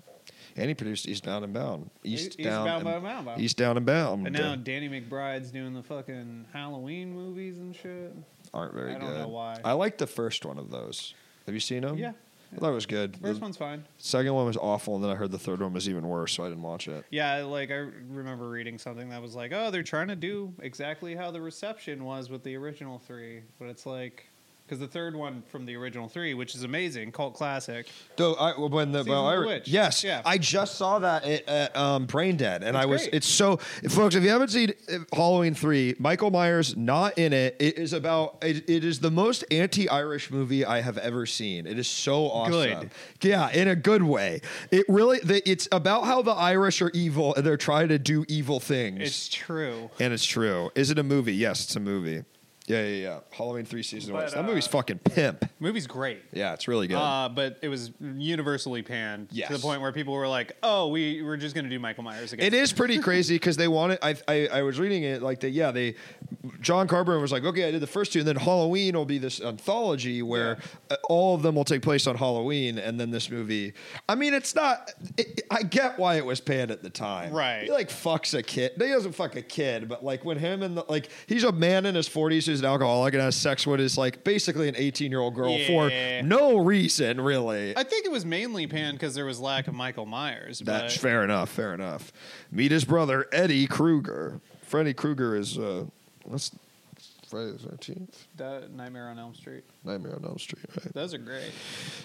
and he produced East Down and Bound. East, East down, Bound, and, E, Bound, Bound, Bound. East Down and Bound. And now Danny McBride's doing the fucking Halloween movies and shit. aren't very I good. don't know why. I liked the first one of those. Have you seen them? Yeah. I thought it was good. the First one's fine. second one was awful, and then I heard the third one was even worse, so I didn't watch it. Yeah, like I remember reading something that was like, "Oh, they're trying to do exactly how the reception was with the original three, but it's like because the third one from the original three, which is amazing, cult classic. Though I well, when the Season well, of I the re- Witch. yes, Yeah. I just saw that at, at um, Brain Dead, and It's I was great. it's so folks. If you haven't seen uh, Halloween three, Michael Myers not in it. It is about it, it is the most anti-Irish movie I have ever seen. It is so awesome. Yeah, in a good way. It really the, it's about how the Irish are evil and they're trying to do evil things. It's true. And it's true. Is it a movie? Yes, it's a movie. Yeah, yeah, yeah. Halloween three season one. But, That uh, movie's fucking pimp. Movie's great." Yeah, it's really good. Uh, but it was universally panned Yes. to the point where people were like, "Oh, we we're just gonna do Michael Myers again." it is <laughs> pretty crazy because they wanted. I, I I was reading it like that. Yeah, they. John Carpenter was like, okay, I did the first two, and then Halloween will be this anthology where uh all of them will take place on Halloween, and then this movie. I mean, it's not. It, I get why it was panned at the time. Right. He like fucks a kid. He doesn't fuck a kid, but like when him and the, like he's a man in his forties who's an alcoholic and has sex with his like basically an eighteen year old girl Yeah. for no reason really. I think it was mainly panned because there was lack of Michael Myers. That's but fair enough. Fair enough. Meet his brother Eddie Krueger. Freddy Krueger is uh, what's Friday the Thirteenth? that Nightmare on Elm Street. Nightmare on Elm Street. Right? Those are great.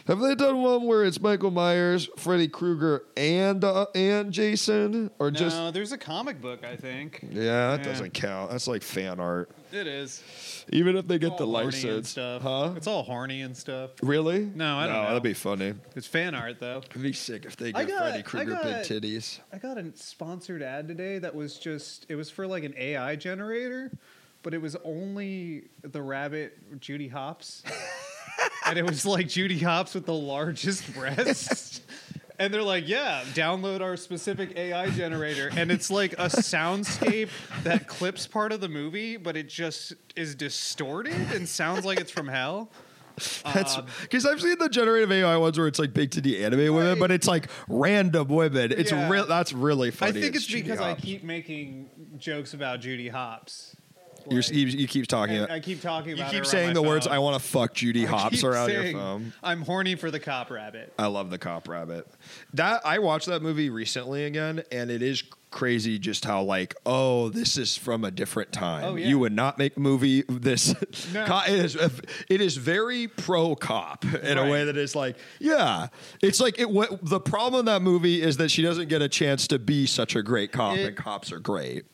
Have they done one where it's Michael Myers, Freddy Krueger, and uh, and Jason, or No, just? there's a comic book. I think Yeah, that Yeah. doesn't count. That's like fan art. it is. Even if they get It's the all horny and license, stuff. huh? It's all horny and stuff. Really? No, I don't know. That'd be funny. It's fan art though. It'd be sick if they I give got- Freddy I Krueger got- big titties. I got a sponsored ad today that was just it was for like an AI generator, but it was only the rabbit Judy <laughs> Hops. and it was like Judy Hops with the largest <laughs> breasts. And they're like, yeah, download our specific AI generator. And it's like a soundscape that clips part of the movie, but it just is distorted and sounds like it's from hell. That's Um, because I've seen the generative AI ones where it's like big titty anime women, Right. but it's like random women. It's Yeah. real. That's really I funny. think it's, Judy because I Hopps. keep making jokes about Judy Hops. You're, Like- you, you keep talking. And it. I keep talking you about. keep her saying on the my words. phone. I <laughs> want to fuck Judy Hops keep around saying, your phone. I'm horny for the cop rabbit. I love the cop rabbit. That I watched that movie recently again, and it is crazy just how like oh this is from a different time. Oh, yeah. You would not make a movie <laughs> this. No. Co- it is it is very pro cop in a Right. way that is like yeah. It's like it. What, the problem in that movie is that she doesn't get a chance to be such a great cop, It- and cops are great.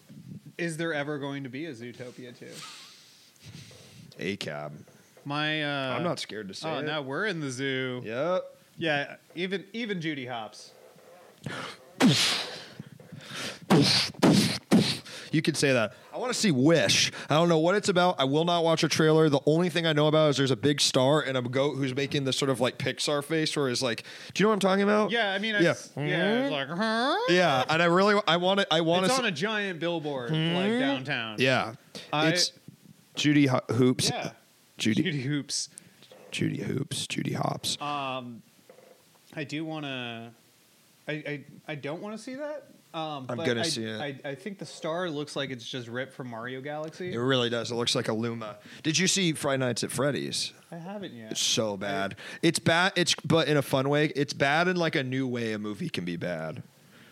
Is there ever going to be a Zootopia 2? A cab. My, uh, I'm not scared to say Oh, it. now we're in the zoo. Yep. Yeah, even even Judy Hops. You could say that. I want to see Wish. I don't know what it's about. I will not watch a trailer. The only thing I know about is there's a big star and a goat who's making this sort of like Pixar face, where is like, do you know what I'm talking about? Yeah, I mean, I Yeah. s- yeah, it's like, huh? yeah. And I really, I want to, I want It's to. on a giant billboard like downtown. Hmm? yeah, I- it's Judy Ho- Hoops. Yeah. Judy, Judy Hoops. Judy Hoops. Judy Hops. Um, I do want to. I, I I don't want to see that. Um, I'm but gonna I, see it. I, I think the star looks like it's just ripped from Mario Galaxy. It really does. It looks like a Luma. Did you see Friday Nights at Freddy's? I haven't yet. It's so bad. It's bad. It's but in a fun way. It's bad in like a new way a movie can be bad.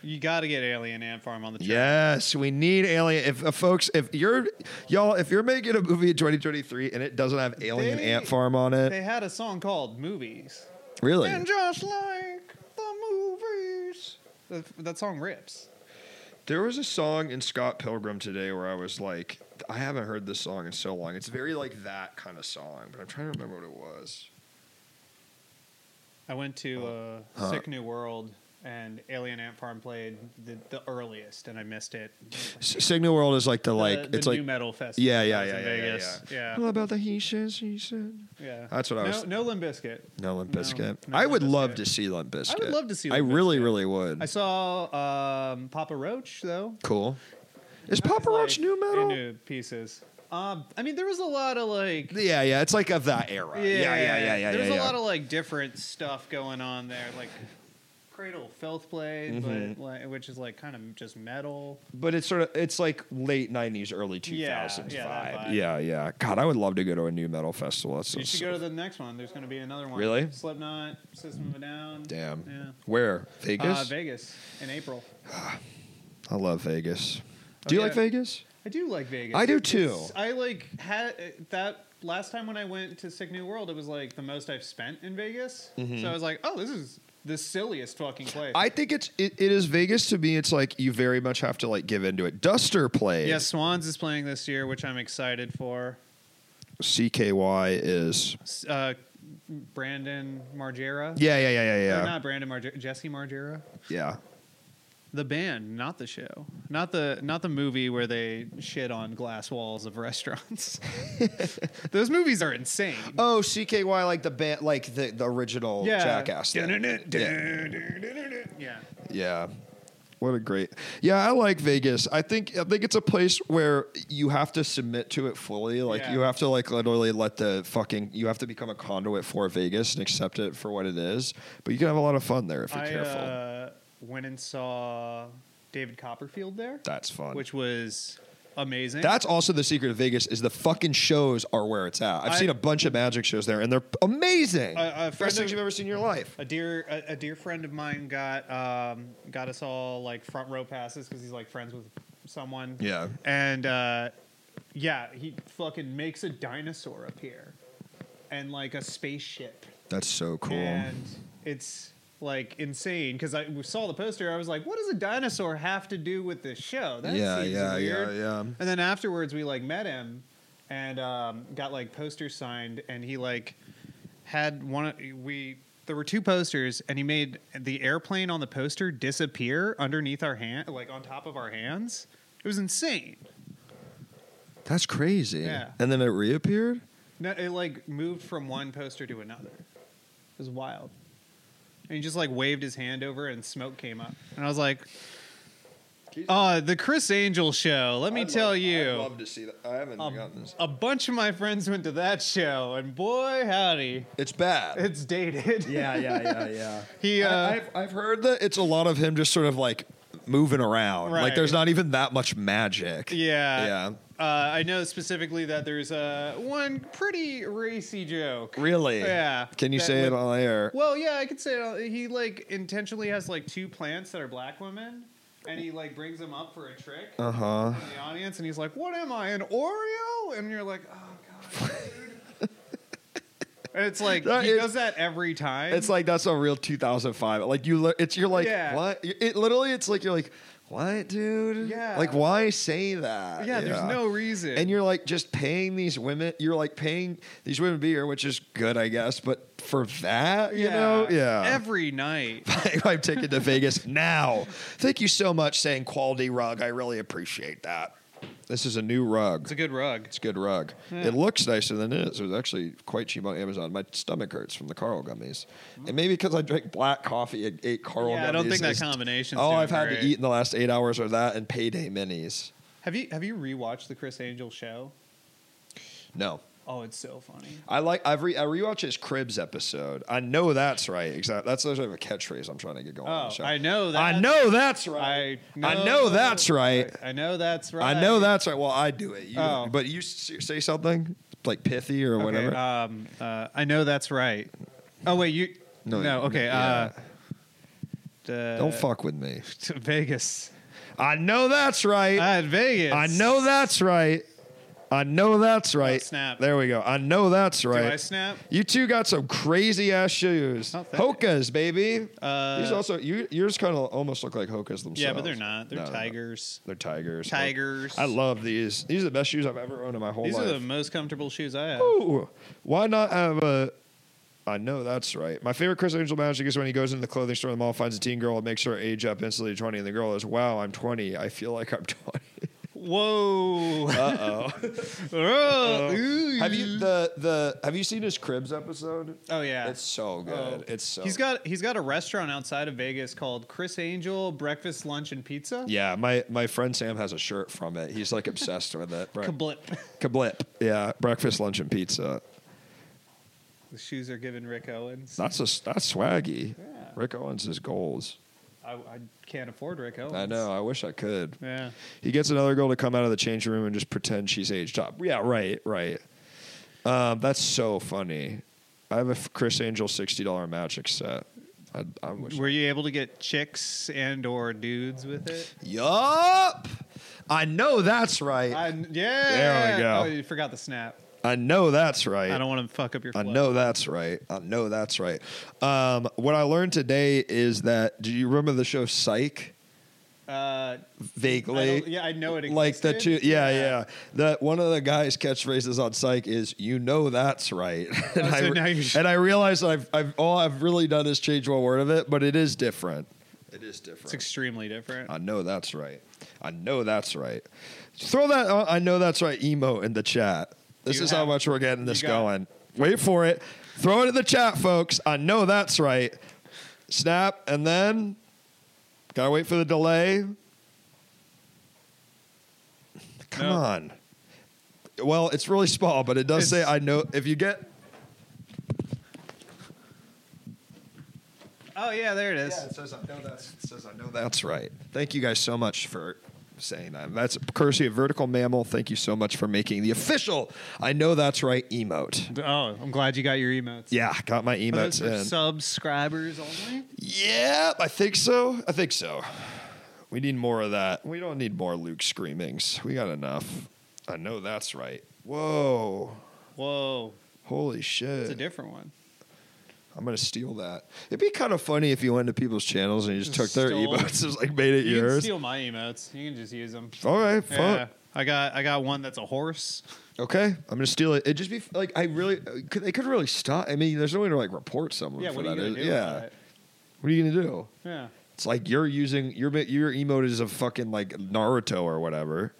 You got to get Alien Ant Farm on the chart. Yes, we need Alien. If uh, folks, if you're y'all, if you're making a movie in 2023 and it doesn't have Alien They- Ant Farm on it, They had a song called "Movies," really, and just like the movies, that, that song rips. there was a song in Scott Pilgrim today where I was like, I haven't heard this song in so long. It's very like that kind of song, but I'm trying to remember what it was. I went to uh, Huh. Sick New World, and Alien Ant Farm played the, the earliest, and I missed it. S- Signal World is like the like the, the it's new like metal festival. yeah that yeah was yeah in yeah, yeah, Vegas. yeah. What about the he says she said? Yeah. That's what I no, was- No Limp Bizkit. No Limp No, Bizkit. no I Limp would love Bizkit. to see Limp Bizkit. love to see I Limp really, Bizkit. really would. I saw um, Papa Roach though. cool. Is That was, Papa Roach like, new metal? Into pieces. Um, I mean, there was a lot of like. Yeah, yeah. It's like of that era. Yeah, yeah, yeah, yeah, yeah. There's yeah, a lot of like different stuff going on there, like Cradle of Filth played, Mm-hmm. but like, which is like kind of just metal. but it's sort of it's like late '90s, early 2000s yeah, vibe. that vibe. Yeah, yeah. God, I would love to go to a new metal festival. That's You should so- go to the next one. There's going to be another one. Really? Slipknot, System of a Down. Damn. Yeah. Where Vegas? Uh, Vegas in April. I love Vegas. Do you yeah. like Vegas? I do like Vegas. I do It's- too. it's- I like had uh, that last time when I went to Sick New World. It was like the most I've spent in Vegas. So I was like, oh, this is the silliest fucking place. Mm-hmm. I think it's it, it is Vegas to me. It's like you very much have to like give into it. Duster plays. yeah, Swans is playing this year, which I'm excited for. CKY is. S- Uh, Brandon Margera. Yeah, yeah, yeah, yeah, Or yeah. not Brandon Margera. Jesse Margera. yeah. The band, not the show, not the not the movie where they shit on glass walls <laughs> of restaurants. <laughs> Those movies are insane. Oh, CKY like the band, like the, the original Yeah. Jackass. thing. Yeah. Yeah. yeah. What a great. Yeah, I like Vegas. I think I think it's a place where you have to submit to it fully. Like Yeah. you have to like literally let the fucking you have to become a conduit for Vegas and accept it for what it is. But you can have a lot of fun there if you're I careful. uh, went and saw David Copperfield there, That's fun. which was amazing. That's also the secret of Vegas is the fucking shows are where it's at. I've I- seen a bunch of magic shows there and they're amazing. A- a Best friend things of- you've ever seen in your life. a dear a, a dear friend of mine got um, got us all like front row passes because he's like friends with someone. Yeah. and uh, yeah, he fucking makes a dinosaur appear and like a spaceship That's so cool. and it's like insane because I we saw the poster. I was like, "What does a dinosaur have to do with this show?" That Yeah, seems yeah, weird. yeah, yeah. And then afterwards, we like met him and um, got like posters signed, and he like had one. of- We there were two posters, and he made the airplane on the poster disappear underneath our hand, like on top of our hands. It was insane. That's crazy. Yeah. And then it reappeared? No, it like moved from one poster to another. It was wild. And he just like waved his hand over and smoke came up. And I was like, "Uh, the Chris Angel show. Let me tell you. to see that. I haven't gotten this. A bunch of my friends went to that show and boy howdy, It's bad. it's dated." yeah, yeah, yeah. <laughs> he uh I, I've, I've heard that it's a lot of him just sort of like moving around. Like Right. there's not even that much magic. yeah. Yeah. Uh, I know specifically that there's uh, one pretty racy joke. Really? Yeah. Can you That say it would- on air? Well, yeah, I could say it all- he like intentionally has like two plants that are black women, and he like brings them up for a trick Uh huh. in the audience, and he's like, "What am I, an Oreo?" And you're like, "Oh god." <laughs> dude." and it's like That he is- does that every time. It's like that's a real 2005. Like you, li- it's you're like Yeah. what? It literally, it's like you're like, What, dude? Yeah. Like, why say that? Yeah, there's no reason. And you're like just paying these women. You're like paying these women to be here, which is good, I guess. But for that, you know, yeah. <laughs> <laughs> Every night. I'm taking to Vegas now. Thank you so much. Saying quality rug, I really appreciate that. This is a new rug. It's a good <laughs> rug. It's a good rug. Hmm. It looks nicer than it is. It was actually quite cheap on Amazon. My stomach hurts from the Carl gummies, and maybe because I drank black coffee and ate Carl gummies. Yeah, I don't think that is- combination's All doing Oh, I've had great. to eat in the last eight hours are that and payday minis. Have you have you rewatched the Chris Angel show? No, Oh, it's so funny. I like I've re, I rewatched his Cribs episode. I know that's right. Exactly. That's sort of a catchphrase I'm trying to get going. on Oh, the show. I know that. I know that's right. I know, I know that's right. I know that's I right. know that's right. Well, I do it. You, Oh. But you s- say something like pithy or Okay, whatever. um, uh, I know that's right. Oh wait, you No, no, you- okay. yeah. Uh, uh, Don't fuck with me. <laughs> Vegas. I know that's right. At Vegas. I know that's right. I know that's right. snap. There we go. I know that's Do right. I snap? You two got some crazy ass shoes. Oh, thank you. Hokas, baby. Uh, These also you, yours kind of almost look like Hokas themselves. Yeah, but they're not. They're No, no, no. tigers. They're tigers. Tigers. I love these. These are the best shoes I've ever owned in my whole These life. are the most comfortable shoes I have. Ooh, why not have a? I know that's right. My favorite Chris Angel magic is when he goes into the clothing store in the mall, finds a teen girl, and makes her age up instantly to twenty, and the girl is, "Wow, I'm twenty. I feel like I'm <laughs> 20. Whoa. <laughs> Uh oh. ooh. Um, have you the the Have you seen his Cribs episode? Oh yeah. It's so good. Oh. It's so. He's got he's got a restaurant outside of Vegas called Chris Angel Breakfast, Lunch, and Pizza. Yeah, my my friend Sam has a shirt from it. He's like obsessed with it. Right. Kablip. Kablip. Yeah, breakfast, lunch, and pizza. <laughs> the shoes are given Rick Owens. That's a that's swaggy. Yeah. Rick Owens is goals. I, I can't afford Rick Owens. I know. I wish I could. Yeah. He gets another girl to come out of the changing room and just pretend she's aged up. Yeah, right, right. Um, that's so funny. I have a f- Chris Angel sixty dollar magic set. I, I wish. Were you able to get chicks and or dudes with it? Yup. I know that's right. I, I, yeah. There we go. Oh, you forgot the snap. know that's right. I don't want to fuck up your. I flow. know that's right. I know that's right. Um, what I learned today is that. Do you remember the show Psych? Uh, I Vaguely. don't- yeah, I know it. Existed. like the two yeah yeah, the one of the guys catchphrases on psych is you know that's right <laughs> and, Oh, I, so re- now you're- and i realize i've i've all i've really done is change one word of it but it is different it is It's different extremely different. i know that's right i know that's right throw that uh, i know that's right emo in the chat this You is how have- much we're getting this got it. going wait for it throw it in the chat folks i know that's right snap and then gotta wait for the delay Come No. on. Well, it's really small, but it does say It's- I know. If you get, Oh yeah, there it is. yeah, it says I know that's. It says I know that's right. Thank you guys so much for saying that. That's courtesy of Vertical Mammal. Thank you so much for making the official. I know that's right emote. Oh, I'm glad you got your emotes. Yeah, got my Are Oh, emotes those for in. subscribers only. yeah, I think so. I think so. We need more of that. We don't need more Luke screamings. We got enough. I know that's right. Whoa. Whoa, Holy shit. it's a different one. I'm gonna steal that. It'd be kind of funny if you went to people's channels and you just, Just took their stole. emotes and like made it You can yours. steal my emotes. You can just use them. All right, fine. Yeah, I got I got one that's a horse. Okay, I'm gonna steal it. It'd just be like I really could, they could really stop. I mean, there's no way to like report someone Yeah, for what are that. you gonna is- do? yeah, about it? what are you gonna do? yeah. It's like you're using your bit- your emote is a fucking like Naruto or whatever.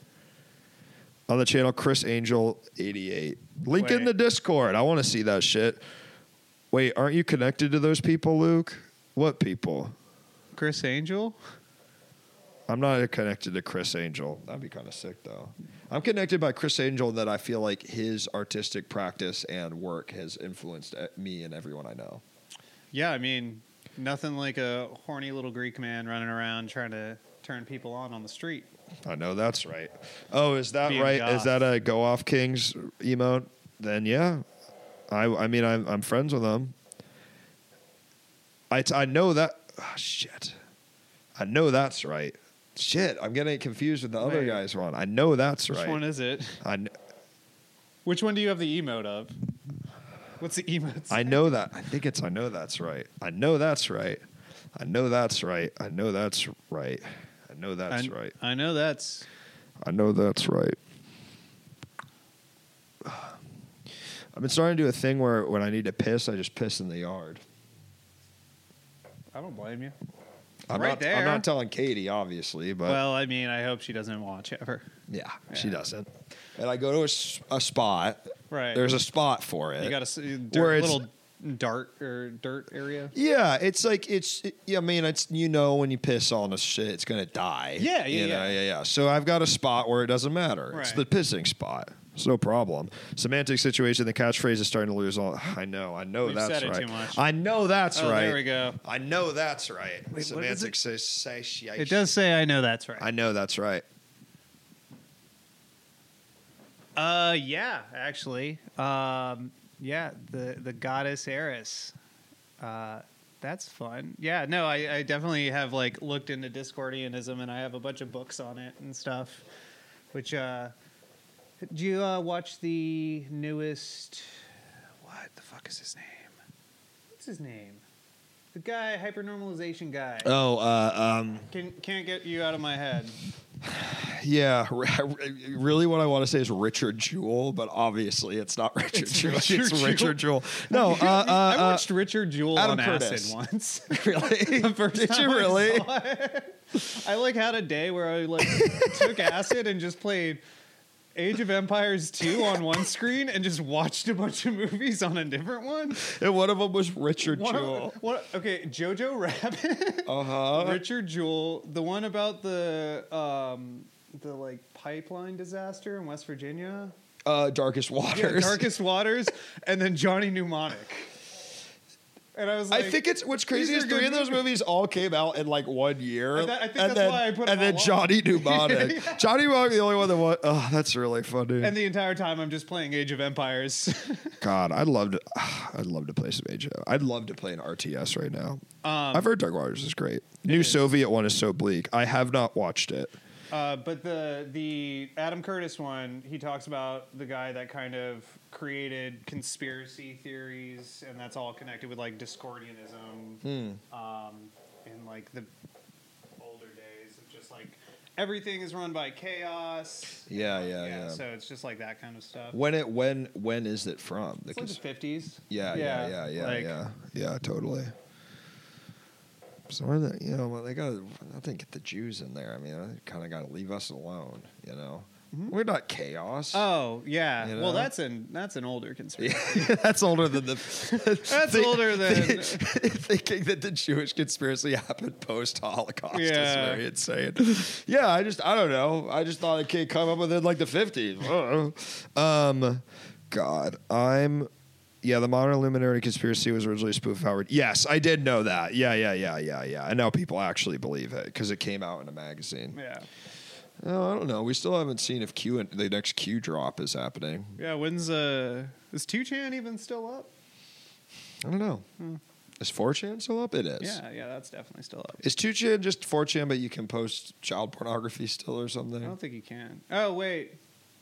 On the channel, Chris Angel eighty eight. Link in Wait. the Discord. I want to see that shit. Wait, aren't you connected to those people, Luke? What people? Chris Angel. I'm not connected to Chris Angel. That'd be kind of sick, though. I'm connected by Chris Angel that I feel like his artistic practice and work has influenced uh, me and everyone I know. Yeah, I mean, nothing like a horny little Greek man running around trying to turn people on on the street. I know that's right. Oh, is that Being right? Is goth. that a Go Off Kings emote? Then yeah, I I mean I'm I'm friends with them. I t- I know that ah, shit. I know that's right. Shit, I'm getting confused with the other Wait. guy's one. I know that's Which right. one is it? I kn- Which one do you have the emote of? What's the emote? I know that. I think it's I know that's right. I know that's right. I know that's right. I know that's right. I know that's I, right. I know that's I know that's right. I've been starting to do a thing where when I need to piss, I just piss in the yard. I don't blame you. I'm Right not, there. I'm not telling Katie, obviously, but well, I mean, I hope she doesn't watch ever. yeah, she doesn't. And I go to a, s- a spot. Right. There's a spot for it. you got a Uh, Where dirt, it's- little dart or dirt area. Yeah, it's like it's. It, yeah, I mean, it's you know when you piss on a shit, it's gonna die. Yeah, yeah, You know, yeah. yeah, yeah. So I've got a spot where it doesn't matter. It's the Right. pissing spot. It's no problem. Semantic situation. The catchphrase is starting to lose all. <sighs> I know. I know We've that's said it right. too much. I know that's oh, right. there we go. I know that's right. Wait, what is Semantic it? satiation. It does say I know that's right. I know that's right. Uh, yeah, actually, um, yeah, the the goddess Eris. Uh, that's fun. Yeah, no, I, I definitely have like looked into Discordianism, and I have a bunch of books on it and stuff. Which, uh, do you uh, watch the newest? What the fuck is his name? What's his name? The guy, hypernormalization guy. Oh, uh, um, Can can't get you out of my head. yeah. <laughs> r- r- Really, what I want to say is Richard Jewell, but obviously it's not Richard Jewell. it's Richard Richard Jewell. No, <laughs> uh, uh, I uh, watched Richard Jewell Adam on Curtis. acid <laughs> once. <laughs> Really? the first Did time you I really? saw it. <laughs> I like had a day where I <laughs> like took acid and just played Age of Empires 2 on one screen and just watched a bunch of movies on a different one. And one of them was Richard One of- Jewell. one- okay, Jojo Rabbit, Uh huh. Richard Jewell, the one about the um the like pipeline disaster in West Virginia, Uh, Darkest Waters. yeah, Darkest Waters, and then Johnny Mnemonic. And I was like, I think it's what's crazy is these are three good of those movies all came out in like one year. I th- I think and that's then, why I put And then them all on. <laughs> Johnny Mnemonic. Yeah. Johnny Mnemonic, the only one that was. Oh, that's really funny. and the entire time I'm just playing Age of Empires. <laughs> God, I'd love to. I'd love to play some Age. of- I'd love to play an RTS right now. Um, I've heard Dark Waters is great. New Soviet one is so bleak. I have not watched it. Uh, but the the Adam Curtis one, he talks about the guy that kind of created conspiracy theories, and that's all connected with like Discordianism, Hmm. um, and like the older days of just like everything is run by chaos. Yeah, yeah, Yeah, yeah. so it's just like that kind of stuff. When it when when is it from? The It's like the cons- fifties. Yeah, yeah, yeah, yeah, yeah, yeah, totally. So where the, you know, well, they got I think get the Jews in there. I mean, they kind of got to leave us alone. You know, we're not chaos. Oh yeah. You know? Well, that's an that's an older conspiracy. <laughs> That's older than the. <laughs> That's older than- <laughs> thinking that the Jewish conspiracy happened post Holocaust is Yeah. very insane. Yeah, I just I don't know. I just thought it could come up within like the fifties. <laughs> Um, God, I'm. Yeah, the modern Illuminati conspiracy was originally spoof of Howard. Yes, I did know that. Yeah, yeah, yeah, yeah, yeah. And now people actually believe it because it came out in a magazine. yeah. Oh, I don't know. We still haven't seen if Q and the next Q drop is happening. Yeah. When's uh is Two Chan even still up? I don't know. Is 4chan still up? It is. Hmm. Yeah, yeah, that's definitely still up. Is 2chan just 4chan, but you can post child pornography still or something? I don't think you can. Oh wait,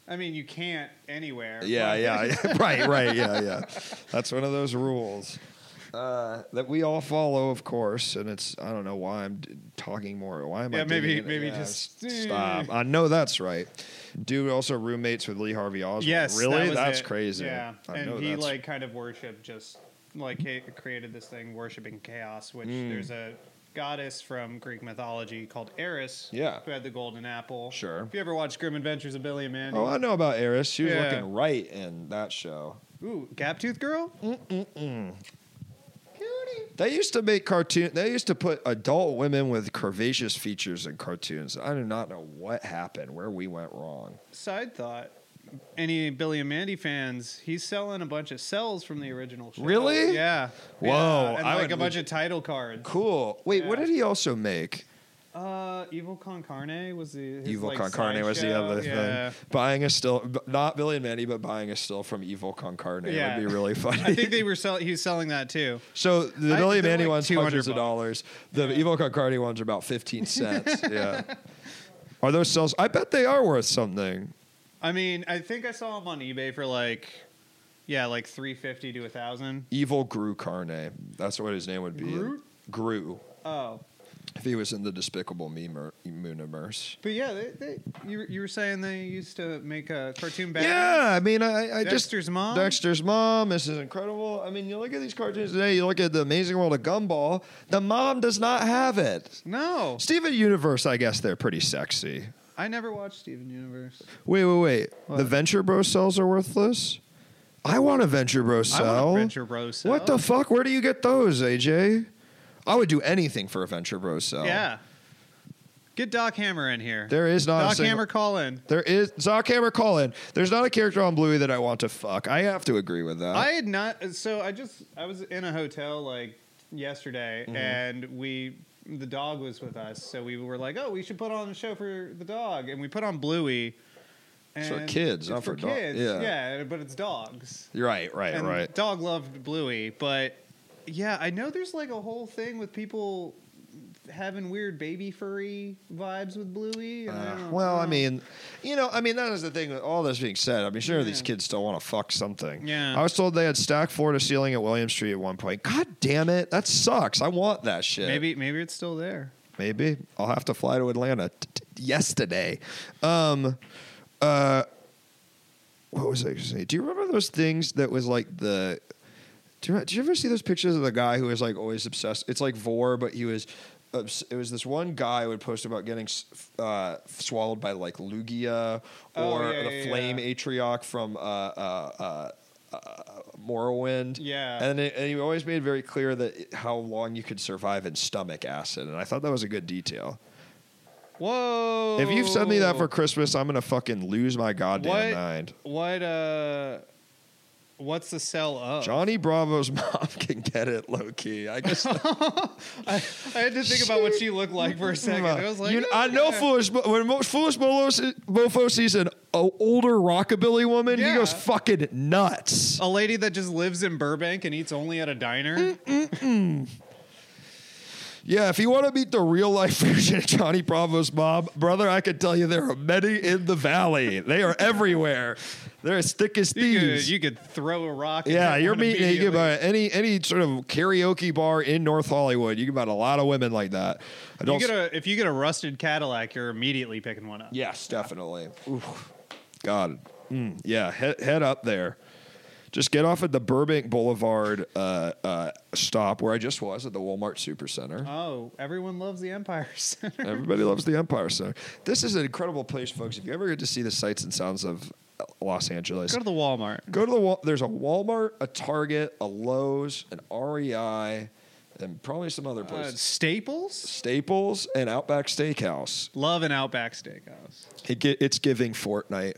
I mean you can't anywhere. yeah, but- yeah, yeah. <laughs> right, right, yeah, <laughs> yeah. That's one of those rules uh, that we all follow, of course. And it's I don't know why I'm d- talking more. Why am I? Yeah, maybe- digging in- maybe yeah, just- eh. s- stop. I know that's right. Dude, also roommates with Lee Harvey Oswald. Yes, that really? was that's it. crazy. Yeah, I know and he that's- like kind of worshipped just like he created this thing worshiping chaos, which Hmm. there's a goddess from Greek mythology called Eris. Yeah. who had the golden apple. Sure. If you ever watched Grim Adventures of Billy and Mandy, Oh, I know about Eris. She was Yeah. looking right in that show. ooh, Gaptooth girl. They used to make cartoon. They used to put adult women with curvaceous features in cartoons. I do not know what happened, where we went wrong. Side thought. Any Billy and Mandy fans? He's selling a bunch of cells from the original show. Really? Yeah. Whoa, Yeah, And I like would- a bunch of title cards. Cool. Wait, what Yeah. did he also make? Uh, Evil Con Carne was the his, Evil like, Con Carne was the sideshow. other yeah. thing. Buying a still, b- not Billy and Mandy, but buying a still from Evil Con Carne Yeah. would be really funny. <laughs> I think they were selling. He was selling that too. <laughs> so the I- Billy and they're Mandy like ones 200 hundreds of bucks. dollars. The Evil Con Carne ones are about <laughs> fifteen cents. yeah. Are those cells? I bet they are worth something. I mean, I think I saw him on eBay for like, yeah, like three fifty to a thousand. Evil Gru Carne. That's what his name would be. Groot? Gru. Oh, If Kathy was in the Despicable Me mer- Mooniverse. But yeah, they, they, you, were- you were saying they used to make a cartoon back. Yeah, I mean, I, I just Dexter's mom. Dexter's mom. This is incredible. I mean, you look at these cartoons today. You look at the Amazing World of Gumball. The mom does not have it. No, Steven Universe. I guess they're pretty sexy. I never watched Steven Universe. Wait, wait, wait. The Venture Bro cells are worthless. I want a Venture Bro cell. I want a Venture Bro cell. What the fuck? Where do you get those, AJ? I would do anything for a Venture Bro cell. Yeah. Get Doc Hammer in here. There is not a Doc single- Hammer call in. There is Zockhammer Colin. There's not a character on Bluey that I want to fuck. I have to agree with that. I had not. So I just I was in a hotel like yesterday, Mm-hmm. and we the dog was with us, so we were like, oh, we should put on a show for the dog, and we put on Bluey. It's for and- kids, it's not for dog- kids. yeah. yeah, but it's dogs. You're right, right, and right. Dog loved Bluey, but yeah, I know there's like a whole thing with people having weird baby furry vibes with Bluey. and I Uh, don't- well, I don't- mean, you know, I mean, that is the thing. With all this being said, I mean, sure, these Yeah. kids still want to fuck something. Yeah. I was told they had stacked floor to ceiling at William Street at one point. God damn it, that sucks. I want that shit. maybe maybe it's still there. maybe I'll have to fly to Atlanta t- t- yesterday. Um, uh, what was I going to say? Do you remember those things that was like the? Do you, do you ever see those pictures of the guy who was like always obsessed? It's like Vor, but he was. obs- It was this one guy who would post about getting s- uh, swallowed by like Lugia Oh, or yeah, the yeah, flame yeah. Atrioc from uh, uh, uh, uh, Morrowind. Yeah. And, it, and he always made very clear that how long you could survive in stomach acid, and I thought that was a good detail. Whoa! If you've sent me that for Christmas, I'm gonna fucking lose my goddamn Oh. what, mind. What uh what's the sell of? Johnny Bravo's <laughs> mom can get it low key. I <laughs> guess Oh I, I had to think about what she looked like for a second. I was like, "Oh, You- I know yeah. foolish Mo- when Mo- foolish Molo- mofo sees an o- older rockabilly woman, he Yeah. goes fucking nuts. a lady that just lives in Burbank and eats only at a diner. Yeah, if you want to meet the real life <laughs> version of Johnny Bravo's mom, brother, I can tell you there are many in the valley. they are everywhere. They're as thick as You could, thieves. you could throw a rock. and yeah, hit you're one meeting you can immediately. buy any any sort of karaoke bar in North Hollywood. You can buy a lot of women like that. I You don't. get a, if you get a rusted Cadillac, you're immediately picking one up. yes, definitely. Oof. God, Mm, yeah, head, head up there. Just get off at the Burbank Boulevard uh, uh, stop where I just was at the Walmart Supercenter. Oh, everyone loves the Empire <laughs> Center. Everybody loves the Empire Center. This is an incredible place, folks. If you ever get to see the sights and sounds of Los Angeles, Go to the Walmart. go to the Wal- there's a Walmart, a Target, a Lowe's, an REI, and probably some other Uh, places. Staples. Staples and Outback Steakhouse. Love an Outback Steakhouse. It gi- it's giving Fortnite.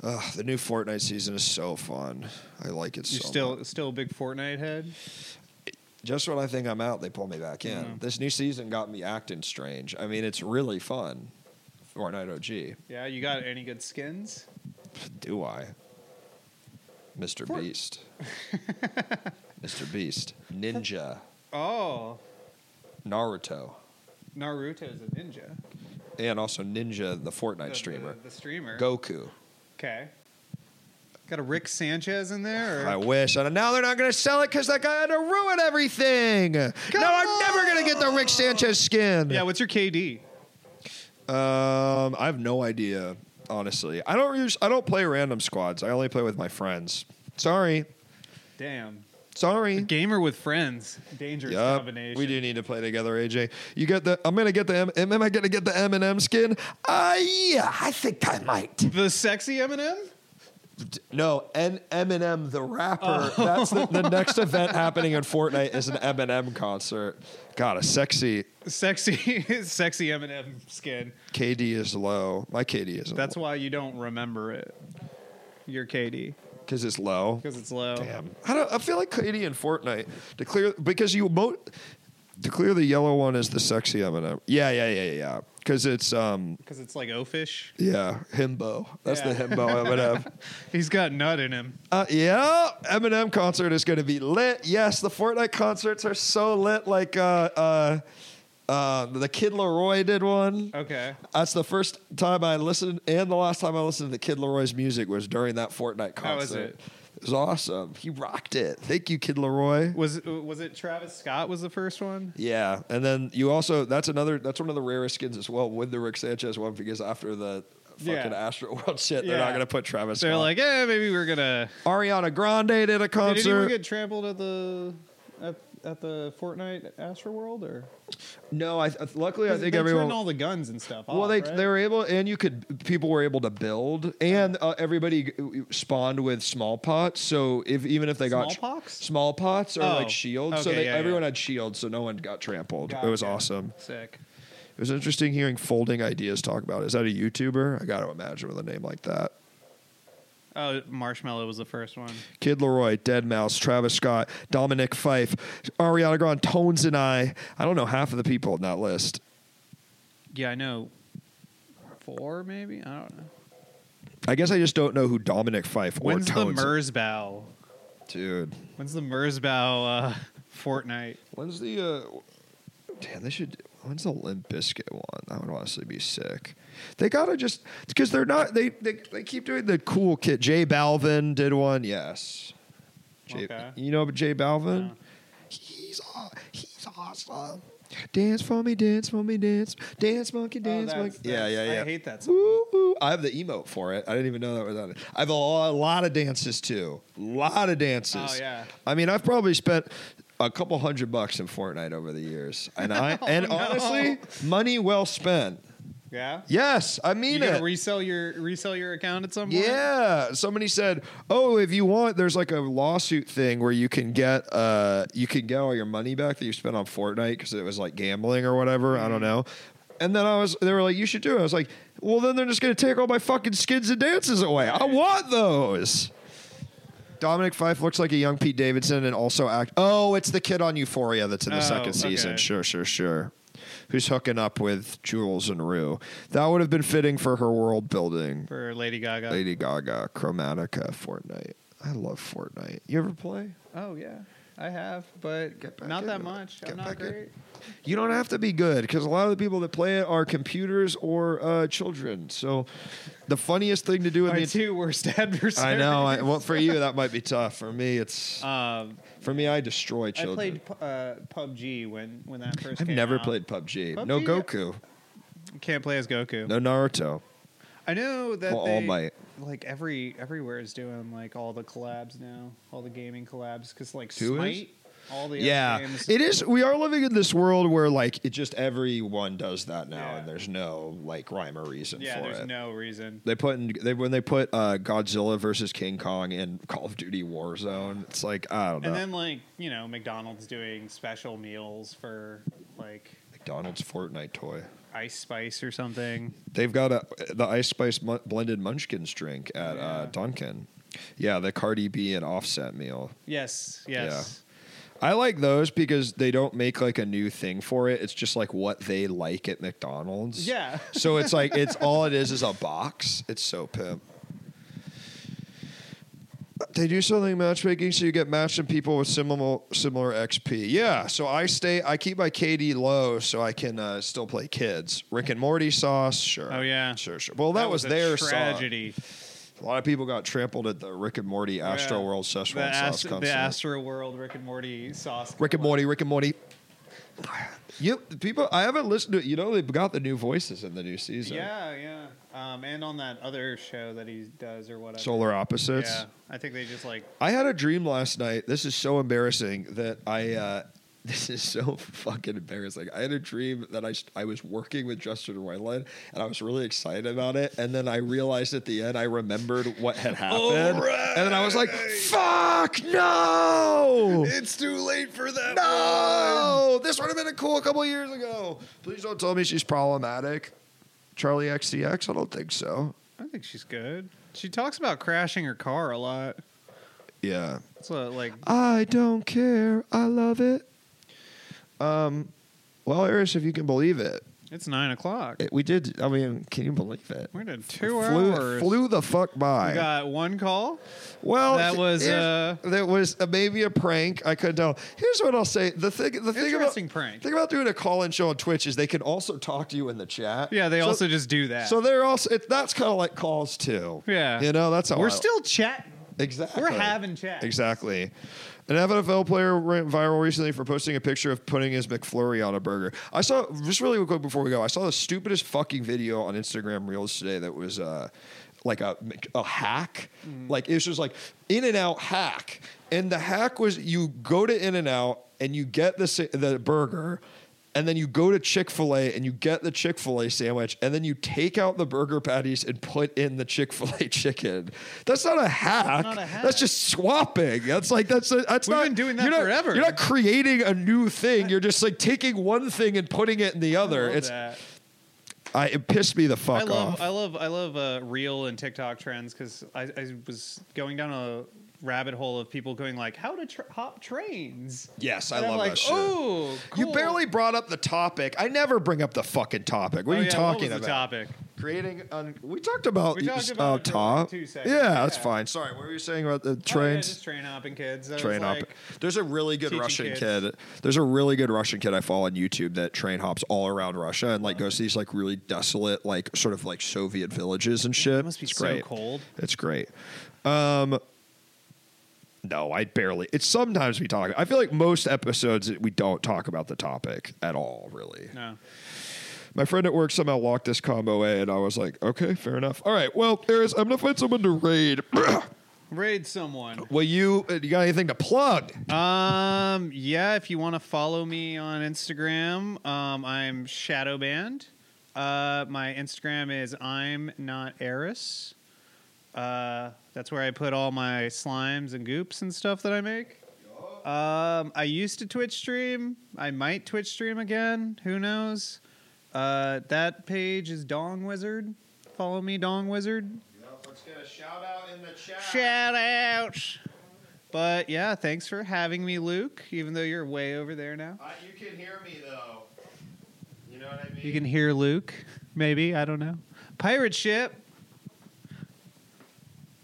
Ugh, the new Fortnite season is so fun. I like it You're so still much. still a big Fortnite head. Just when I think I'm out, they pull me back in. Mhm. This new season got me acting strange. I mean, it's really fun. Fortnite OG. Yeah, you got any good skins? Do I? Mr. For- <laughs> Beast. Mr. Beast. Ninja. Oh, Naruto. Naruto's a ninja. And also Ninja, the Fortnite The- streamer. The, the streamer. Goku. Okay. Got a Rick Sanchez in there. I Or? wish. And now they're not going to sell it because that guy had to ruin everything. No, I'm never going to get the Rick Sanchez skin. yeah. What's your KD? Um, I have no idea, honestly. I don't use. I don't play random squads. I only play with my friends. Sorry, Damn. sorry. Gamer with friends. Dangerous Yup, combination. we do need to play together, AJ. You get the. I'm gonna get the. M, am I gonna get the M and M skin? Uh, yeah, I think I might. The sexy Eminem. No, and Eminem the rapper. <laughs> That's the, the next event happening in Fortnite is an Eminem concert. God, a sexy Sexy, <laughs> sexy Eminem skin. KD is low. My KD is. That's why you don't remember it. Your KD because it's low. because it's low. Damn. I don't. I feel like Katie in Fortnite to clear because you mo to clear the yellow one is the sexy Eminem. Yeah, yeah, yeah, yeah, yeah. Because it's um Because it's like oafish. yeah himbo. That's Yeah. the himbo <laughs> Eminem. He's got nut in him. Uh, yeah, Eminem concert is going to be lit. Yes, the Fortnite concerts are so lit. Like uh uh. Uh, the Kid Leroy did one. Okay. That's the first time I listened, and the last time I listened to Kid Leroy's music was during that Fortnite concert. How was it? It was awesome. He rocked it. Thank you, Kid Leroy. Was was it Travis Scott was the first one? Yeah, and then you also that's another that's one of the rarest skins as well with the Rick Sanchez one because after the fucking Yeah. Astro World shit, they're not Yeah. gonna put Travis. They're Scott. like, yeah, maybe we're gonna. Ariana Grande did a Did anyone concert. get trampled at the at, at the Fortnite Astro World or? no, I luckily I think they everyone. turned all the guns and stuff. well, off, they right? they were able, and you could. People were able to build, and uh, everybody spawned with smallpox. So if even if they got tr- Smallpox? smallpox or Oh. like shields, so Okay, they, yeah, yeah. everyone had shields, so no one got trampled. Gotcha. It was awesome. sick. It was interesting hearing folding ideas talk about. It. Is that a YouTuber? I got to imagine with a name like that. Oh, Marshmallow was the first one. Kid Leroy, Dead Mouse, Travis Scott, Dominic Fife, Ariana Grande, Tones and I. I don't know half of the people on that list. Yeah, I know. Four maybe. I don't know. I guess I just don't know who Dominic Fife or When's the Tones. Mersbow? Dude, When's the Mersbow uh, <laughs> Fortnite? when's the? Uh, damn, they should. When's the Limp Biscuit one? That would honestly be sick. They gotta just because they're not. They, they they keep doing the cool kid. Jay Balvin did one. Yes. Jay, Okay. You know Jay Balvin? No. He's aw- he's awesome. Dance for me, dance for me, dance, dance monkey, dance Oh, that's- monkey. yeah, that's- yeah, I yeah. hate that song. Woo, woo. I have the emote for it. I didn't even know that was on it. I have a, lo- a lot of dances too. A lot of dances. Oh, yeah. I mean, I've probably spent a couple hundred bucks in Fortnite over the years, and I and honestly, money well spent. Yeah. Yes, I You mean gonna it. resell your resell your account at some point? Yeah, somebody said, "Oh, if you want, there's like a lawsuit thing where you can get uh you can get all your money back that you spent on Fortnite because it was like gambling or whatever. I Mm. don't know." And then I was, they were like, "You should do it." I was like, "Well, then they're just gonna take all my fucking skins and dances away. I want those." Dominic Fife looks like a young Pete Davidson and also act. Oh, it's the kid on Euphoria that's in the Oh, second season. okay. Sure, sure, sure. Who's hooking up with Jules and Rue? That would have been fitting for her world building. For Lady Gaga. Lady Gaga, Chromatica, Fortnite. I love Fortnite. You ever play? Oh yeah, I have, but Get back not that into it. much. Get I'm not back in. great. You don't have to be good because a lot of the people that play it are computers or uh, children. So the funniest thing to do with My me. two worst <laughs> adversaries. I know. I, well, for you that might be tough. For me, it's Um, for me. I destroy I children. played pu- uh, PUBG when when that first. I've came never out. played PUBG. No PUBG? Goku. Can't play as Goku. No Naruto. I know that Well, they, All Might. like every everywhere is doing like all the collabs now, all the gaming collabs because like Who is? Smite, all the yeah other games. it is we are living in this world where like it just everyone does that now Yeah. and there's no like rhyme or reason yeah, for there's it no reason. they put in they when they put uh, Godzilla versus King Kong in Call of Duty Warzone. It's like I don't know. And then like you know McDonald's doing special meals for like McDonald's Fortnite toy. Ice Spice or something. They've got a, the Ice Spice mu- blended Munchkins drink at uh, Yeah. Dunkin'. Yeah, the Cardi B and Offset meal. Yes, yes. I like those because they don't make like a new thing for it. It's just like what they like at McDonald's. Yeah. So it's like it's all it is is a box. It's so pimp. They do something matchmaking, so you get matched in people with similar similar XP. Yeah. So I stay. I keep my KD low, so I can uh, still play kids. Rick and Morty sauce. Sure. Oh, yeah. Sure. Sure. Well, that, was, a their sauce. tragedy. A lot of people got trampled at the Rick and Morty Astro Yeah. World The, Szechuan sauce Ast- concert. the Astro World Rick and Morty sauce. Rick and Morty, Rick and Morty. Yep, people. I haven't listened to it. You know, they've got the new voices in the new season. Yeah, yeah. Um, and on that other show that he does or whatever. Solar opposites. Yeah, I think they just like I had a dream last night. This is so embarrassing that I. Uh, <laughs> this is so fucking embarrassing. I had a dream that I, I was working with Justin Roiland and I was really excited about it. And then I realized at the end I remembered what <laughs> had happened. And then I was like, fuck, no! it's too late for that. No, this would have been a cool couple years ago. Please don't tell me she's problematic. Charlie XCX, I don't think so. I think she's good. She talks about crashing her car a lot. Yeah. So like, I don't care. I love it. Um, well, Iris, if you can believe it, it's nine o'clock. it- we did. I mean, can you believe it? We're in two flew, hours. flew the fuck by. We got one call. well, that th- was, here's- uh, that was uh, maybe a prank. I couldn't tell. Here's what I'll say. The thing, the thing about Interesting prank. thing about doing a call-in show on Twitch is they can also talk to you in the chat. Yeah, they So- also just do that. So they're also it, that's kind of like calls too. Yeah. you know that's how we're I- still chatting. Exactly. We're having chats. Exactly. An NFL player went viral recently for posting a picture of putting his McFlurry on a burger. I saw just really quick before we go. I saw the stupidest fucking video on Instagram Reels today that was uh, like a a hack. Mm-hmm. Like it was just like In and Out hack, and the hack was you go to In and Out and you get the sa- the burger. And then you go to Chick fil A and you get the Chick fil A sandwich, and then you take out the burger patties and put in the Chick fil A <laughs> chicken. That's not a hack. not a hack. That's just swapping. That's like that's a, that's We've not been doing that you're not- forever. You're not creating a new thing. You're just like taking one thing and putting it in the I other. love It's that. I it pissed me the fuck I love, off. I love, I love uh, real and TikTok trends because I, I was going down a rabbit hole of people going like, how to tr- hop trains. yes, I And I'm love like, that shit. Oh, You cool." barely brought up the topic. I never bring up the fucking topic. What Oh, are you yeah, what talking was about? the topic? Creating. Un- we talked about. We talked uh, about it for top. like two seconds. Yeah, that's Yeah. fine. Sorry, what were you saying about the Oh, yeah, trains? just train hopping kids. I was train like, hop. There's a really good teaching Russian kids. kid. There's a really good Russian kid I follow on YouTube that train hops all around Russia and like goes to these like really desolate like sort of like Soviet villages and shit. It must be it's so great. cold. It's great. Um no, I barely. It's sometimes we talk. I feel like most episodes we don't talk about the topic at all, really. No. My friend at work somehow locked this combo A, and I was like, okay, fair enough. All right, well, Eris, I'm gonna find someone to raid. <coughs> Raid someone. Will you? uh, You got anything to plug? Um, yeah, if you want to follow me on Instagram, um, I'm Shadowband. Uh, my Instagram is I'm not Eris. Uh, that's where I put all my slimes and goops and stuff that I make. Um, I used to Twitch stream. I might Twitch stream again. Who knows? Uh, that page is Dong Wizard. Follow me, Dong Wizard. Let's get a shout out in the chat. Shout out. But yeah, thanks for having me, Luke, even though you're way over there now. Uh, you can hear me though. You know what I mean? You can hear Luke, maybe. I don't know. Pirate ship.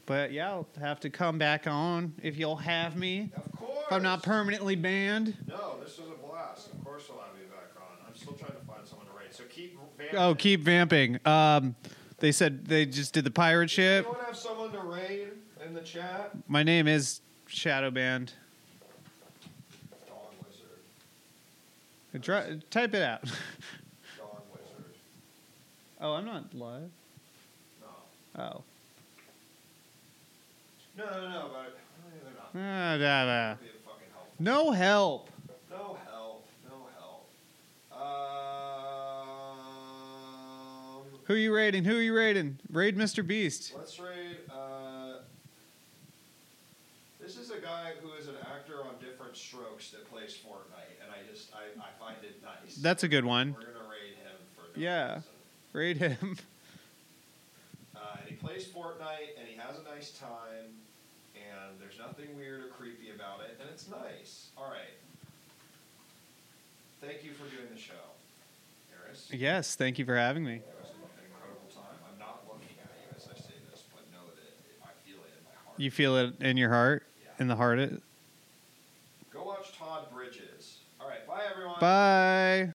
But yeah, I'll have to come back on if you'll have me. Of course. If I'm not permanently banned. No, this was a blast. Of course, I'll have you back on. I'm still trying to find someone to raid. So keep. Vamping. Oh, keep vamping. Um, they said they just did the pirate ship. want to have someone to raid in the chat? My name is Shadowband. Dawn Wizard. Dri- type it out. <laughs> Dawn Wizard. Oh, I'm not live. No. Oh. No, no, no. But they're not. Ah, da, da. Be a fucking help. No help. No help. No help. Um. Who you raiding? Who you raiding? Raid Mr. Beast. Let's raid. Uh, this is a guy who is an actor on different strokes that plays Fortnite, and I just I, I find it nice. That's a good one. We're gonna raid him for no Yeah. reason. Raid him. <laughs> Uh, and he plays Fortnite, and he has a nice time, and there's nothing weird or creepy about it, and it's nice. All right. Thank you for doing the show, Eris. Yes, thank you for having me. It was an incredible time. I'm not looking at you as I say this, but know that it, I feel it in my heart. You feel it in your heart, in the heart. Go watch Todd Bridges. All right, bye everyone. Bye.